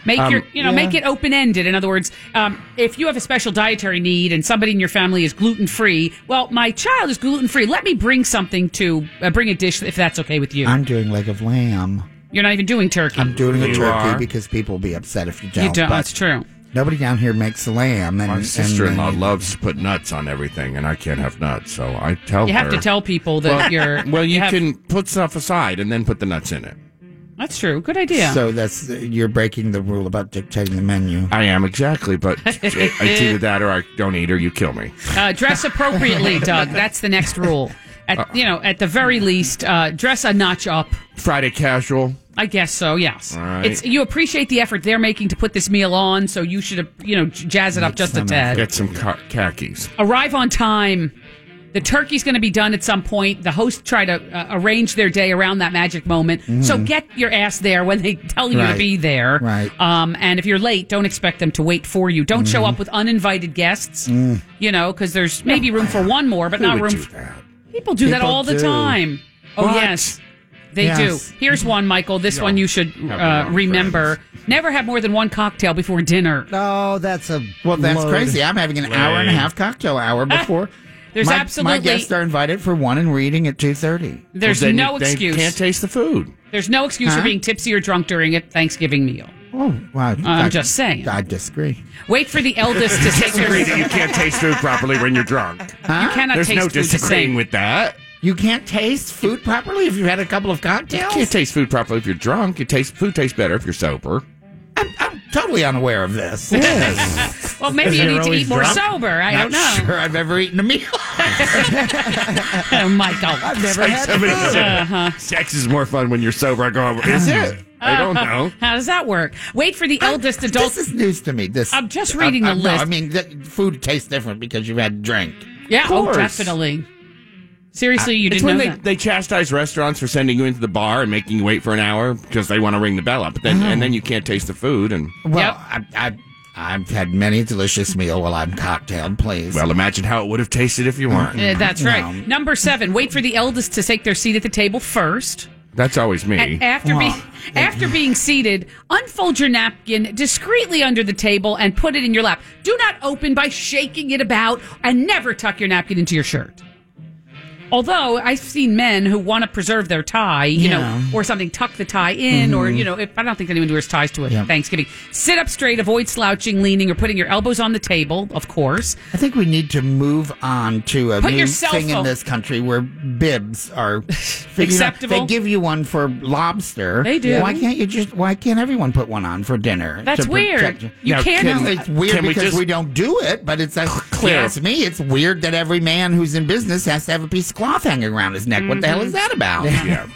Make
Um,
your, you know,
yeah.
make it open ended. In other words, um, if you have a special dietary need and somebody in your family is gluten free, well, my child is gluten free. Let me bring something to uh, bring a dish if that's okay with you.
I'm doing leg of lamb.
You're not even doing turkey.
I'm doing a turkey because people will be upset if you don't.
You don't.
but
That's true.
Nobody down here makes lamb. And,
My
and-
sister-in-law
and-
loves to put nuts on everything, and I can't have nuts, so I tell
You
her.
have to tell people that
well,
you're.
Well, you,
have-
can put stuff aside and then put the nuts in it.
That's true. Good idea.
So that's you're breaking the rule about dictating the menu.
I am exactly, but it's either that or I don't eat or you kill me.
Uh, dress appropriately, Doug. That's the next rule. At
Uh,
you know, at the very least, uh, dress a notch up.
Friday casual.
I guess so. Yes.
All right.
It's you appreciate the effort they're making to put this meal on, so you should uh, you know j- jazz it up just a tad.
Get some ca- khakis.
Arrive on time. The turkey's going to be done at some point. The host try to uh, arrange their day around that magic moment.
Mm-hmm.
So
Mhm.
get your ass there when they tell you to
Right.
be there.
Right.
Um, and if you're late, don't expect them to wait for you. Don't show
Mm-hmm.
Mhm.
up with uninvited guests.
Mm.
You know, because there's maybe room for one more, but
Who
not
would
room.
do
for People do that
People
all the
do.
time. Oh
What?
yes, they
Yes. Mm-hmm.
do. Here's one, Michael. This one you should
have a
uh,
lot of
remember. Never have more than one cocktail before dinner.
Oh, that's a
Well, that's crazy. I'm having an hour and a
Lame.
half cocktail hour before.
Ah, There's
my, my
absolutely-
guests are invited for one and reading at two thirty.
There's Well, then no they excuse. can't
taste the food.
There's no excuse
Huh?
for being tipsy or drunk during a Thanksgiving meal.
Oh, wow. I'm
just saying.
I disagree.
Wait for the eldest to take
disagree that you
their.
can't taste food properly when you're drunk.
Huh?
cannot
There's
taste
no
food the
disagreeing
same.
with that.
You can't taste food properly if you've had a couple of
You
cocktails.
can't taste food properly if you're drunk. It tastes food tastes better if you're sober.
I'm, I'm totally unaware of this. Yes.
Well, maybe you
You're
need to
always
eat more
drunk?
sober. I don't know.
Not sure I've ever eaten a meal.
oh, Michael. I've
It's like somebody said,
Uh-huh.
Sex is more fun when you're sober. I go, is it? I don't know.
How does that work? Wait for the eldest adult.
This is news to me. This
I'm just reading the
I, no,
list.
I mean, that food tastes different because you've had a drink.
yeah, oh,
course.
definitely. Seriously, you
it's
didn't
when
know
they,
that.
they chastise restaurants for sending you into the bar and making you wait for an hour because they want to ring the bell up, but then and then you can't taste the food. And
Well, I, I, I've had many a delicious meal while I'm cocktailed, please.
well, imagine how it would have tasted if you weren't.
Mm-hmm.
Uh, that's right. Number seven. Wait for the eldest to take their seat at the table first.
That's always me.
And after being after being seated, unfold your napkin discreetly under the table and put it in your lap. Do not open by shaking it about, and never tuck your napkin into your shirt. Although I've seen men who want to preserve their tie, you
Yeah.
know, or something, tuck the tie in, or
Mhm.
you know, if, I don't think anyone wears ties to a
Yeah.
Thanksgiving. Sit up straight, avoid slouching, leaning, or putting your elbows on the table. Of course,
I think we need to move on to a
Put
new
your cell
thing in
phone-
this country where bibs are figured out.
Acceptable.
They give you one for lobster.
They do.
Why can't you just? Why can't everyone put one on for dinner?
That's
to
weird.
protect
You Now, can't- can-
Well, it's weird
can we
because we,
just-
don't do it. But it's a,
clear.
clear to me. It's weird that every man who's in business has to have a piece of cloth hanging around his neck. What the hell
Mhm.
is that about?
Yeah.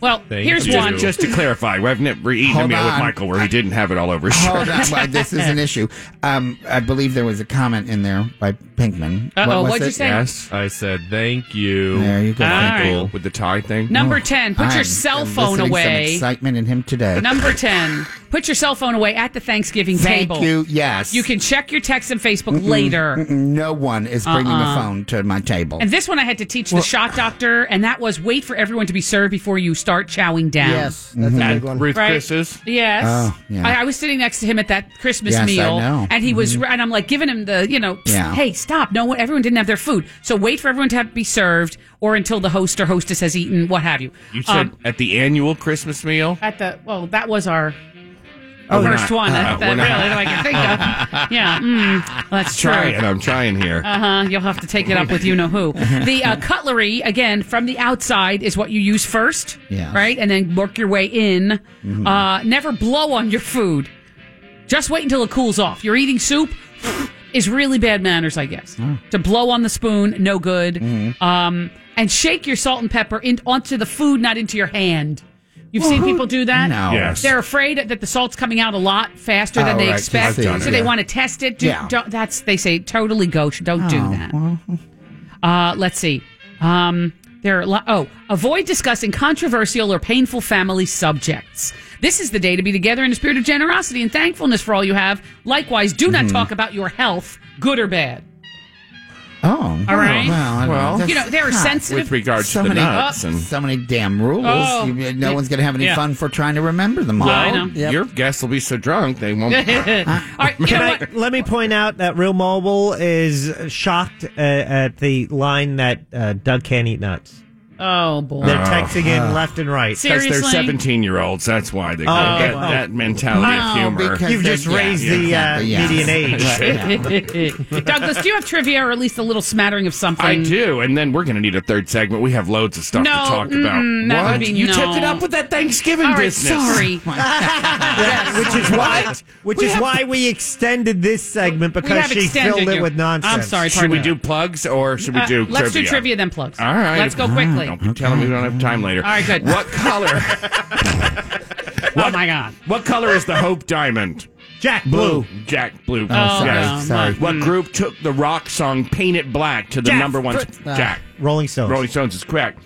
well, here's
just,
one.
Just to clarify, we've never eaten a
Hold
meal with
on.
Michael where he didn't have it all over his
Hold
shirt.
on. Well, this is an issue. Um, I believe there was a comment in there by Pinkman. was it?
I said thank you.
There you go. All
Michael.
With the tie thing.
Number 10, put your
I'm-
cell
I'm
phone
listening to
away.
Some excitement in him today.
Number 10, put your cell phone away at the Thanksgiving
Thank
table.
you, yes.
You can check your text and Facebook
Mm-mm,
later.
mm-mm, no one is bringing
Uh-uh.
a phone to my table.
And this one I had to teach
Well-
the shot doctor, and that was wait for everyone to be served before you start chowing down.
Yes, that's
Mm-hmm.
a Mhm. big one. Ruth
Right?
Chris's?
Yes.
Oh, yeah.
I, I was sitting next to him at that Christmas
Yes, I
meal,
know. Mm-hmm.
and he was, and I'm like giving him the, you know, "Psst,
Yeah.
hey, stop! No one, everyone didn't have their food, so wait for everyone to have, be served, or until the host or hostess has eaten, what have you.
You said
Um,
at the annual Christmas meal?
at the well, that was our
Oh, we're
first
not-
one.
uh,
that,
we're
that
not-
really that I can think of. Yeah, mm, that's true.
Trying. I'm trying here.
Uh huh. You'll have to take it up with you know who. The uh, cutlery again from the outside is what you use first,
Yes.
right, and then work your way in.
Mhm.
Mm-hmm.
Uh, never blow on your food. Just wait until it cools off. You're eating soup. is really bad manners, I guess. To blow on the spoon, no good.
Mm-hmm.
Um, and shake your salt and pepper in, onto the food, not into your hand. You've
Well,
seen
who-
people do that.
No. Yes.
They're afraid that the salt's coming out a lot faster
Oh,
than they
right, 'cause
expect,
I've done
so
it,
they
yeah.
want to test it. Do,
Yeah. Oh,
don't, that's they say totally gauche. Don't do that. Uh, let's see. Um, there are a lot. Oh, avoid discussing controversial or painful family subjects. This is the day to be together in a spirit of generosity and thankfulness for all you have. Likewise, do not
Mm-hmm.
Mhm.
talk about your health, good or bad.
Oh,
All right.
Well, I don't
Well,
know. That's
you know, there are
not-
sensitive- With regard to
so
the
many,
nuts and-
so many damn rules.
Oh.
You- no one's going to have any
Yeah.
fun for trying to remember them all.
Well, Your guests will be so drunk they won't.
Can I, let me point out that Real Mobile is shocked uh, at the line that uh, Doug can't eat nuts.
Oh boy.
They're texting in left and right.
Because they're 17 year olds. That's why they got
Oh,
that,
wow.
that mentality
Oh,
of humor.
because You've they- just yeah, raised yeah, the, uh, exactly, yeah. median
age.
Douglas, do you have trivia or at least a little smattering of something?
I do. And then we're going to need a third segment. We have loads of stuff
No,
to talk about.
mm-mm, that would be
you
no.
took it up with that Thanksgiving
All right,
business.
sorry.
Yeah, which is why, which
We
is
have-
why we extended this segment because
have
she
extended
filled it
you.
with nonsense.
I'm sorry,
Should we do plugs or should we
Uh,
do trivia?
let's do trivia then plugs.
All right.
Let's go quickly.
Don't be telling me we don't have time later.
All right, good.
What color?
oh my god.
What color is the Hope Diamond?
Jack
Blue. Jack Blue.
Oh, sorry, sorry.
What group took the rock song Paint It Black to the
Jack
number one?
Fr- Ah.
Jack.
Rolling Stones.
Rolling Stones is correct.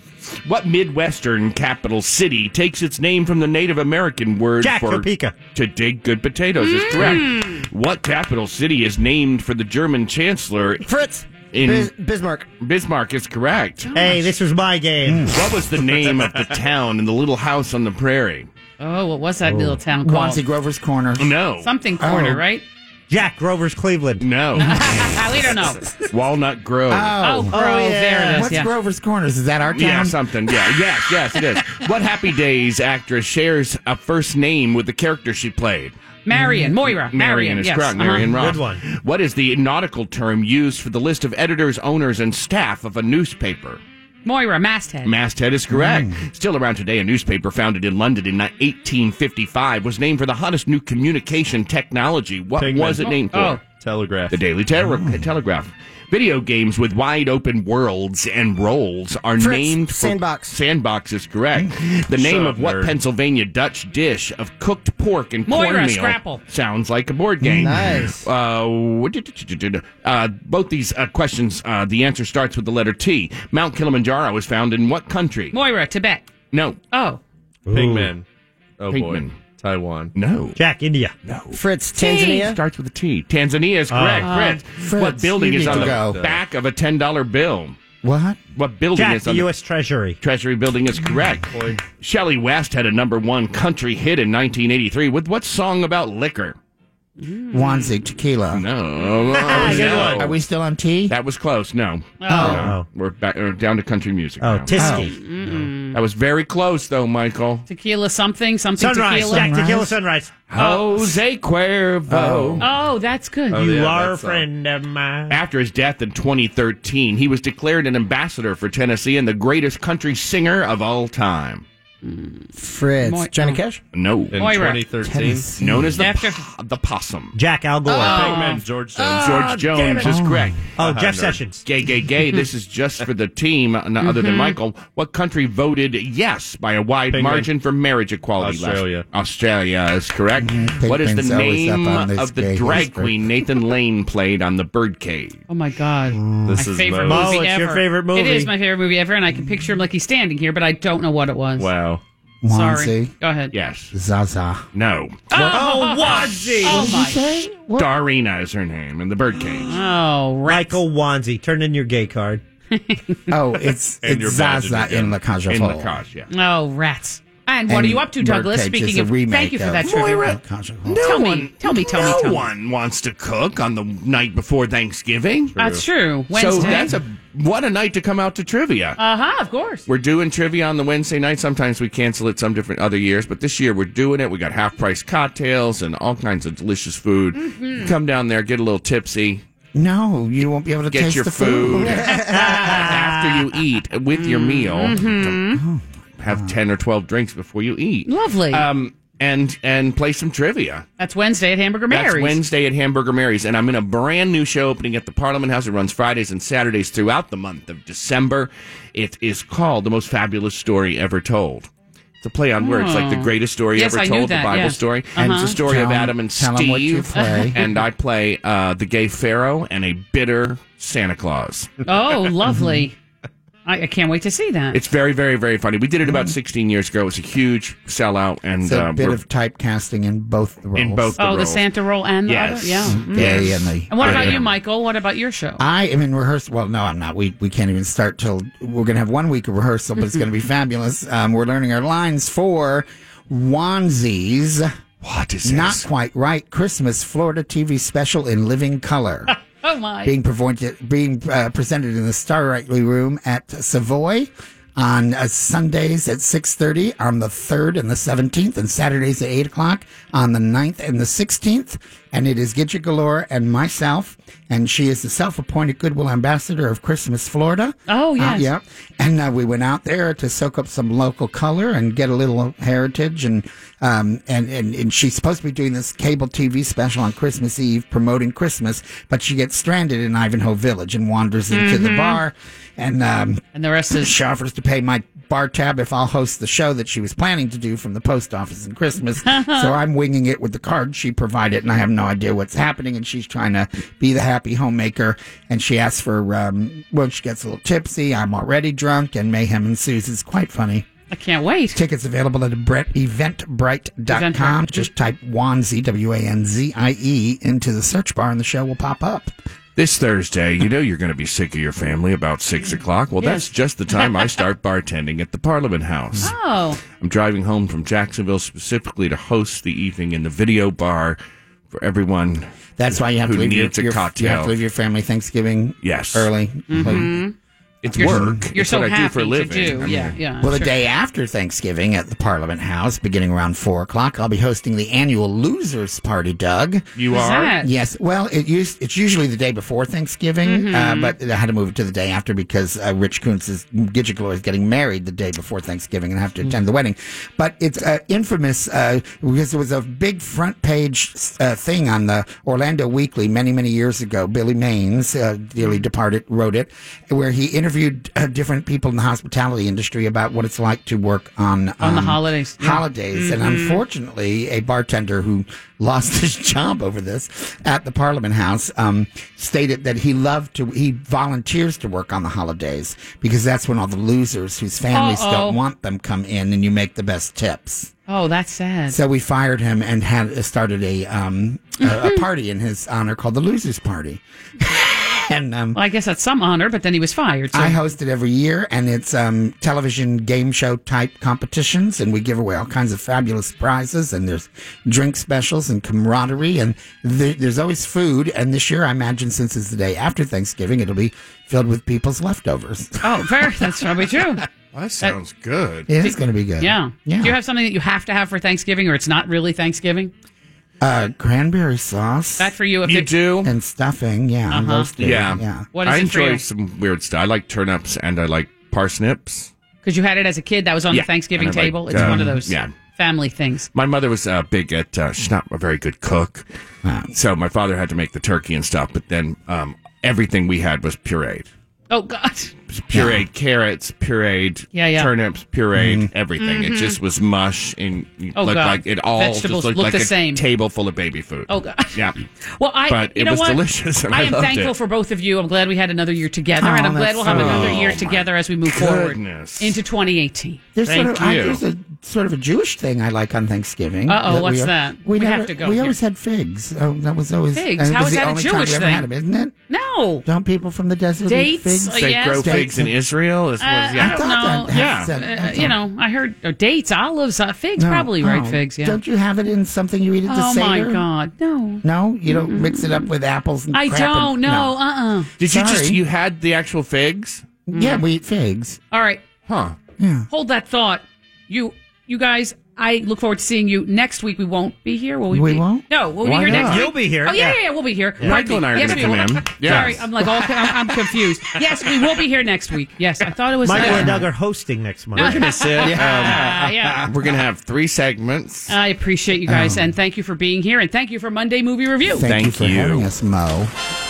What Midwestern capital city takes its name from the Native American word
Jack
for
Topeka.
to dig good potatoes? Is correct. What capital city is named for the German chancellor?
Fritz.
In
Bis- Bismarck.
Bismarck is correct. Mm.
Hey, this was my game.
What was the name of the town in the little house on the prairie?
Oh, what was that little town called?
Wansey Grover's Corner.
No.
Something corner,
Oh.
right?
Jack Grover's Cleveland.
No.
Ah, we don't know.
Walnut Grove.
Oh,
Oh, Grove, there it is,
What's
yeah.
Grover's Corners? Is that our town?
Yeah, something. Yeah, yes, yes, it is. What Happy Days actress shares a first name with the character she played?
Marion, Moira,
Mm-hmm. Marion,
Marion,
is
yes,
correct.
uh-huh.
Marion Ross.
Good one.
What is the nautical term used for the list of editors, owners, and staff of a newspaper?
Moira, masthead.
Masthead is correct.
Mm.
Still around today, a newspaper founded in London in 1855 was named for the hottest new communication technology. What was it named for?
Oh.
Telegraph. The Daily Tele-
Mm.
Telegraph. Video games with wide open worlds and rolls are
Fritz,
named for-
Sandbox.
Sandbox is correct. The name
Mm. Shut
of
up,
what
nerd.
Pennsylvania Dutch dish of cooked pork and
Moira,
cornmeal
Scrapple.
sounds like a board game.
Nice.
Uh, what did- did- did- did- uh, both these uh, questions, uh, the answer starts with the letter T. Mount Kilimanjaro was found in what country?
Moira, Tibet.
No.
Oh.
Pigman. Oh
Pinkman.
boy. Taiwan.
No.
Jack, India. Uh,
No.
Fritz,
T.
Tanzania.
Starts with a T. Tanzania is correct.
Oh.
Fritz.
Fritz,
what building
you
is
need
on the
to go.
back of a ten dollar bill?
What?
What building
Jack,
is on
the U.S. Treasury.
Treasury building is correct. Shelley West had a number one country hit in 1983 with what song about liquor?
Wansey Tequila.
No. no.
Are we still on T?
Ah, That was close. No.
Oh.
No. We're, back, we're down to country music.
Oh,
now. Oh.
Tisky.
That was very close, though, Michael.
Tequila something, something
Sunrise.
tequila.
Jack Tequila Sunrise.
Oh. Jose Cuervo.
Oh, that's good.
Oh,
you
yeah,
are a
that's, uh,
friend of mine.
After his death in 2013, he was declared an ambassador for Tennessee and the greatest country singer of all time.
Fritz.
Moi-
Johnny Cash.
No.
In Moira. 2013? Tennessee.
Known as the, po- the Possum.
Jack Al
Oh.
Gore.
Pigman, George Jones.
George Jones is correct.
Oh, Jeff
nerd.
Sessions.
Gay, gay, gay. this is just for the team, n- other
Mm-hmm.
than
Mhm.
Michael. What country voted yes by a wide
Pigman.
margin for marriage equality? last-
Australia.
Australia is correct. what is the
Pigman's Mm-hmm. always up
name
on this
of the
gay
drag
history.
queen Nathan Lane played on The Birdcage?
Oh my God!
Mm. This
my
is
favorite
Mo.
movie
Mo, it's
ever.
your favorite movie.
It is my favorite movie ever, and I can picture him like he's standing here, but I don't know what it was.
Wow.
Sorry. Go ahead.
Yes.
Zaza.
No.
Oh, Wazzy! Oh my!
Darina is her name in The Birdcage.
Oh,
Michael Wanzi. Turn in your gay card.
oh, it's,
And your
it's Zaza
badge is
in La Cage aux
in
Folles.
La Cage, yeah.
Oh, rats! And what
And
are you up to, Douglas?
Birdcage is
Speaking
a
of,
remake
thank you for
of
that trivia.
Moira.
No
Tell me,
one-
tell me, tell me,
no
tell me.
one wants to cook on the night before Thanksgiving.
That's true.
So
Wednesday.
that's a what a night to come out to trivia.
Uh huh. Of course.
We're doing trivia on the Wednesday night. Sometimes we cancel it some different other years, but this year we're doing it. We got half price cocktails and all kinds of delicious food.
Mhm.
Come down there, get a little tipsy,
No, you won't be able to
get
taste
your
the food.
food after you eat with your meal.
Mhm.
Have 10 or 12 drinks before you eat.
Lovely.
Um, and and play some trivia.
That's Wednesday at Hamburger
That's
Mary's.
Wednesday at Hamburger Mary's, and I'm in a brand new show opening at the Parliament House. It runs Fridays and Saturdays throughout the month of December. It is called "The Most Fabulous Story Ever Told." It's a play on words, like
Oh.
the greatest story
Yes,
ever
I knew
told,
that,
the Bible
yeah.
story, and it's
Uh-huh.
a story
Tell
of
'em-
Adam and
tell 'em
Steve.
what you play.
and I play uh, the gay Pharaoh and a bitter Santa Claus.
Oh, lovely. I, I can't wait to see that.
Mm-hmm. It's very, very, very funny. We did it about 16 years ago. It was a huge sellout, and
It's a
uh,
bit
we're-
of typecasting in both the roles.
In both the
oh, the
roles.
Santa roll and the
Yes. Mm-hmm.
other? Yeah. Mm.
Gay and the-
And what about
Yeah.
you, Michael? What about your show?
I am in rehearsal. Well, no, I'm not. We we can't even start till we're going to have one week of rehearsal, but it's going to be fabulous. Um, we're learning our lines for Wanzies.
What is
not
this?
quite right? Christmas Florida TV special in living color.
Oh, my.
being presented being uh, presented in the Starlightly Room at Savoy on uh, Sundays at six thirty on the third and the seventeenth, and Saturdays at eight o'clock on the 9th and the sixteenth. And it is Gidget Galore and myself, and she is the self-appointed Goodwill Ambassador of Christmas, Florida.
Oh
yeah,
yes.
yeah. And uh, we went out there to soak up some local color and get a little heritage. And um, and, and and she's supposed to be doing this cable TV special on Christmas Eve promoting Christmas, but she gets stranded in Ivanhoe Village and wanders into the
Mhm.
bar. And um,
and the rest is
she offers to pay my bar tab if I'll host the show that she was planning to do from the post office in Christmas. so I'm winging it with the card she provided, and I have no idea what's happening. And she's trying to be the happy homemaker, and she asks for um, well, she gets a little tipsy. I'm already drunk, and mayhem ensues. It's quite funny.
I can't wait.
Tickets available at Brett, eventbrite.com. Just type Wanzie, W A N Z I E, into the search bar, and the show will pop up.
This Thursday, you know you're going to be sick of your family about
Mm.
six o'clock. Well,
Yes.
that's just the time I start bartending at the Parliament House.
Oh.
I'm driving home from Jacksonville specifically to host the evening in the video bar for everyone.
That's why you have
who
to leave your,
needs a
your-
cocktail.
You have to leave your family Thanksgiving
Yes.
early.
Mhm.
It's
You're-
work.
you're
it's
so
what I do
happy
for a
to
living.
do.
I
Yeah,
mean,
yeah.
Well, the
sure.
day after Thanksgiving at the Parliament House, beginning around four o'clock, I'll be hosting the annual Losers Party. Doug,
You What's are? that?
Yes. Well, it used, it's usually the day before Thanksgiving,
Mhm.
Mm-hmm.
uh, but I had to move it to the day after because uh, Rich Koontz is Gidget Galore is getting married the day before Thanksgiving, and I have
Mm.
to attend the wedding. But it's uh, infamous uh, because there was a big front page uh, thing on the Orlando Weekly many many years ago. Billy Maines, uh, dearly
Mm-hmm.
departed, wrote it, where he interviewed uh, different people in the hospitality industry about what it's like to work on
On the
um,
holidays. Yeah.
holidays, and
Mhm.
unfortunately, a bartender who lost his job over this at the Parliament House um, stated that he loved to he volunteers to work on the holidays because that's when all the losers whose families
Uh-oh.
don't want them come in, and you make the best tips.
Oh, that's sad.
So we fired him and had started a um, a, a party in his honor called the Losers Party. and um,
well, I guess that's some honor, but then he was fired. So.
I host it every year, and it's um, television game show type competitions, and we give away all kinds of fabulous prizes, and there's drink specials and camaraderie, and th- there's always food. And this year, I imagine since it's the day after Thanksgiving, it'll be filled with people's leftovers.
oh, fair. That's probably true.
that
sounds
good.
It is going to be good.
Yeah.
Yeah.
Do you have something that you have to have for Thanksgiving, or it's not really Thanksgiving?
Uh, cranberry sauce.
That for you? If it-
do
and stuffing. Yeah,
Uh-huh.
roasted,
Yeah.
yeah.
What is
I
it for
enjoy
you?
some weird stuff. I like turnips and I like parsnips.
Because you had it as a kid, that was on
Yeah.
the Thanksgiving
And I like,
table. it's one of
um,
those
yeah.
family things.
My mother was uh, big at, uh, she's not a very good cook. So my father had to make the turkey and stuff, but then um, everything we had was pureed.
Oh God.
Pureed carrots, pureed
Yeah, yeah.
turnips, pureed everything. It
Mhm.
just was mush and you
Oh,
looked
God.
like it all
Vegetables
just looked
look
like
the
a
same.
table full of baby food.
Oh, God.
Yeah.
Well, I
But
you
it
know
was
what?
delicious and
I
I
am
loved
thankful
it.
for both of you. I'm glad we had another year together, and
Oh,
I'm glad
that's
we'll have
so
another
nice.
year
Oh,
together as we move
goodness.
forward into 2018.
There's sort of, I, there's a sort of a Jewish thing I like on Thanksgiving.
Uh-oh,
we
what's
al-
that?
We,
We have
never,
to go
We
here.
always had figs. Oh, that was always
Figs?
and it
How
was
is
the
that a
only
Jewish
time we
thing?
Ever had 'em, isn't it?
No.
Don't people from the desert
Dates,
eat figs?
uh, They yes. grow
figs in Israel as
Uh,
well as- yeah.
I don't know.
Yeah.
Uh, you know, I heard uh, dates, olives, uh, figs,
No.
probably right?
Oh,
Figs, yeah.
Don't you have it in something you eat at the
Oh, my
Seder?
God, no.
No, you don't mix it up with apples and
I
crap and-
don't know. Uh. uh
Did you just,
Sorry.
you had the actual figs?
Yeah, we eat figs.
All right.
Huh.
Yeah.
Hold that thought. You you guys, I look forward to seeing you next week. We won't be here. Will we?
We
be-
won't?
No, we'll be
Why
here next.
not?
Week.
You'll be here,
Oh yeah,
yeah.
yeah, yeah. We'll be here.
Yeah.
Pardon
Michael
me.
and I are
Yes,
gonna
we
come
will.
in. Yes.
Sorry, I'm like all I'm, I'm confused. Yes, we will be here next week. Yes, I thought it was
Michael
next
and
week.
Doug are hosting next month.
We're gonna sit, Yeah, um, yeah.
We're going to have three segments.
I appreciate you guys, and thank you for being here, and thank you for Monday Movie Review.
Um, Thank, you for having us, Mo.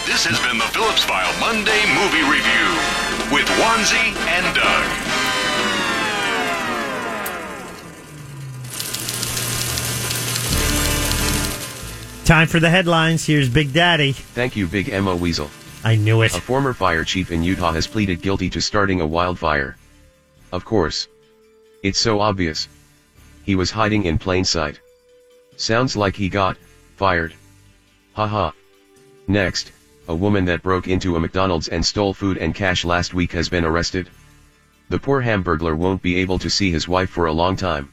This has been the Phillips File Monday Movie Review with Wanzi and Doug.
Time for the headlines. Here's Big Daddy.
Thank you, Big Emma Weasel.
I knew it.
A former fire chief in Utah has pleaded guilty to starting a wildfire. Of course. It's so obvious. He was hiding in plain sight. Sounds like he got fired. Haha. Next, a woman that broke into a McDonald's and stole food and cash last week has been arrested. The poor hamburglar won't be able to see his wife for a long time.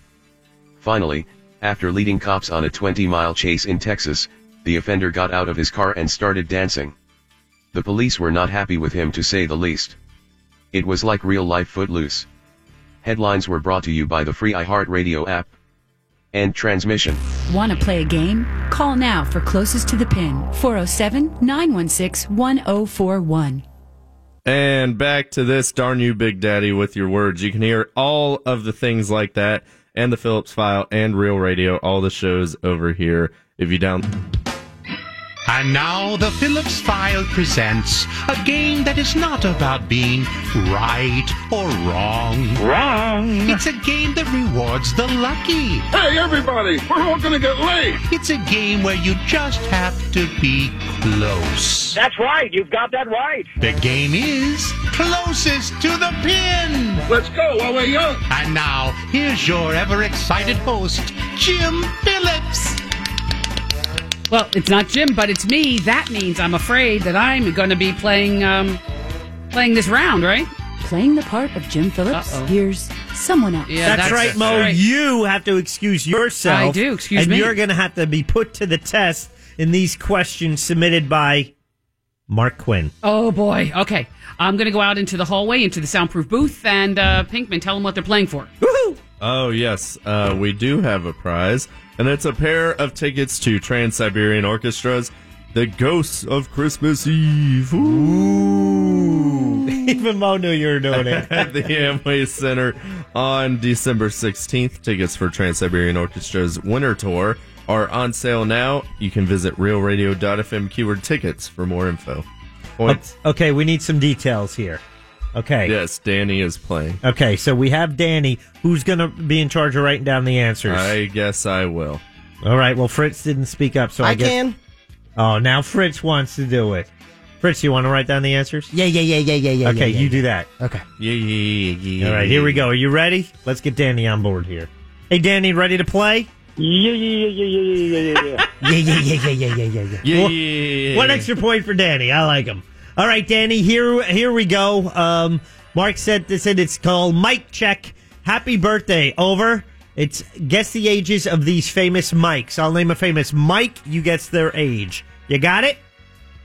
Finally, after leading cops on a 20 mile chase in Texas, the offender got out of his car and started dancing. The police were not happy with him to say the least. It was like real life footloose. Headlines were brought to you by the free iHeartRadio app. End transmission.
Want to play a game? Call now for closest to the pin 407 916 1041.
And back to this darn you, Big Daddy, with your words. You can hear all of the things like that and the Phillips File and Real Radio, all the shows over here. If you down.
And now the Phillips File presents a game that is not about being right or wrong. Wrong. It's a game that rewards the lucky. Hey, everybody, we're all going to get late. It's a game where you just have to be close. That's right. You've got that right. The game is closest to the pin. Let's go while we're young. And now here's your ever excited host, Jim Phillips.
Well, it's not Jim, but it's me. That means I'm afraid that I'm going to be playing um, playing this round, right?
Playing the part of Jim Phillips, here's someone else.
that's, right, Mo. You have to excuse yourself.
I do, excuse
and
me.
And you're going to have to be put to the test in these questions submitted by Mark Quinn.
Oh boy. Okay, I'm going to go out into the hallway, into the soundproof booth, and uh, Pinkman, tell them what they're playing for.
Oh, yes, uh, we do have a prize, and it's a pair of tickets to Trans Siberian Orchestra's The Ghosts of Christmas Eve. Ooh.
Even Mo knew you were doing it.
at the Amway Center on December 16th. Tickets for Trans Siberian Orchestra's Winter Tour are on sale now. You can visit realradio.fm keyword tickets for more info. Points.
Okay, we need some details here. Okay.
Yes, Danny is playing.
Okay, so we have Danny, who's going to be in charge of writing down the answers.
I guess I will.
All right. Well, Fritz didn't speak up, so I,
I
guess-
can.
Oh, now Fritz wants to do it. Fritz, you want to write down the answers?
Yeah, yeah, yeah, yeah, yeah, yeah.
okay,
yeah,
you
yeah.
do that.
Okay.
Yeah, yeah, yeah,
All right, here we go. Are you ready? Let's get Danny on board here. Hey, Danny, ready to play? Yeah, yeah, yeah, yeah, yeah, yeah, yeah, yeah, yeah, yeah, yeah, yeah, yeah, yeah,
Yeah, yeah,
Well,
yeah, yeah,
One
yeah.
extra point for Danny. I like him. All right, Danny, here, here we go. Um, Mark said this, said it's called Mic Check. Happy birthday. Over. It's guess the ages of these famous mics. I'll name a famous mic. You guess their age. You got it?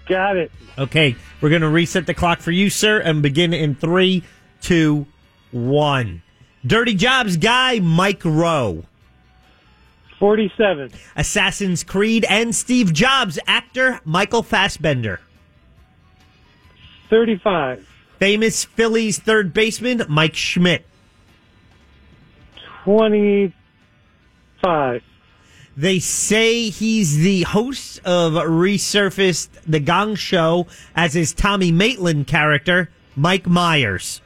Got it. Okay, we're going to reset the clock for you, sir, and begin in three, two, one. Dirty Jobs guy, Mike Rowe. 47. Assassin's Creed and Steve Jobs actor, Michael Fassbender. 35. Famous Phillies third baseman, Mike Schmidt. 25. They say he's the host of resurfaced The Gong Show as his Tommy Maitland character, Mike Myers.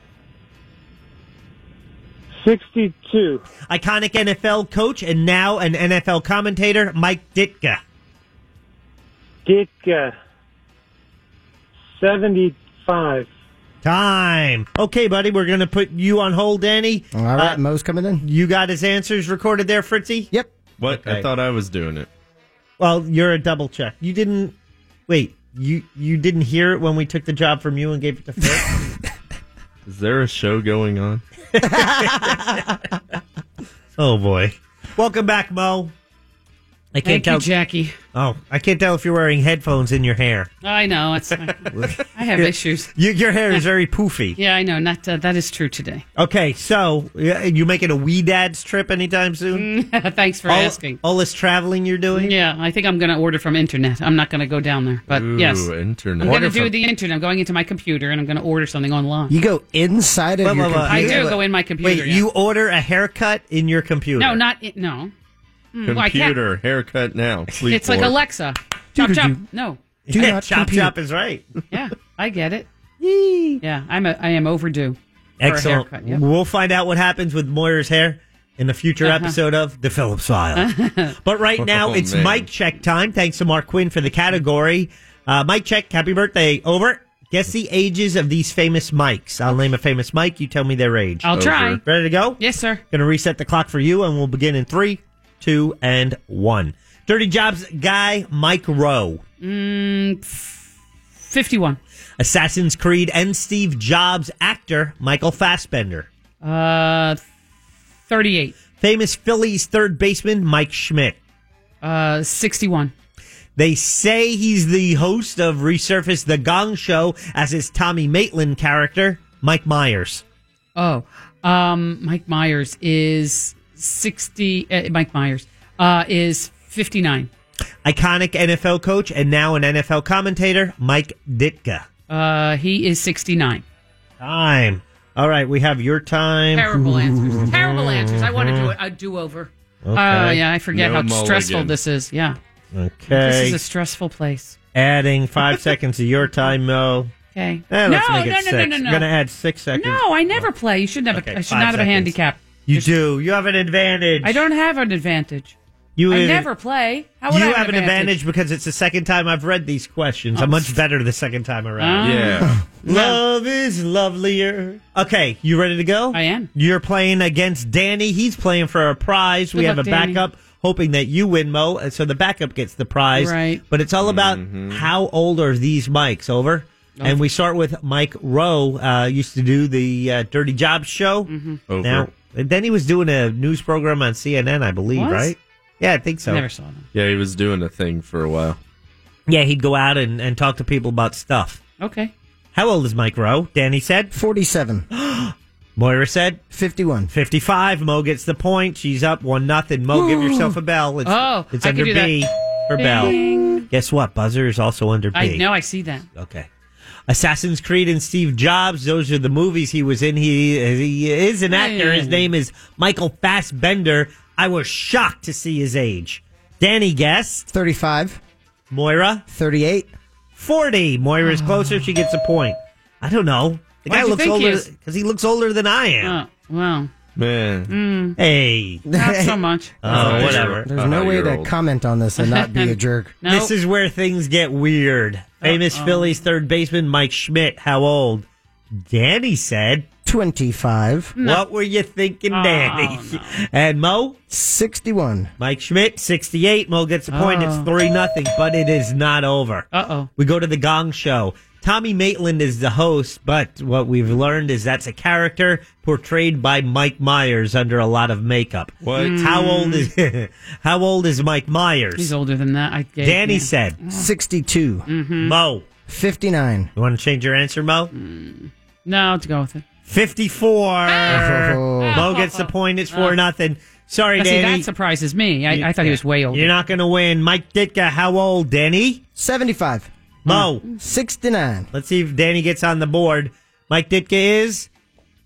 62. Iconic NFL coach and now an NFL commentator, Mike Ditka. Ditka. 75. Time. Okay, buddy, we're going to put you on hold, Danny. Uh,
All right, Mo's coming in.
You got his answers recorded there, Fritzy? Yep.
What? I
Okay.
thought I was doing it.
Well, you're a double check. You didn't. Wait, you you didn't hear it when we took the job from you and gave it to Fritz?
Is there a show going on?
oh, boy. Welcome back, Mo. I can't
Thank you,
tell,
Jackie.
Oh, I can't tell if you're wearing headphones in your hair.
I know. It's, I have
Your-
issues.
Your, your hair is very poofy.
Yeah, I know. Not uh, that is true today.
Okay, so yeah, you making a wee dad's trip anytime soon?
Thanks for
All-
asking.
All this traveling you're doing?
Yeah, I think I'm going to order from internet. I'm not going to go down there, but
Ooh,
yes,
internet.
I'm going
Order
to do
from-
the internet. I'm going into my computer and I'm going to order something online.
You go inside of
Wait,
your
wait, wait.
computer.
I do go in my computer.
Wait,
yeah.
you order a haircut in your computer?
No, not it. No. Mm, well, I can't.
Computer, haircut now. Sleep
It's like
more.
Alexa. Chop chop. No.
Do not Chop, compute. chop is right.
Yeah, I get it. Yeah, I'm a, I am overdue. for a
Excellent.
haircut, yep.
We'll find out what happens with Moyer's hair in a future
Uh-huh.
episode of The Phillips File.
uh,
but right now,
Oh,
it's
man.
Mike Check time. Thanks to Mark Quinn for the category. Uh, Mike Check, happy birthday. Over. Guess the ages of these famous mics. I'll name a famous mic. You tell me their age.
I'll try. Over.
Ready to go?
Yes, sir.
Going to reset the clock for you, and we'll begin in three, two, and one. Dirty Jobs guy, Mike Rowe.
Mm, f- 51.
Assassin's Creed and Steve Jobs actor, Michael Fassbender.
Uh, 38.
Famous Phillies third baseman, Mike Schmidt.
Uh, 61.
They say he's the host of Resurface the Gong Show as his Tommy Maitland character, Mike Myers.
Oh, um, Mike Myers is 60. Uh, Mike Myers uh, is 59.
Iconic NFL coach and now an NFL commentator, Mike Ditka.
Uh, he is 69.
Time. All right, we have your time.
Terrible answers. Terrible answers. I want to do a, a do over. Oh,
Okay.
yeah. I forget
No
how stressful
mulligan.
this is. Yeah. This
Okay.
is a stressful place.
Adding five seconds of your time, Mo.
Okay.
Eh, let's make it six.
no, no, no,
I'm
no,
gonna add six seconds.
No, I never play. You shouldn't have. a, I should
five
not have a
seconds.
handicap.
You do. You have an advantage.
I don't have an advantage.
You
I
have-
never play. How would
you
I
have an advantage because it's the second time I've read these questions. I'm much better the second time around.
Oh. Yeah.
Love is lovelier. Okay, you ready to go? I
am.
You're playing against Danny. He's playing for a prize. we
Good
have
luck,
a
Danny.
backup, hoping that you win, Mo. And so the backup gets the prize.
Right.
But it's all about how old are these mics? Over. And we start with Mike Rowe. Uh, used to do the uh, Dirty Jobs show.
Mm-hmm.
Over.
Now, then he was doing a news program on CNN, I believe,
Was?
right? Yeah, I think so.
Yeah, he was doing a thing for a while.
Yeah, he'd go out and, and talk to people about stuff.
Okay.
How old is Mike Rowe? Danny said
47.
Moira said
51.
55. Mo gets the point. She's up 1 nothing. Mo, give
Ooh.
yourself a bell. It's,
Oh,
it's
I
under
can do that.
B for bell.
Ding.
Guess what? Buzzer is also under B.
I know. I see that.
Okay. Assassin's Creed and Steve Jobs. Those are the movies he was in. He he is an actor. His name is Michael Fassbender. I was shocked to see his age. Danny guessed
35.
Moira
38.
40. Moira's closer. She gets a point. I don't know. The
Why'd
guy
you
looks
think he
older
is-
because he looks older than I am.
Oh, wow.
Man.
Mm,
Hey.
not so much.
Oh, whatever.
There's no way to comment on this and not be a jerk.
This is where things get weird. Famous Phillies third baseman Mike Schmidt. How old? Danny said
25.
What were you thinking, Danny? And Mo?
61.
Mike Schmidt, 68. Mo gets a point.
Oh.
It's 3 nothing, but it is not over.
Uh oh.
We go to the Gong Show. Tommy Maitland is the host, but what we've learned is that's a character portrayed by Mike Myers under a lot of makeup.
What?
How old is How old is Mike Myers?
He's older than that. I gave,
Danny
yeah. Mm-hmm.
said
62.
Mo.
59.
You want to change your answer, Mo?
Mm. No, let's go with it.
54. Mo gets the point. It's 4
Ah.
nothing. Sorry,
Now, see,
Danny.
that surprises me. I, I thought he was way older.
You're not going to win. Mike Ditka, how old, Danny?
75.
Mo.
69.
Let's see if Danny gets on the board. Mike Ditka is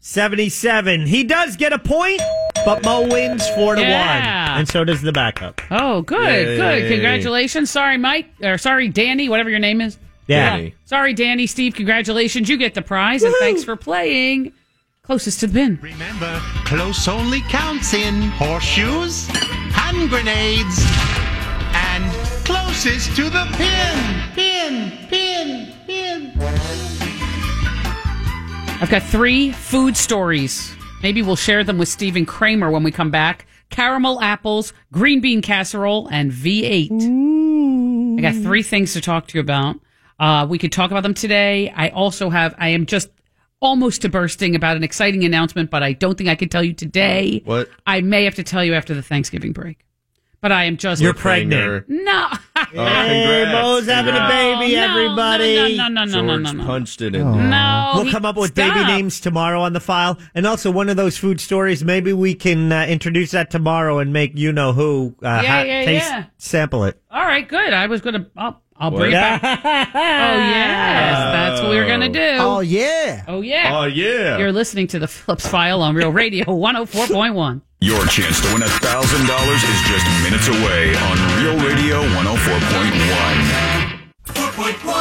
77. He does get a point, but Mo wins 4 to 1.
Yeah.
And so does the backup.
Oh, good,
Yay.
good. Congratulations. Sorry, Mike. Or sorry, Danny, whatever your name is.
Danny.
Sorry, Danny, Steve. Congratulations. You get the prize, and thanks for playing. Closest to the bin.
Remember, close only counts in horseshoes, hand grenades, and closest to the pin. Pin, pin, pin.
I've got three food stories. Maybe we'll share them with Stephen Kramer when we come back. Caramel apples, green bean casserole, and V8. I
Mm.
got three things to talk to you about. Uh, we could talk about them today. I also have, I am just almost to bursting about an exciting announcement, but I don't think I can tell you today.
What?
I may have to tell you after the Thanksgiving break But I am just.
You're pregnant. Oh.
No.
Oh,
Hey, Mo's having a baby,
No, no,
everybody.
No, no, no, no, no, no, no.
punched it
Oh.
in there. No,
we'll
he-
come up with baby
stop.
names tomorrow on the file, and also one of those food stories. Maybe we can uh, introduce that tomorrow and make you know who uh,
Yeah,
ha-
yeah,
taste
yeah.
sample it.
All right, good. I was gonna. I'll, I'll
What?
bring it back. oh yes, that's what we were gonna do.
Oh, yeah.
Oh yeah.
Oh, yeah.
You're listening to the Phillips File on Real Radio 104.1.
Your chance to win $1,000 is just minutes away on Real Radio 104.1.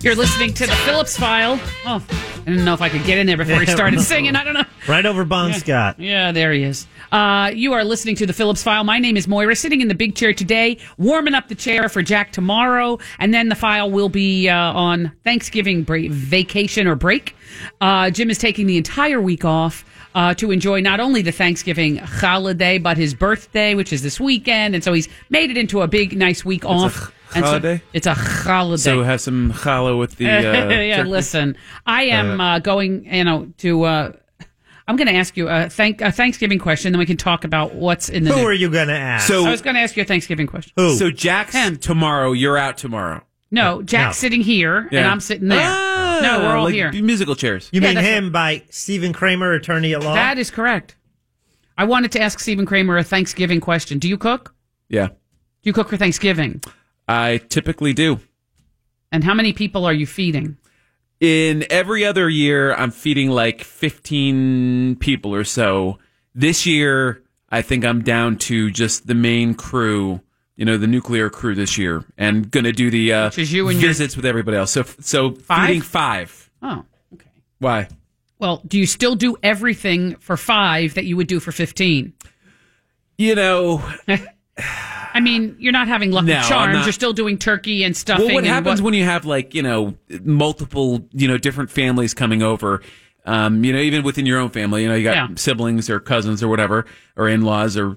You're listening to the Phillips File. Oh, I didn't know if I could get in there before he started singing. I don't know.
Right over Bon Scott.
Yeah, there he is. Uh, you are listening to the Phillips File. My name is Moira, sitting in the big chair today, warming up the chair for Jack tomorrow, and then the file will be uh, on Thanksgiving break, vacation or break. Uh, Jim is taking the entire week off uh, to enjoy not only the Thanksgiving holiday but his birthday, which is this weekend, and so he's made it into a big, nice week off. And so-
holiday?
it's a holiday.
So have some challah with the. Uh,
yeah,
turkey.
listen, I am uh, going, you know, to. Uh, I'm going to ask you a, thank, a Thanksgiving question, then we can talk about what's in the.
Who
news.
are you gonna ask? So-
I was going to ask you a Thanksgiving question.
So Jack's tomorrow. You're out tomorrow.
No, Jack's
No.
sitting here and
Yeah. Ah,
I'm sitting there. no, we're all
like
here.
Musical chairs.
Ah. You
Yeah,
mean
that's-
him by Stephen Kramer, attorney at law?
That is correct. I wanted to ask Stephen Kramer a Thanksgiving question. Do you cook?
Yeah,
Do you cook for Thanksgiving?
I typically do.
And how many people are you feeding?
In every other year, I'm feeding like 15 people or so. This year, I think I'm down to just the main crew. You know, the nuclear crew this year, and gonna do the uh,
you and your-
visits with everybody else. So, so
Five?
feeding five.
Oh.
Why?
Well, do you still do everything for five that you would do for 15?
You know,
I mean, you're not having lucky
No, I'm
charms.
not.
You're still doing turkey and stuffing.
Well, what
and
happens
what-
when you have like you know multiple you know different families coming over? Um, you know, even within your own family, you know, you got
Yeah.
siblings or cousins or whatever, or in laws or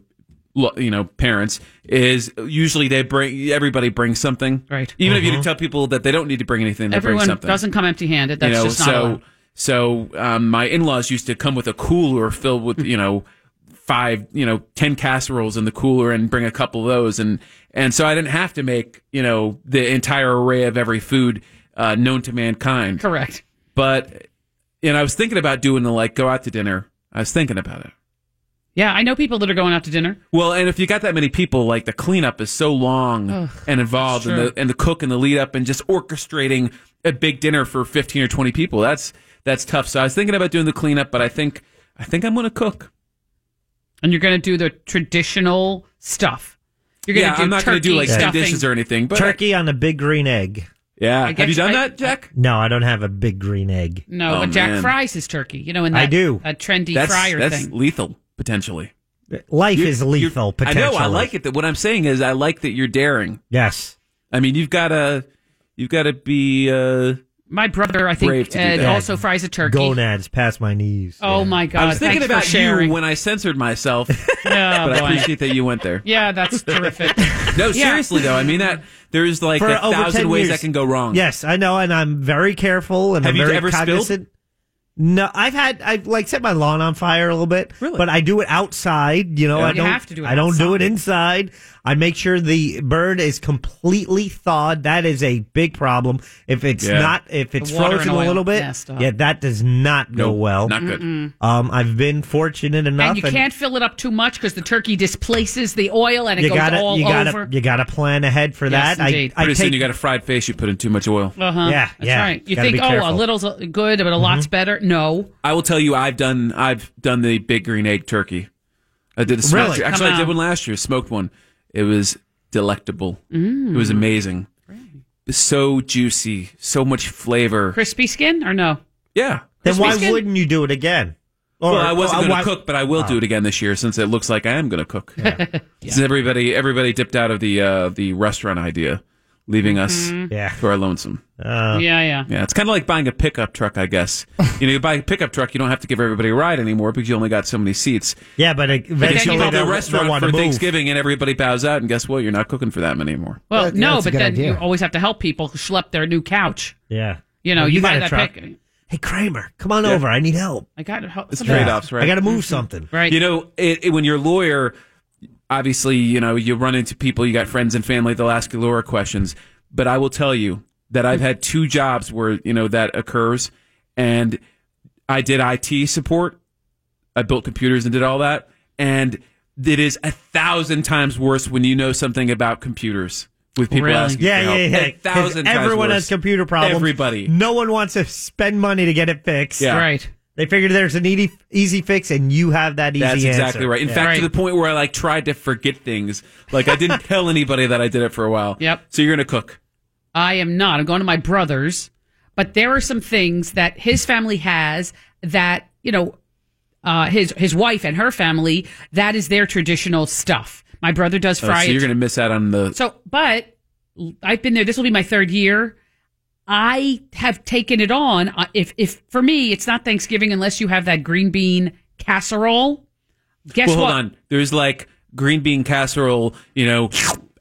lo- you know parents. Is usually they bring everybody brings something,
right?
Even if
Mhm.
you tell people that they don't need to bring anything, they bring
Everyone
something.
doesn't come empty-handed. That's
you know,
just not
so
allowed.
so um, my in-laws used to come with a cooler filled with you know five you know ten casseroles in the cooler and bring a couple of those and and so I didn't have to make you know the entire array of every food uh, known to mankind.
Correct.
But you know I was thinking about doing the like go out to dinner. I was thinking about it.
Yeah, I know people that are going out to dinner.
Well, and if you got that many people, like the cleanup is so long
Ugh,
and involved, and
true.
the and the cook and the lead up, and just orchestrating a big dinner for fifteen or twenty people. That's that's tough. So I was thinking about doing the cleanup, but I think I think I'm going to cook.
And you're going to do the traditional stuff. You're going to
yeah,
do
I'm not
turkey
to do like
stuffing.
dishes or anything. But
turkey on a big green egg.
Yeah,
I guess- Have you done I- that,
Jack? Oh,
No, I don't have a big green egg.
No, but Jack fries his turkey. You know, in that
I do.
that trendy
that's
fryer
that's
thing.
lethal potentially.
Life
You-
is lethal.
I
Potentially,
know. I like it. That what I'm saying is I like that you're daring.
Yes.
I mean, you've got to you've got to be. Uh,
My brother, I
Brave
think,
to do
uh,
that.
also fries a turkey.
Gonads past my knees.
Oh my god!
I was thinking
thanks for
about
sharing.
you when I censored myself, but
boy.
I appreciate that you went there.
Yeah, that's terrific.
No,
Yeah.
seriously though, I mean that there's like
For
a
over 10
thousand ways
years.
that can go wrong.
Yes, I know, and I'm very careful and
Have
I'm
you
very
ever spilled?
cognizant. No, I've had I've like set my lawn on fire a little bit, really, but I do it outside. You know,
Yeah.
I
You
don't
have to do it
I don't do
outside.
it inside. I make sure the bird is completely thawed. That is a big problem. If it's
Yeah.
not, if it's
The water
frozen
and
a
oil.
little bit,
Yeah, stop.
yeah, that does not go
Nope,
well.
not good. Mm-mm.
Um, I've been fortunate enough,
and you can't fill it up too much because the turkey displaces the oil and it
you
goes
gotta
all
you gotta
over.
you gotta plan ahead for
Yes,
that.
indeed.
I, I
Pretty soon
take
you got a fried face. You put in too much oil.
Uh huh.
Yeah,
That's
yeah.
right. You
Gotta
think,
be
oh, a
careful. Mm-hmm.
little's good, but a lot's better. No.
I will tell you, I've done I've done the big green egg turkey. I did a smoked-
Really?
Actually,
Come
I did
on.
one last year. Smoked one. It was delectable.
Mm.
It was amazing. So juicy, so much flavor.
Crispy skin or no?
Yeah.
Then
Crispy
why
skin?
wouldn't you do it again?
well, I
or
wasn't going
why- Oh.
to cook, but I will
Ah.
do it again this year since it looks like I am going to cook. Since everybody everybody dipped out of the uh, the restaurant idea, leaving
Mhm.
us
Yeah.
to our lonesome.
Uh.
Yeah, yeah.
Yeah, it's kind of like buying a pickup truck, I guess. you know, you buy a pickup truck, you don't have to give everybody a ride anymore because you only got so many seats.
Yeah, but uh,
But if you
eventually
go
they
to a
don't,
restaurant
don't want
for
to move.
Thanksgiving and everybody bows out, and guess what? You're not cooking for them anymore.
Well,
That-
no,
that's a
but
good
then
idea.
you always have to help people schlep their new couch.
Yeah.
You know,
Well, Oh,
you,
you
buy
got a
that
truck.
pick.
Hey, Kramer, come on
Yeah.
over. I need help.
I got to help.
It's trade offs, right? Mm-hmm.
I got to move something.
Right.
You know, it, it- when you're a lawyer, obviously, you know, you run into people, you got friends and family that'll ask you lawyer questions. But I will tell you that I've had two jobs where, you know, that occurs. And I did IT support, I built computers and did all that. And it is a thousand times worse when you know something about computers with people asking
Yeah,
for
yeah,
help.
yeah.
A
'Cause
thousand times
everyone
worse.
has computer problems.
Everybody.
No one wants to spend money to get it fixed.
Yeah. Right.
They figured there's an easy, easy fix, and you have that easy
That's exactly
answer.
right. In
Yeah.
fact, to the point where I like tried to forget things. Like I didn't tell anybody that I did it for a while.
Yep.
So you're gonna cook.
I am not. I'm going to my brother's, but there are some things that his family has that you know, uh, his his wife and her family that is their traditional stuff. My brother does
Oh,
fry.
so
it.
you're gonna miss out on the.
So, but I've been there. This will be my third year. I have taken it on. Uh, If if for me, it's not Thanksgiving unless you have that green bean casserole. Guess
well,
what?
hold on. There's like green bean casserole, you know,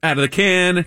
out of the can,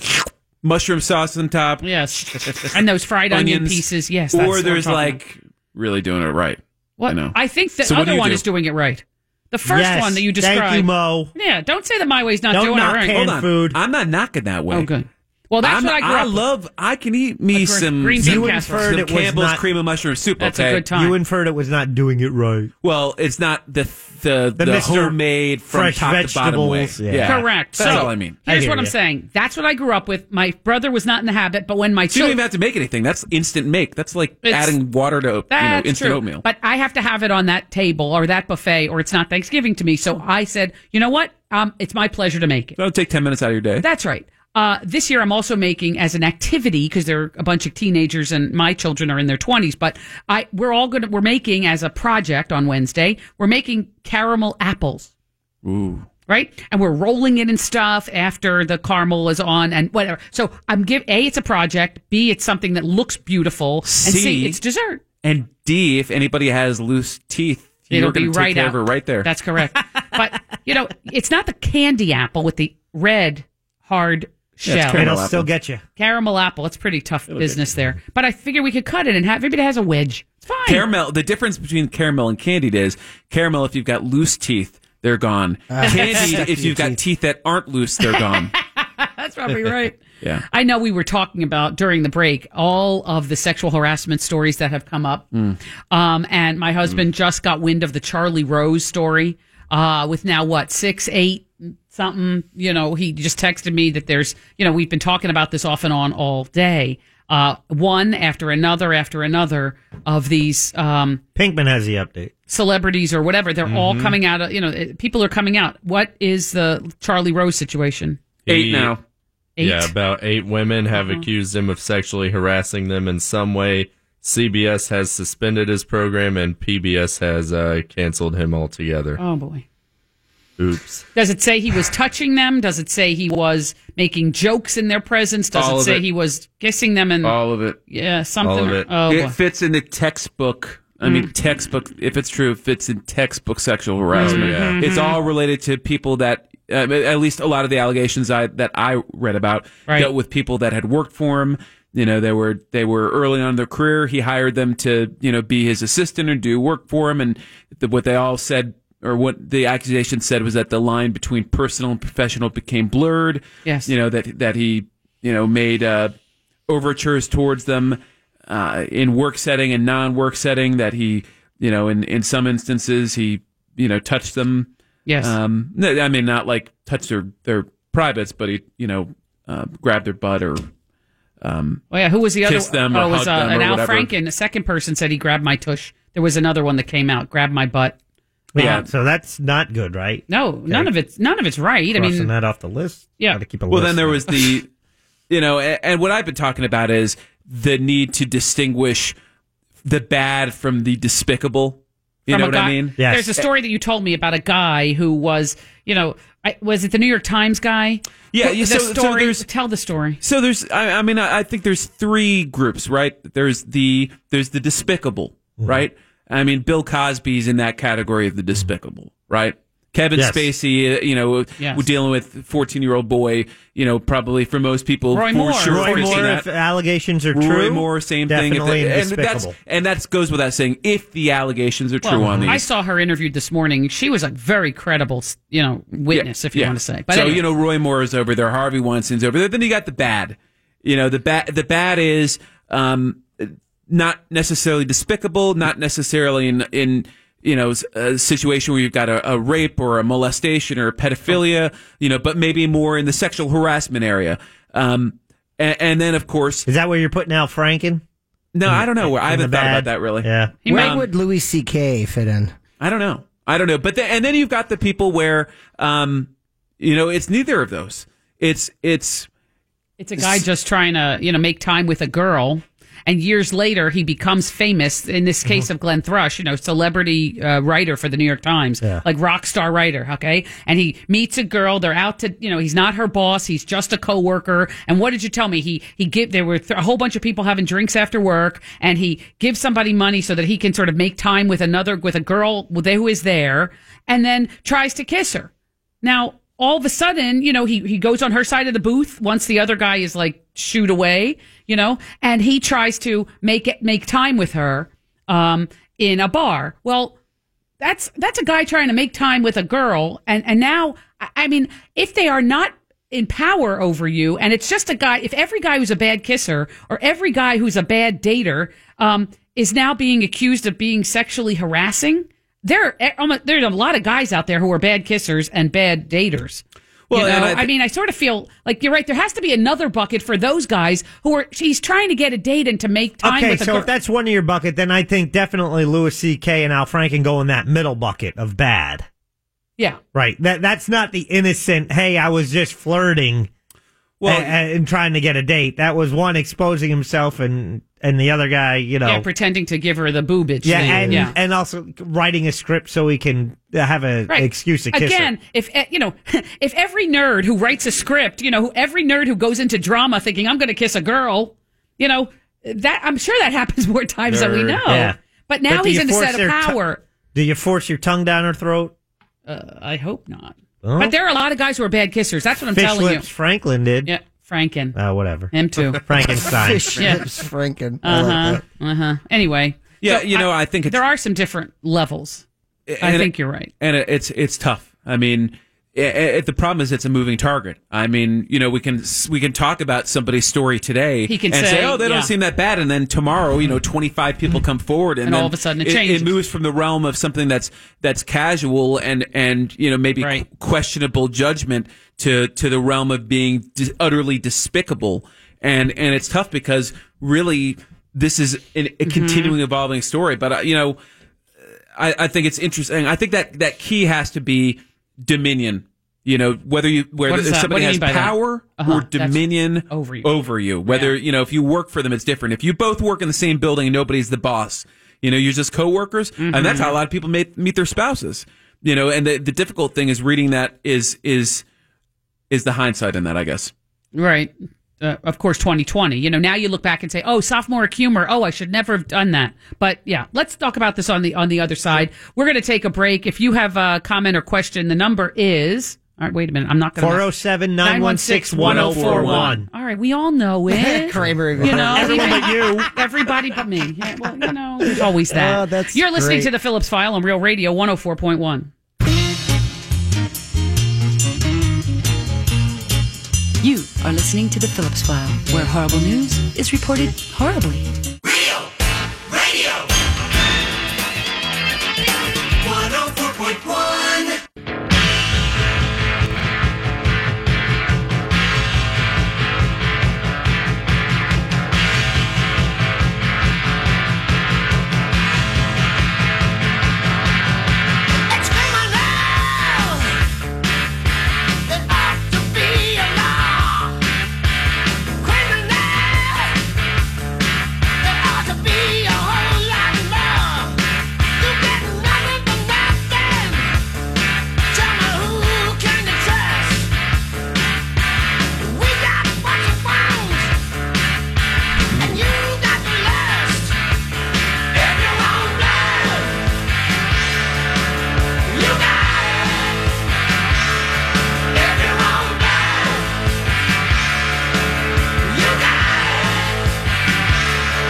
mushroom sauce on top.
Yes. And those fried onion pieces, yes, that's what
Or
I'm
there's
talking
like really doing it right.
What?
You know.
I think the
So what do
other
you
one
do?
is doing it right. The first
Yes.
one that you
Thank
described.
you, Mo.
Yeah, don't say that my way's not doing it right.
Hold on. I'm not knocking that way.
Oh, good. Well,
I'm-
that's what I grew up with.
love. I can eat me
gr-
some
green bean
some,
You casserole.
inferred
some
it was
Campbell's
not-
cream and mushroom soup. okay?
You inferred it was not doing it right.
Well, it's not the the,
The
the,
Mr.
homemade from
Fresh
top to bottom way.
vegetables, yeah.
Yeah.
Correct.
That's
so
all I mean.
Here's what I'm saying. That's what I grew up with. My brother was not in the habit, but when
So
my
you don't
children,
even have to make anything. That's instant make. That's like
It's-
adding water to you know,
That's
instant
true.
oatmeal.
But I have to have it on that table or that buffet, or it's not Thanksgiving to me. So I said, you know what? Um, it's my pleasure to make it.
That'll take ten minutes out of your day.
That's right. Uh, this year, I'm also making as an activity because there are a bunch of teenagers and my children are in their 20s. But I we're all going to we're making as a project on Wednesday. We're making caramel apples.
Ooh.
right? And we're rolling it and stuff after the caramel is on and whatever. So I'm give a it's a project, b it's something that looks beautiful, and c,
C,
it's dessert.
And D, if anybody has loose teeth,
It'll
you're
be
going to take
right
care of
out.
it right there.
That's correct. but you know, it's not the candy apple with the red hard
Yeah,
shell.
it's caramel It'll apple. still get you.
Caramel apple. It's pretty tough business there. But I figure we could cut it and have everybody has a wedge. It's fine.
Caramel. The difference between caramel and candied is caramel. If you've got loose teeth, they're gone.
Ah. Stuck
candied.
to
If
your
you've got teeth that aren't loose, they're gone.
That's probably right.
Yeah.
I know we were talking about during the break all of the sexual harassment stories that have come up.
Hmm.
Um, and my husband just got wind of the Charlie Rose story. Uh, with now what six, eight, something. You know, he just texted me that there's. You know, we've been talking about this off and on all day. Uh, one after another after another of these um,
Pinkman has the update.
celebrities or whatever. They're all
Mhm.
coming out. Of, you know, eh, people are coming out. What is the Charlie Rose situation?
Eight now.
Eight?
Yeah, about eight women have
Uh-huh.
accused him of sexually harassing them in some way. CBS has suspended his program, and PBS has uh, canceled him altogether.
Oh boy.
Oops.
Does it say he was touching them? Does it say he was making jokes in their presence? Does
All
it
of
say
it.
he was kissing them? And
All of it.
Yeah, something.
All of it.
Oh, Mm.
it
boy.
fits in the textbook. I mean, textbook. If it's true, it fits in textbook sexual harassment.
Oh, yeah.
Mm-hmm.
It's all related to people that, uh, at least a lot of the allegations I that I read about
Right.
dealt with people that had worked for him. You know, they were they were early on in their career. He hired them to you know be his assistant and do work for him. And the, what they all said, or what the accusation said, was that the line between personal and professional became blurred.
Yes.
You know that that he you know made. Uh, overtures towards them uh, in work setting and non-work setting that he you know in in some instances he you know touched them
Yes.
um no, i mean not like touched their their privates but he you know uh, grabbed their butt or um
Oh yeah, who was the other?
kissed them or
oh, it was
hugged them
an
or
Al
whatever.
Franken. The second person said he grabbed my tush. There was another one that came out, Grab My Butt.
Yeah,
Um,
so that's not good, right?
no, none of it's none of it's right. I
Crossing
mean,
that off the list.
Yeah.
Gotta keep a
well,
list.
then there was the, you know, and, and what I've been talking about is the need to distinguish the bad from the despicable. You
from
know
a
what I
guy.
mean?
There's a story that you told me about a guy who was, you know, I, was it the New York Times guy?
Yeah,
Wh-
yeah,
the
so- so
story.
there's-
tell the story.
So there's, I, I mean, I, I think there's three groups, right? There's the there's the despicable,
Mm-hmm.
right? I mean, Bill Cosby's in that category of the despicable, right? Kevin
Yes.
Spacey, uh, you know,
Yes.
we're dealing with 14 year old boy, you know, probably for most people, for sure,
Roy
fits
Moore, if
that.
allegations are
Roy
true.
Moore, same thing.
definitely
If that- and
despicable.
that's and that goes without saying. If the allegations are true
Well,
on these,
I saw her interviewed this morning. She was a very credible, you know, witness, if you
Yeah.
want to say. But
so
anyway.
you know, Roy Moore is over there. Harvey Weinstein's over there. Then you got the bad. You know, the bad. The bad is um, not necessarily despicable. Not necessarily in in you know s- a situation where you've got a, a rape or a molestation or a pedophilia. You know, but maybe more in the sexual harassment area. Um, and, and then of course,
is that where you're putting out Franken?
No, I don't know where. I
in the
haven't thought
bad?
about that really.
Yeah.
Where
Um,
would Louis C.K. fit in?
I don't know. I don't know. But then, and then you've got the people where, um, you know, it's neither of those. It's it's
It's a guy just trying to, you know, make time with a girl. And years later, he becomes famous. In this case of Glenn Thrush, you know, celebrity uh, writer for the New York Times, like rock star writer. Okay, and he meets a girl. They're out to, you know, he's not her boss. He's just a coworker. And what did you tell me? He he give there were th- a whole bunch of people having drinks after work, and he gives somebody money so that he can sort of make time with another with a girl with- who is there, and then tries to kiss her. Now, all of a sudden, you know, he, he goes on her side of the booth once the other guy is like shoot away, you know, and he tries to make it make time with her um, in a bar. Well, that's that's a guy trying to make time with a girl, and and now I- I mean, if they are not in power over you, and it's just a guy. If every guy who's a bad kisser or every guy who's a bad dater um, is now being accused of being sexually harassing, there are, almost- there's a lot of guys out there who are bad kissers and bad daters.
Well,
you know?
and
I,
I th-
mean, I sort of feel like you're right. There has to be another bucket for those guys who are. He's trying to get a date and to make time
Okay,
with a
so
girl.
if that's one of your bucket, then I think definitely Louis C.K. and Al Franken go in that middle bucket of bad.
yeah.
Right. That that's not the innocent. Hey, I was just flirting,
Well-
well, and, trying to get a date. That was one exposing himself, and and the other guy, you know,
Yeah, pretending to give her the boobage.
yeah,
thing.
and
yeah.
and also writing a script so he can have a excuse to kiss her.
Again, if eh, you know, if every nerd who writes a script, you know, who every nerd who goes into drama thinking I'm going to kiss a girl, you know, that I'm sure that happens more times than we
Nerd.
know.
Yeah.
But now
But do
he's
you
in a
force
set
their
of
tongue-
power.
Do you force your tongue down her throat?
uh, I hope not.
Well,
But there are a lot of guys who are bad kissers. That's what I'm
Fish
telling
lips Franklin did.
you. Yeah, Franken.
Oh, whatever.
Him too.
Frankenstein.
Fish Yeah. lips
Franken.
Uh huh. Uh huh. Anyway.
Yeah, you know, I think it's,
there are some different levels. I
and-
think you're right.
and it- it's it's tough. I mean, i i the problem is it's a moving target. I mean, you know, we can we can talk about somebody's story today
He can
and say,
say,
"Oh, they
yeah.
don't seem that bad," and then tomorrow, you know, twenty five people come forward, and,
Mm-hmm. And all
then
of a sudden it
It,
changes.
moves from the realm of something that's that's casual and and you know maybe qu- questionable judgment to to the realm of being dis- utterly despicable, and and it's tough because really this is an, a
Mhm.
continuing evolving story. But uh, you know. I, I think it's interesting. I think that that key has to be dominion. You know, whether you where
What is
if
that?
somebody
What do
has
you mean by that?
power
Uh-huh,
or
that's
dominion
over you.
over you. Whether you know if you work for them, it's different. If you both work in the same building and nobody's the boss, you know you're just coworkers,
Mm-hmm.
and that's how a lot of people meet meet their spouses. You know, and the, the difficult thing is reading that is is is the hindsight in that, I guess.
Right. Uh, of course, 2020. You know, now you look back and say, "Oh, sophomoric humor. Oh, I should never have done that." But yeah, let's talk about this on the on the other side. We're going to take a break. If you have a comment or question, the number is. All right, wait a minute. I'm not going to
407-916-1041.
All right, we all know it.
Kramer.
you know,
Everyone
even-
but you.
everybody but me. Yeah, well, you know, there's always that.
Oh, that's
You're listening
great.
to the Phillips File on Real Radio 104.1.
You are listening to The Phillips File, where horrible news is reported horribly.
Radio 104.1.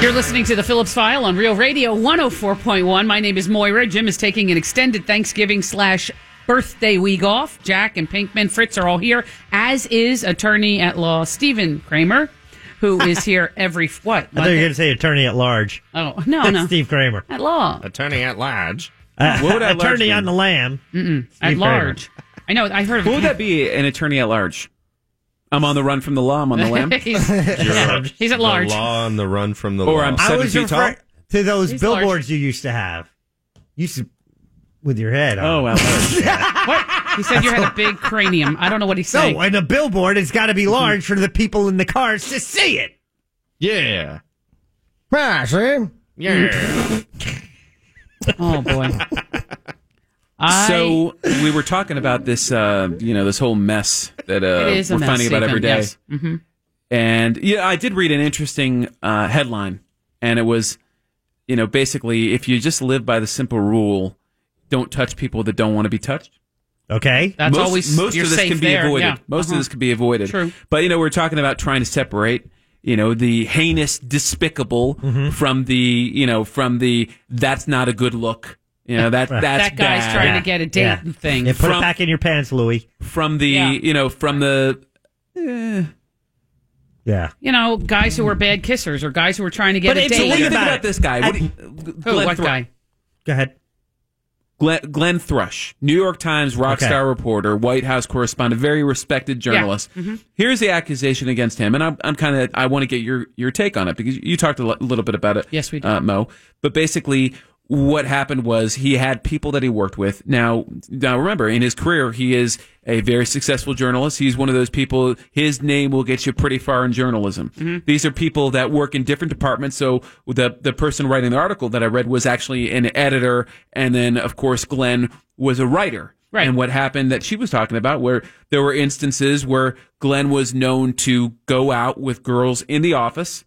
You're listening to the Phillips File on Real Radio 104.1. My name is Moira. Jim is taking an extended Thanksgiving slash birthday week off. Jack and Pinkman Fritz are all here, as is attorney at law Stephen Kramer, who is here every
I
what?
thought you were going to say attorney at large.
Oh no,
That's
no.
Steve Kramer.
At law.
Attorney at large.
Uh,
What would at large
attorney
mean?
on the lamb.
Mm-mm.
Steve
At
Kramer.
large. I know. I heard of
Who would that be? An attorney at large. I'm on the run from the law. I'm on the lamb.
he's, yeah, he's at large.
The law on the run from the
Or
law.
I'm
I was referring to those
He's
billboards you used to have. You used to, with your head. Oh,
well.
He said you had a big cranium. I don't know what he's saying.
No, and a billboard has got to be large for the people in the cars to see it.
Yeah.
Ah, see?
Yeah.
oh boy. I-
So we were talking about this, uh, you know, this whole mess that uh,
It is a
we're
mess,
finding about every
Stephen,
day.
yes. Mhm.
And yeah, I did read an interesting uh, headline, and it was, you know, basically if you just live by the simple rule, don't touch people that don't want to be touched.
Okay,
most, most of this can be avoided. Most
Uh-huh.
of this can be avoided.
True.
But you know, we're talking about trying to separate, you know, the heinous, despicable
Mhm.
from the, you know, from the that's not a good look. You know, that
Right.
that's
That guy's
bad.
trying to get a date and thing.
Yeah, put it
From-
back in your pants, Louis.
from the, you know, from the eh,
Yeah.
you know, guys who were bad kissers or guys who were trying to get
But
a
if you
date.
think about it- this guy, what-
who,
Glenn
what
Thru-
guy?
Go ahead.
Glenn, Glenn Thrush, New York Times rock
Okay.
star reporter, White House correspondent, very respected journalist.
Mhm.
Here's the accusation against him, and I'm, I'm kind of I want to get your your take on it because you talked a li- little bit about it. Yes, we did, uh, Mo. But basically, what happened was he had people that he worked with. Now, now remember, in his career, he is a very successful journalist. He's one of those people. His name will get you pretty far in journalism.
Mhm.
These are people that work in different departments. So the the person writing the article that I read was actually an editor, and then of course Glenn was a writer.
Right.
And what happened that she was talking about, where there were instances where Glenn was known to go out with girls in the office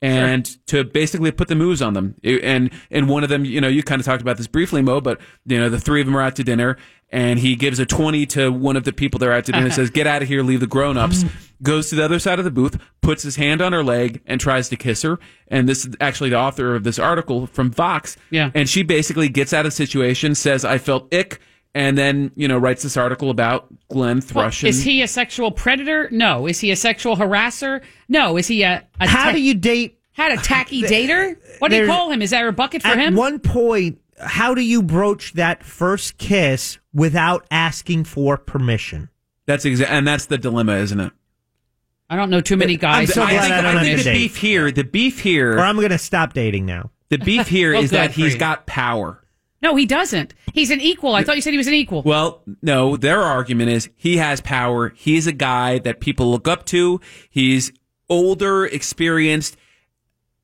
and to basically put the moves on them. It- And and one of them, you know, you kind of talked about this briefly, Mo, but you know, the three of them are out to dinner, and he gives a twenty to one of the people they're out to dinner, says, "Get out of here, leave the grown ups."
Mm-hmm.
Goes to the other side of the booth, puts his hand on her leg, and tries to kiss her. And this is actually the author of this article from Vox.
Yeah.
And she basically gets out of the situation, says, "I felt ick." And then, you know, writes this article about Glenn Thrush.
Is
and-
he a sexual predator? No. Is he a sexual harasser? No. Is he a, a
How
ta-
do you date?
Had a tacky dater? What do you
There's-
call him? Is there a bucket for
At
him?
one point, how do you broach that first kiss without asking for permission?
That's exa- and that's the dilemma, isn't it?
I don't know too many guys.
I'm so glad I think- I don't I think have the to date. beef here, the beef here,
Or I'm Oh, going to stop dating now.
The beef here
Well,
is that
good for
he's
you.
got power.
No, he doesn't. He's an equal. I thought you said he was an equal.
Well, no, their argument is he has power. He's a guy that people look up to. He's older, experienced,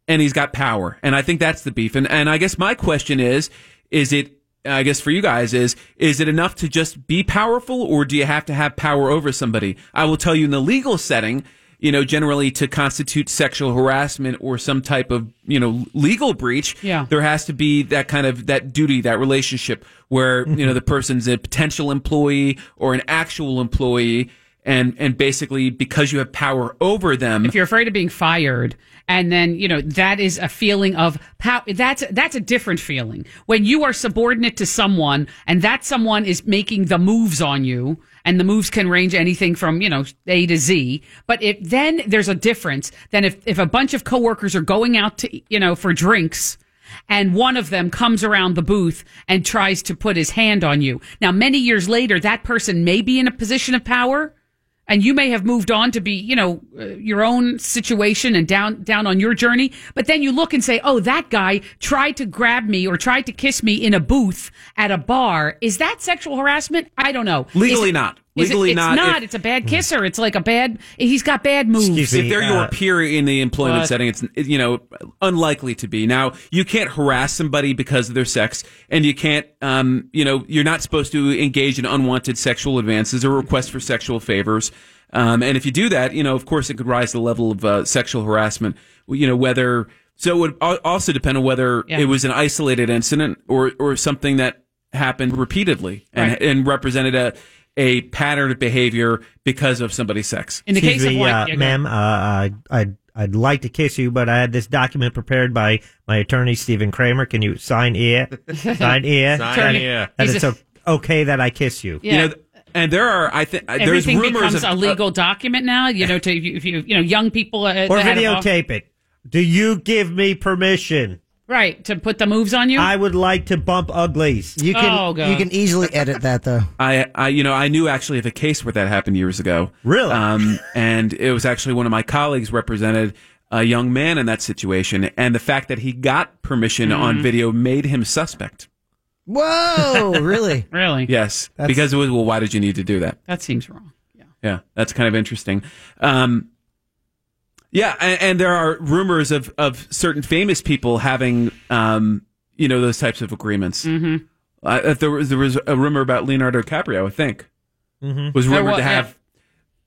and he's got power. And I think that's the beef. And and I guess my question is, is it I guess for you guys is is it enough to just be powerful or do you have to have power over somebody? I will tell you in the legal setting, you know, generally to constitute sexual harassment or some type of, you know, legal breach,
Yeah.
there has to be that kind of that duty, that relationship where, you know, the person's a potential employee or an actual employee and and basically because you have power over them
if you're afraid of being fired and then you know that is a feeling of power that's that's a different feeling when you are subordinate to someone and that someone is making the moves on you and the moves can range anything from you know a to z but if then there's a difference than if if a bunch of coworkers are going out to you know for drinks and one of them comes around the booth and tries to put his hand on you. Now, many years later, that person may be in a position of power, and you may have moved on to be, you know, uh, your own situation and down down on your journey. But then you look and say, "Oh, that guy tried to grab me or tried to kiss me in a booth at a bar. Is that sexual harassment? I don't know. Is
Legally
it-
not.
is it-
Legally
it's
not. If-
it's a bad kisser. It's like a bad. He's got bad moves.
if they're
uh,
your peer in the employment
What?
setting, it's you know unlikely to be. Now you can't harass somebody because of their sex, and you can't um, you know you're not supposed to engage in unwanted sexual advances or requests for sexual favors. Um, and if you do that, you know of course it could rise to the level of uh, sexual harassment. You know whether so it would al- also depend on whether
Yeah.
it was an isolated incident or or something that happened repeatedly and,
Right.
and represented a a pattern of behavior because of somebody's sex.
Excuse me, uh, ma'am, uh, I, I'd, I'd like to kiss you, but I had this document prepared by my attorney, Stephen Kramer. Can you sign here? Sign here.
Sign
That-
here.
That
He's
it's
a-
o- okay that I kiss you.
Yeah.
You know, and there are I think uh, there's
Everything
rumors
becomes
of uh,
a legal document now. You know, to if you, if you, you know, young people uh,
or
that had a-
videotape it. Do you give me permission?
right to put the moves on you.
I would like to bump uglies.
You can
Oh, God.
you can easily edit that though.
I, I, you know, I knew actually of a case where that happened years ago. Really? Um, and it was actually one of my colleagues represented a young man in that situation, and the fact that he got permission on
Mhm.
video made him suspect.
Whoa, really?
really?
Yes,
That's-
because it was well. Why did you need to do that?
That seems wrong.
Yeah, that's kind of interesting. Um, yeah, and, and there are rumors of of certain famous people having, um, you know, those types of agreements.
Mm-hmm.
Uh, if there was there was a rumor about Leonardo DiCaprio, I think
Mhm.
was
There
rumored
wa-
to have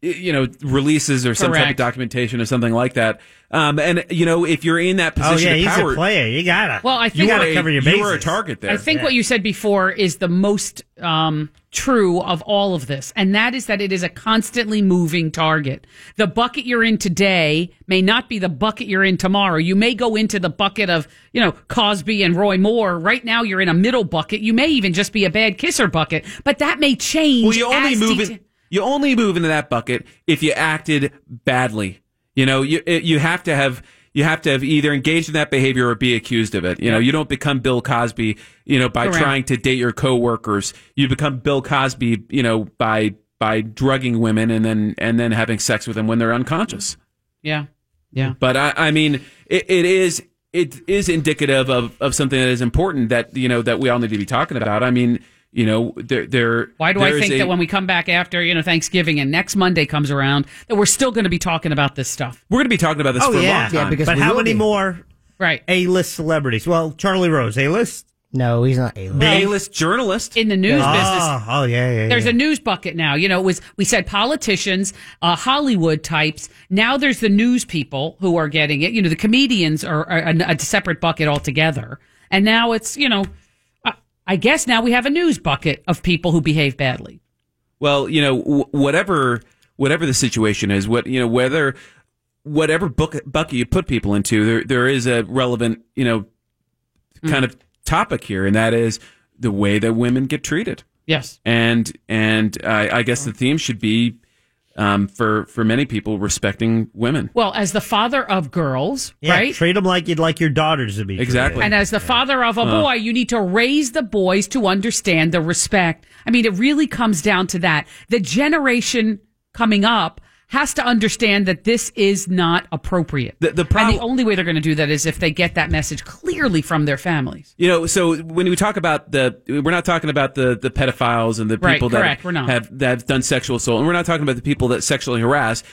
y- you know releases or some type of
Correct.
documentation or something like that. Um, and you know if you're in that
Oh,
position
yeah,
of
he's a
power,
player. You gotta.
Well, I think
you were a- You were a target there.
I think what you said before is the most um, true of all of this, and that is that it is a constantly moving target. The bucket you're in today may not be the bucket you're in tomorrow. You may go into the bucket of you know Cosby and Roy Moore. Right now, you're in a middle bucket. You may even just be a bad kisser bucket, but that may change.
Well, you only
as
move
deta-
in, you only move into that bucket if you acted badly. You know, you it- you have to have you have to have either engaged in that behavior or be accused of it. You know,
Yeah.
you don't become Bill Cosby, you know, by
Correct.
trying to date your coworkers. You become Bill Cosby, you know, by by drugging women and then and then having sex with them when they're unconscious.
Yeah. Yeah.
But I, I mean, it, it is it is indicative of, of something that is important that you know that we all need to be talking about. I mean, you know, there there.
Why do I think that when we come back after you know Thanksgiving and next Monday comes around that we're still going to be talking about this stuff?
we're going to be talking about this
oh
for
yeah,
a long time?
but how many more?
Right,
A-list celebrities. Well, Charlie Rose, A-list.
No, he's not A-list.
A-list journalist
in the news
oh,
business?
Oh yeah, yeah.
There's
yeah.
a news bucket now. You know, it was we said politicians, uh, Hollywood types. Now there's the news people who are getting it. You know, the comedians are, are a, a separate bucket altogether. And now it's you know, I, I guess now we have a news bucket of people who behave badly.
Well, you know, wh- whatever whatever the situation is, what you know, whether whatever book, bucket you put people into, there there is a relevant you know
Hmm.
kind of topic here, and that is the way that women get treated.
Yes.
and and I I guess the theme should be um, for for many people respecting women.
Well, as the father of girls,
Yeah,
right?
Treat them like you'd like your daughters to be. treated.
Exactly.
And as the father of a
Uh.
boy, you need to raise the boys to understand the respect. I mean, it really comes down to that. The generation coming up has to understand that this is not appropriate.
The, the
and the only way they're going to do that is if they get that message clearly from their families.
You know, so when we talk about the, we're not talking about the the pedophiles and the
Right,
people
correct,
that
we're not.
have that have done sexual assault, and we're not talking about the people that sexually harass,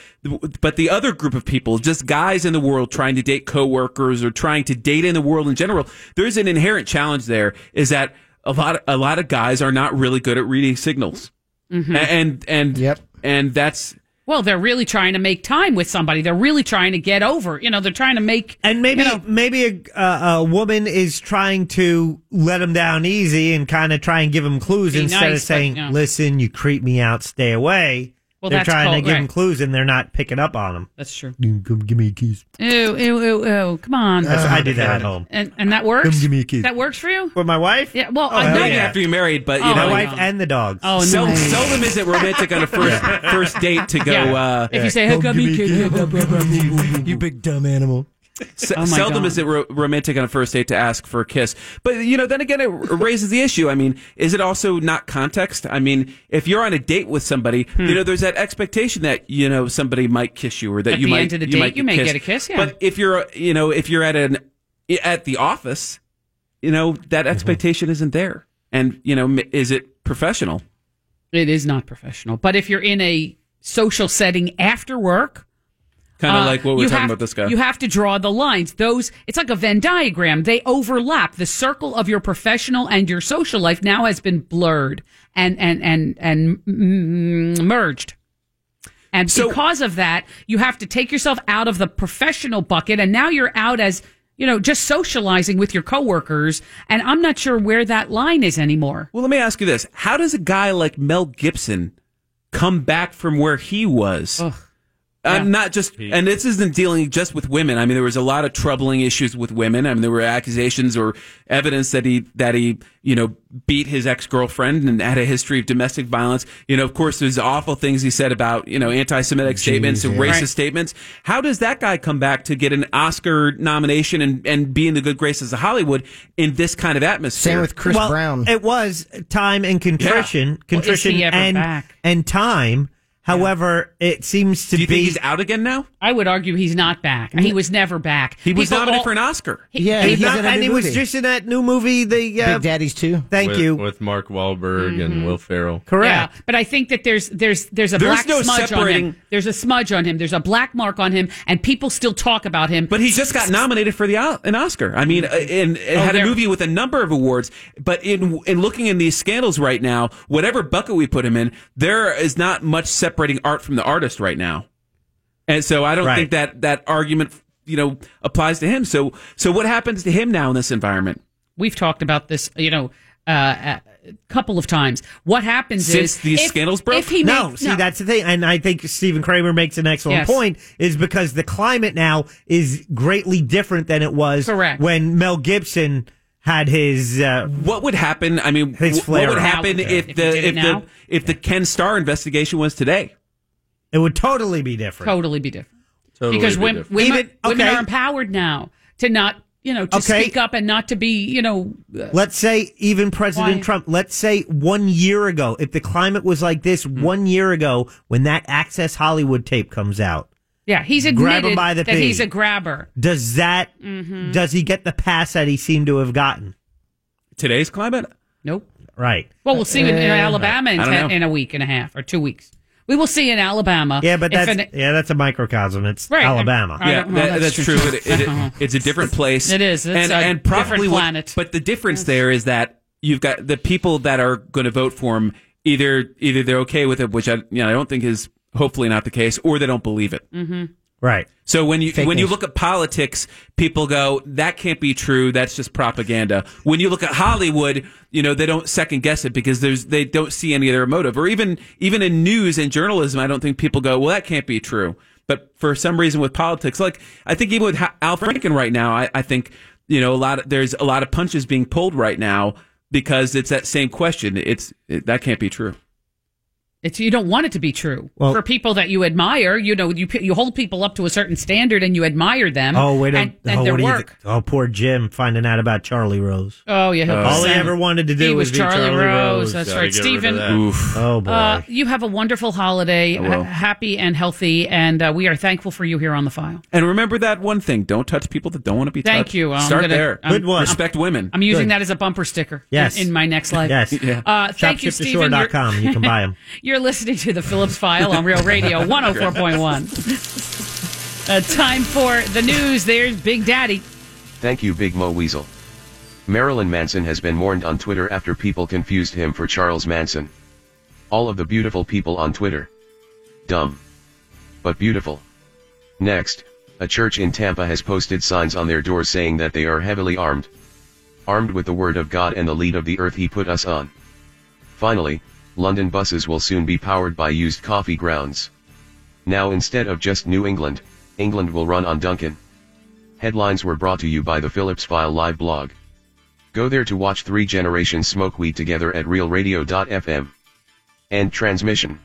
but the other group of people, just guys in the world trying to date coworkers or trying to date in the world in general. There's an inherent challenge there. Is that a lot a lot of guys are not really good at reading signals,
Mhm.
A- and and yep, and that's
Well, they're really trying to make time with somebody. They're really trying to get over. You know, they're trying to make.
And maybe maybe a, uh, a woman is trying to let him down easy and kind of try and give him clues
Be
instead
nice,
of
but,
saying,
yeah.
"Listen, you creep me out, stay away."
Well,
they're
that's
trying
called-
to give him
right.
clues and they're not picking up on him.
That's true.
Come give me a kiss.
Ew, ew, ew, ew. Come on.
That's- I do that at home.
And, and that works?
Come give me a kiss.
That works for you?
With my wife? Oh,
Yeah, well,
hell
I know
not after you're married, but you
Oh,
know,
my wife
and the dogs.
Oh,
Sel-
nice.
seldom is it romantic on a first first date to go.
Yeah.
Uh,
If you say, "Hey, come here, kid."
you big dumb animal.
Se-
Oh my
seldom
God.
is it ro- romantic on a first date to ask for a kiss. But, you know, then again, it r- raises the issue. I mean, is it also not context? I mean, if you're on a date with somebody,
Hmm.
you know, there's that expectation that, you know, somebody might kiss you or that
At
you
the
might,
end of the
you
date,
might
you may get a kiss, yeah.
But if you're, uh, you know, if you're at an, at the office, you know,
Mm-hmm.
that expectation isn't there. And, you know, m- is it professional?
It is not professional. But if you're in a social setting after work,
Kind of
uh,
like what we
you
we're talking
have-
about this guy.
You have to draw the lines. Those, it's like a Venn diagram. They overlap. The circle of your professional and your social life now has been blurred and, and, and, and mm, merged. And because of that, you have to take yourself out of the professional bucket and now you're out as, you know, just socializing with your coworkers. And I'm not sure where that line is anymore.
Well, let me ask you this: How does a guy like Mel Gibson come back from where he was. Uh, not just, and this isn't dealing just with women. I mean, there was a lot of troubling issues with women. I mean, there were accusations or evidence that he that he, you know, beat his ex girlfriend and had a history of domestic violence. You know, of course, there's awful things he said about you know anti-Semitic statements and
yeah.
racist
Right.
statements. How does that guy come back to get an Oscar nomination and and be in the good graces of Hollywood in this kind of atmosphere?
Well, It was time and contrition,
Yeah. Well, is
contrition
he ever
and
back?
and time. However, it seems to
Do you
be
think he's out again now?
I would argue he's not back. He was never back.
He was
People
nominated
all-
for an Oscar.
Yeah,
he-
he's
he's
not-
in a
and
new
he was
movie.
just in that new movie, the uh,
Big Daddy's too.
Thank
with,
you.
With Mark Wahlberg
Mhm.
and Will Ferrell.
Yeah, but I think that there's there's there's a
There's
black
no
smudge on
separating-
him. There's a smudge on him. There's a black mark on him, and people still talk about him.
But he just got nominated for the O- an Oscar. I
Mm-hmm.
mean, uh, and it
Oh,
had a
there-
movie with a number of awards. But in in looking in these scandals right now, whatever bucket we put him in, there is not much separating art from the artist right now. And so I don't
Right.
think that that argument, you know, applies to him. So so what happens to him now in this environment?
We've talked about this, you know, uh, a couple of times. What happens
Since
is
these
if-
scandals broke?
If he
no,
makes,
see that's the thing, and I think Stephen Kramer makes an excellent
Yes.
point. Is because the climate now is greatly different than it was
Correct.
when Mel Gibson had his. Uh,
What would happen? I mean,
His
wh- what would
flare-up.
happen
Yeah.
if
If he
the
did it
if the
now?
if the Ken Starr investigation was today?
It would totally be different.
Totally be different. because wom- women,
Even-
women
okay.
are empowered now to not, you know, to
Okay.
speak up and not to be, you know, uh,
Let's say even President
Why?
Trump, let's say one year ago, if the climate was like this one year ago when that Access Hollywood tape comes out,
yeah. He's
Grab him
admitted
by the
that
pee.
he's a grabber.
does that,
Mhm.
does he get the pass that he seemed to have gotten?
Today's climate?
Nope.
Right.
Well, we'll see in, in
Uh,
Alabama in,
I don't
ten,
know.
in a week and a half or two weeks. We will see in Alabama.
Yeah, but
if
that's,
an-
yeah, that's a microcosm. It's
Right.
Alabama.
Yeah,
well,
that, that's,
that's
true.
true.
It, it- it- it's a different place.
It is. It's
and,
a
and probably
different
what-
planet.
but the difference there is that you've got the people that are going to vote for him. Either either they're okay with it, which I you know I don't think is hopefully not the case, or they don't believe it.
Mm-hmm.
Mhm.
Right.
So when you
Fake
when you
news.
look at politics, people go that can't be true. That's just propaganda. When you look at Hollywood, you know they don't second guess it because there's they don't see any other motive. Or even even in news and journalism, I don't think people go well that can't be true. But for some reason with politics, like I think even with Ha- Al Franken right now, I, I think you know a lot of, there's a lot of punches being pulled right now because it's that same question. It's it, that can't be true.
It's you don't want it to be true
Well-
for people that you admire. You know, you you hold people up to a certain standard and you admire them.
Oh, wait a
and, and
oh,
their
what do you
work.
thi- oh, poor Jim finding out about Charlie Rose.
Oh, yeah, he'll be
All he
sad.
ever wanted to do
He
was,
was
be
Charlie Rose.
Rose.
That's Gotta right. get rid of Stephen- that.
Oh, boy.
Uh, you have a wonderful holiday,
I will.
Ha- happy and healthy, and uh, we are thankful for you here on the file.
And remember that one thing: don't touch people that don't want to be touched.
Thank you. I'm
Start
gonna-
there.
I'm- Good one.
Respect women.
I'm using that as a bumper sticker.
Yes.
In, in my next life.
Yes. Yeah.
Uh, thank you, Stephen. You're-
Shopshiptoshore.com. You can buy them.
You're listening to the Phillips File on Real Radio 104.1. Uh, time for the news. There's Big Daddy.
Thank you, Big Mo Weasel. Marilyn Manson has been mourned on Twitter after people confused him for Charles Manson. All of the beautiful people on Twitter. Dumb. But beautiful. Next, a church in Tampa has posted signs on their door saying that they are heavily armed. Armed with the word of God and the lead of the earth he put us on. Finally, London buses will soon be powered by used coffee grounds. Now instead of just New England, England will run on Duncan. Headlines were brought to you by the Phillips File Live blog. Go there to watch three generations smoke weed together at realradio.fm. End transmission.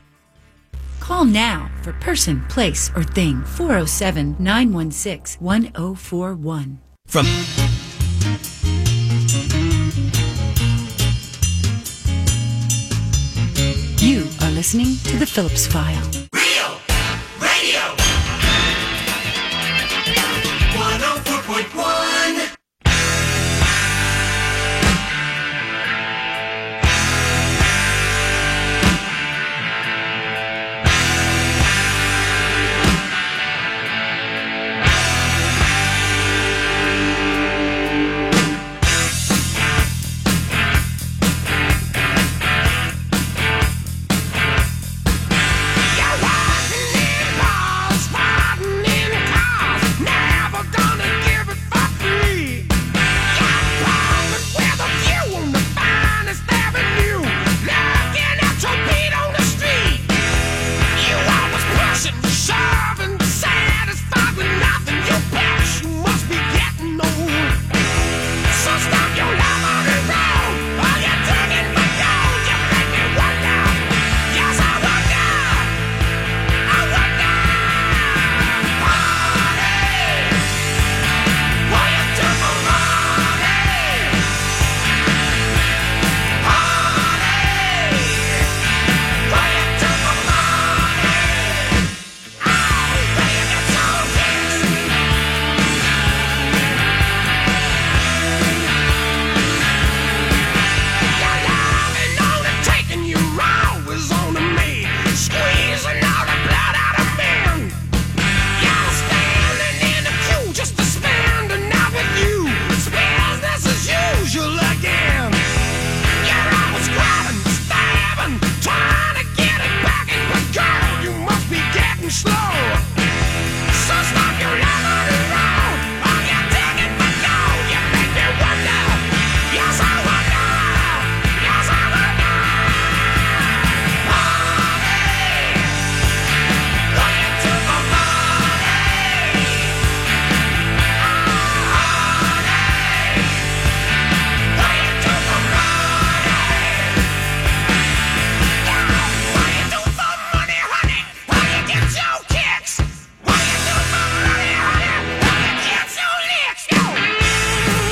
Call now for person, place, or thing 407 916 1041.
From
You are listening to The Phillips File.
Real Radio 104.1. Yo,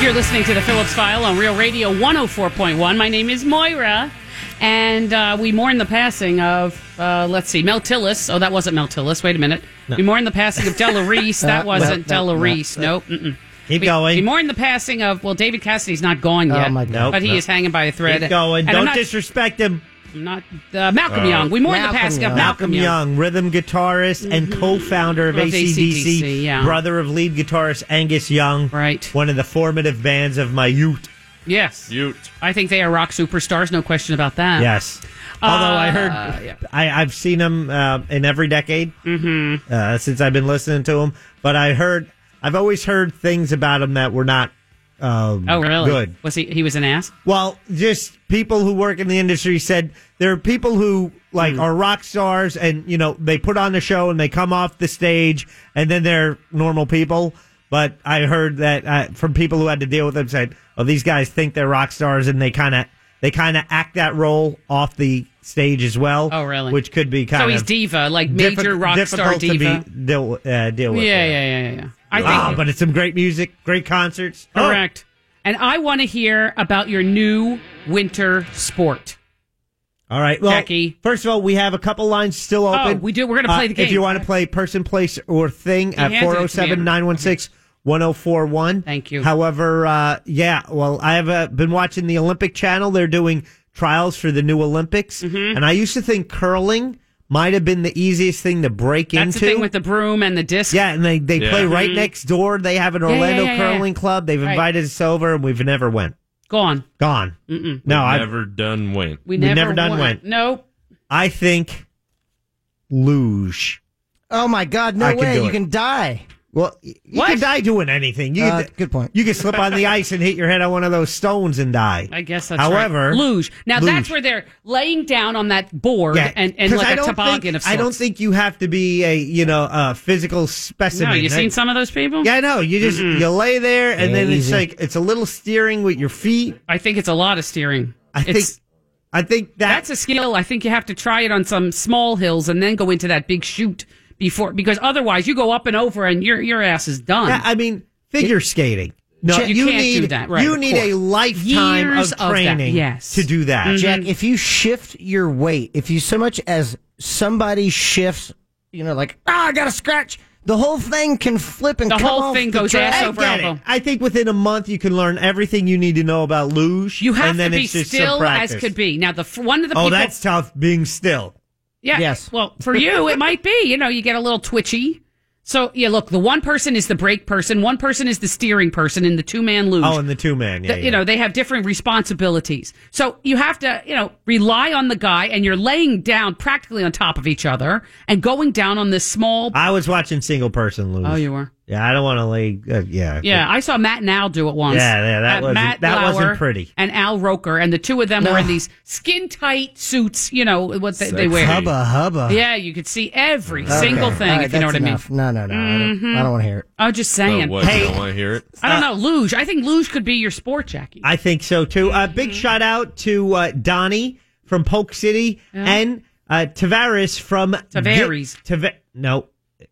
You're listening to the Phillips File on Real Radio 104.1. My name is Moira, and uh, we mourn the passing of, uh, let's see, Mel Tillis. Oh, that wasn't Mel Tillis. Wait a minute.
No.
We mourn the passing of Della Reese. that
Uh,
wasn't
no, no,
Della
no.
Reese. Nope. Mm-mm.
Keep
we,
going. Oh,
We mourn the passing of, well, David Cassidy's not gone yet,
my God.
but he
Nope.
is hanging by a thread.
Keep going.
And I'm
Don't Oh.
not-
disrespect him.
I'm not uh, Malcolm Young. We mourn the passing of Malcolm Young. Mm-hmm.
rhythm guitarist and co-founder of,
Of
ACDC,
AC/DC, yeah.
brother of lead guitarist Angus Young, right? One of the formative bands of my youth.
Yes. I think they are rock superstars, no question about that. Uh,
Yes. Although I heard, I, I've seen him uh, in every decade
Mm-hmm.
uh, since I've been listening to him. But I heard, I've always heard things about him that were not. Um,
Oh, really?
Good.
Was he? He was an ass.
Well, just people who work in the industry said there are people who
Hmm.
like are rock stars, and you know they put on the show and they come off the stage, and then they're normal people. But I heard that uh, from people who had to deal with them said, "Oh, these guys think they're rock stars, and they kind of they kind of act that role off the stage as well." Oh, really? Which could be kind
So
of
he's diva, like major
diffi-
rock star
difficult to be
diva.
deal, uh, deal with.
Yeah, yeah, yeah, yeah, yeah. I
Ah,
think
but it's some great music, great concerts. Oh,
correct. And I want to hear about your new winter sport.
All right, well,
Jackie.
First of all, we have a couple lines still
Oh,
open. Uh,
we do. We're gonna play the
If
game.
you want to play person, place, or thing at
handed it to me.
407 916 1041. Thank you. oh However, uh, yeah, well, I have uh, been watching the Olympic channel. They're doing trials for the new Olympics.
Mm-hmm.
And I used to think curling might have been the easiest thing to break
That's
into.
the thing with the broom and the disc.
Yeah, and they they play right next door. They have an
Yeah, yeah,
Orlando
yeah, yeah, yeah.
curling club. They've
Right.
invited us over, and we've never went.
Gone.
Gone.
Mm-mm.
No,
We've
I
never done went.
We never,
done
won.
went.
Nope.
I think luge.
Oh my God! No
I can
way!
do
you
it.
can die.
Well, you can die doing anything. You
Uh,
can,
good point.
You can slip on the ice and hit your head on one of those stones and die.
I guess that's
However,
right. luge. Now that's
luge.
where they're laying down on that board
Yeah,
and, and
'cause
like
I
a
don't
toboggan
think,
of sorts.
I don't think you have to be a you know a physical specimen.
No, you
I-
seen some of those people?
Yeah, I know. You just
Mm-mm.
you lay there and
Yeah,
then it's
easy.
like it's a little steering with your feet.
I think it's a lot of steering.
I think I think
that's a skill. I think you have to try it on some small hills and then go into that big chute before, because otherwise you go up and over and your your ass is done.
Yeah, I mean figure skating. No,
you,
you
can't
need
do that. Right,
you
of
need a
course.
lifetime
Years
of
that,
training
yes.
to do that.
Mm-hmm.
Jack, if you shift your weight, if you so much as somebody shifts, you know, like ah, I got a scratch. The whole thing can flip and
The
come
whole
off
thing
the
goes
track.
ass over
I get
elbow.
it. I think within a month you can learn everything you need to know about luge.
You have
and then
to be
it's just some
still as
practice.
could be. Now the f- one of the
oh,
people.
that's tough being still.
yeah.
yes.
Well, for you it might be. You know, you get a little twitchy. So yeah, look, the one person is the brake person, one person is the steering person, and the two man luge.
Oh, and the two man. Yeah,
Th-
yeah.
you know they have different responsibilities so you have to you know rely on the guy and you're laying down practically on top of each other and going down on this small
I was watching single person luge.
Oh, you were?
Yeah, I don't want to lay. Uh, yeah.
yeah i saw matt and al do it once Uh,
Yeah, yeah, that wasn't-
matt
that wasn't
Lauer
pretty.
and al roker and the two of them were in
No.
these skin tight suits you know what they, they
Sexy.
wear
Hubba, hubba.
yeah you could see every single
Okay.
thing
All right,
if you know what
that's
i mean
enough. No, no, no. I don't- I
Mhm.
don't, want to hear it.
i'm just saying
what? You don't want to hear it?
i don't know luge i think luge could be your sport jackie
I think so too. A uh, big
Mm-hmm.
shout out to uh, Donnie from Polk City
Yeah.
and uh, Tavares from
Tavares.
Gi- Tava- no,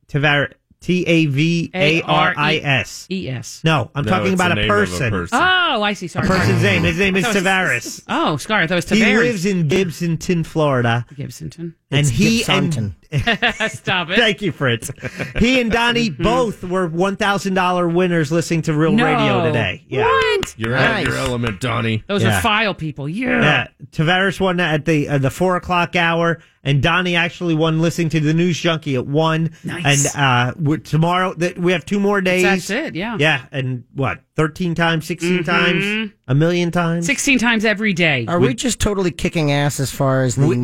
Tavares. T a v a r i s.
E S.
No, I'm
No, it's
talking about
the
a
name of a
person.
person.
oh i see sorry
A person's
sorry.
name. His name is
I thought it
Tavares.
was- oh sorry that was
He
Tavares.
lives in Gibsonton, Florida.
Gibsonton.
And
It's
he
Gibsonton.
and
Stop it.
thank you, Fritz. He and Donnie both were one thousand dollar winners listening to Real
No.
Radio today. Yeah.
What?
You're out of your element, Donnie.
Those
Yeah.
are file people. Yeah.
Yeah, Tavares won at the uh, the four o'clock hour, and Donnie actually won listening to the news junkie at one.
Nice.
And uh, we tomorrow th- we have two more days.
That's it, yeah.
Yeah, and what thirteen times, 16 times,
Mhm.
a million times.
16 times every day.
Are we, just totally kicking ass as far as the national?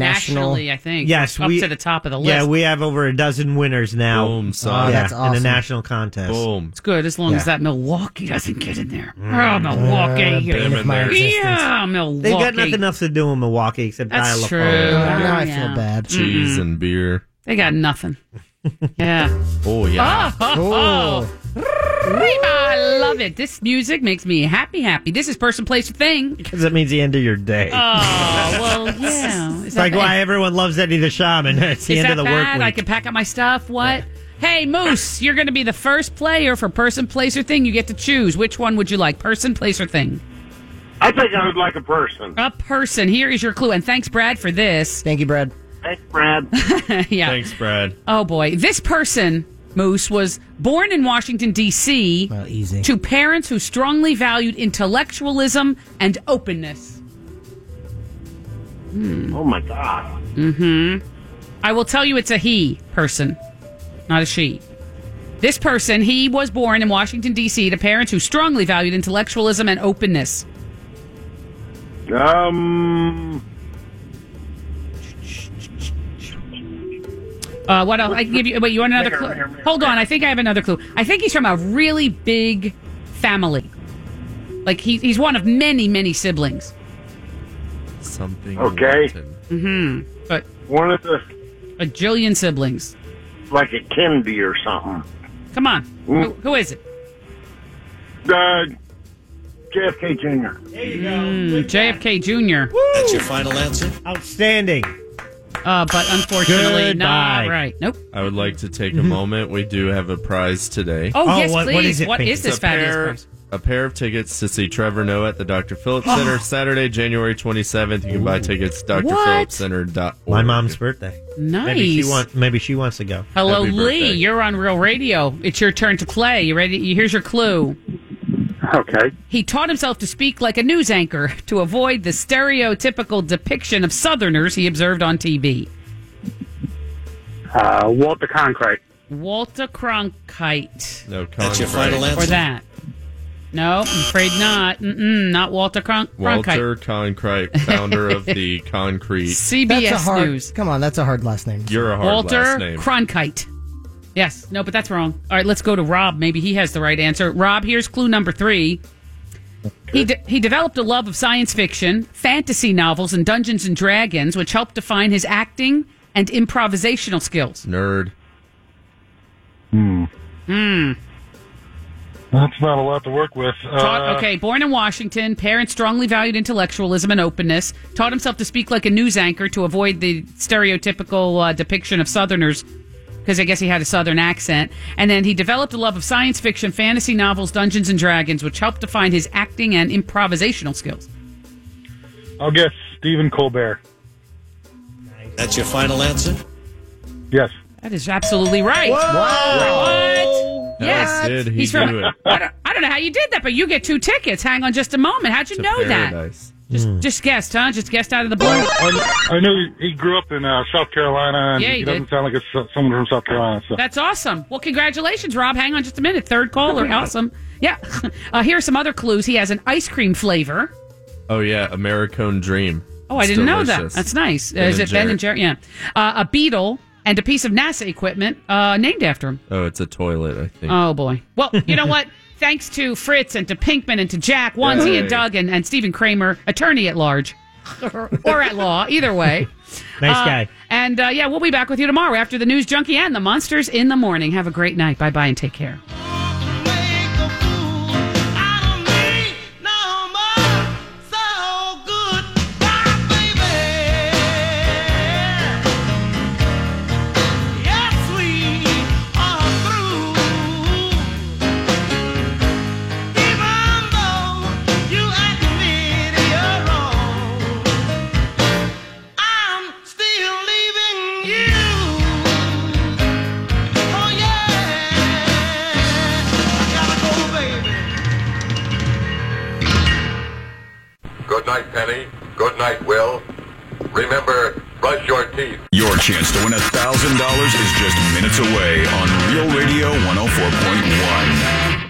nationally, I think.
Yes,
Up
we-
to the top of the list.
Yeah, we have over a dozen winners now. uh,
Boom,
son.
Oh,
Yeah,
That's
In
awesome.
a national contest.
Boom.
it's good as long
Yeah.
as that Milwaukee doesn't get in there.
Mm.
Oh, Milwaukee.
Uh,
yeah,
damn it, Mayor.
yeah, Milwaukee.
They've got nothing else to do in Milwaukee except
That's
dial a
true.
phone.
Yeah. Now I feel Yeah. bad.
Cheese
Mm-mm.
and beer.
They got nothing. Yeah.
Oh yeah.
Oh, oh, oh. Reba, I love it. This music makes me happy, happy. This is person, place, or thing.
Because that means the end of your day.
Oh, well, yeah. Is
it's
that
like why everyone loves Eddie the Shaman. It's the
is
end
that
of the
bad?
work
I
week.
can pack up my stuff. What? Hey, Moose, you're going to be the first player for person, place, or thing. You get to choose. Which one would you like? Person, place, or thing?
I think I would like a person.
A person. Here is your clue. And thanks, Brad, for this.
Thank you, Brad.
Thanks, Brad.
yeah.
Thanks, Brad.
Oh, boy. This person, Moose, was born in Washington, D.C.
easy.
to parents who strongly valued intellectualism and openness.
Oh my God.
Mm hmm. I will tell you it's a he person, not a she. This person, he was born in Washington, D.C. to parents who strongly valued intellectualism and openness.
Um.
Uh, what else? I can give you. Wait, you want another
Mayor,
clue?
mayor, mayor.
Hold on. I think I have another clue. I think he's from a really big family. Like he, he's one of many, many siblings.
Something.
Okay.
hmm
Mm-hmm.
But
one of the
a jillion siblings.
Like it can be or something.
Come on. Who, who is it?
Uh, JFK Jr.
There you go. JFK Jr.
That's your
final answer?
Outstanding.
Uh, but unfortunately,
Goodbye.
not right. Nope.
I would like to take a
Mm-hmm.
moment. We do have a prize today.
Oh, yes, please. What is, this
a
fabulous
pair,
prize?
A pair of tickets to see Trevor Noah at the Dr. Phillips
Oh.
Center Saturday, January 27th. You can buy tickets at drphillipscenter.org.
My mom's birthday. Maybe
Nice.
she wants. Maybe she wants to go.
Hello, Lee. You're on Real Radio. It's your turn to play. You ready? Here's your clue.
Okay.
He taught himself to speak like a news anchor to avoid the stereotypical depiction of Southerners he observed on TV.
Uh, Walter Cronkite.
Walter Cronkite.
No,
That's your final answer?
Or that. No, I'm afraid not. Mm-mm, not Walter Cron- Cronkite.
Walter Conkrite, founder of the Concrete.
CBS
That's a hard,
News.
Come on, that's a hard last name.
You're a hard last
Walter
name.
Cronkite. Yes. No, but that's wrong. All right, let's go to Rob. Maybe he has the right answer. Rob, here's clue number three. He, de- he developed a love of science fiction, fantasy novels, and Dungeons and Dragons, which helped define his acting and improvisational skills.
Nerd.
Hmm.
Hmm.
That's not a lot to work with.
Taught,
Uh,
okay, born in Washington, parents strongly valued intellectualism and openness. Taught himself to speak like a news anchor to avoid the stereotypical uh, depiction of Southerners, because I guess he had a Southern accent. And then he developed a love of science fiction, fantasy novels, Dungeons and Dragons, which helped define his acting and improvisational skills.
I'll guess Stephen Colbert.
That's your final answer?
Yes.
That is absolutely right.
Whoa!
What? Yes,
did he
he's from.
do it?
I, don't, I don't know how you did that, but you get two tickets. Hang on, just a moment. How'd you
To
know that?
paradise.
Just, just guessed, huh? Just guessed out of the blue.
I, I knew he grew up in uh, South Carolina, and
Yeah, he
he, doesn't
did.
sound like a, so- someone from South Carolina. So.
That's awesome. Well, congratulations, Rob. Hang on just a minute. Third caller. Awesome. Yeah. Uh, here are some other clues. He has an ice cream flavor.
Oh, yeah. Americone Dream.
Oh, I
It's
didn't know that.
delicious.
That's nice. Uh,
Ben
is
and
it Ben and
Jerry-
Jerry? Yeah. Uh, a beetle and a piece of NASA equipment uh, named after him.
Oh, it's a toilet, I think.
Oh, boy. Well, you know what? Thanks to Fritz and to Pinkman and to Jack, Wanzi
Yay.
and Doug and, and Stephen Kramer, attorney at large or, or at law, either way.
Nice
Uh,
guy.
And uh, yeah, we'll be back with you tomorrow after the News Junkie and the Monsters in the Morning. Have a great night. Bye bye and take care.
Good night, Penny. Good night, Will. Remember, brush your teeth.
Your chance to win $1,000 is just minutes away on Real Radio 104.1.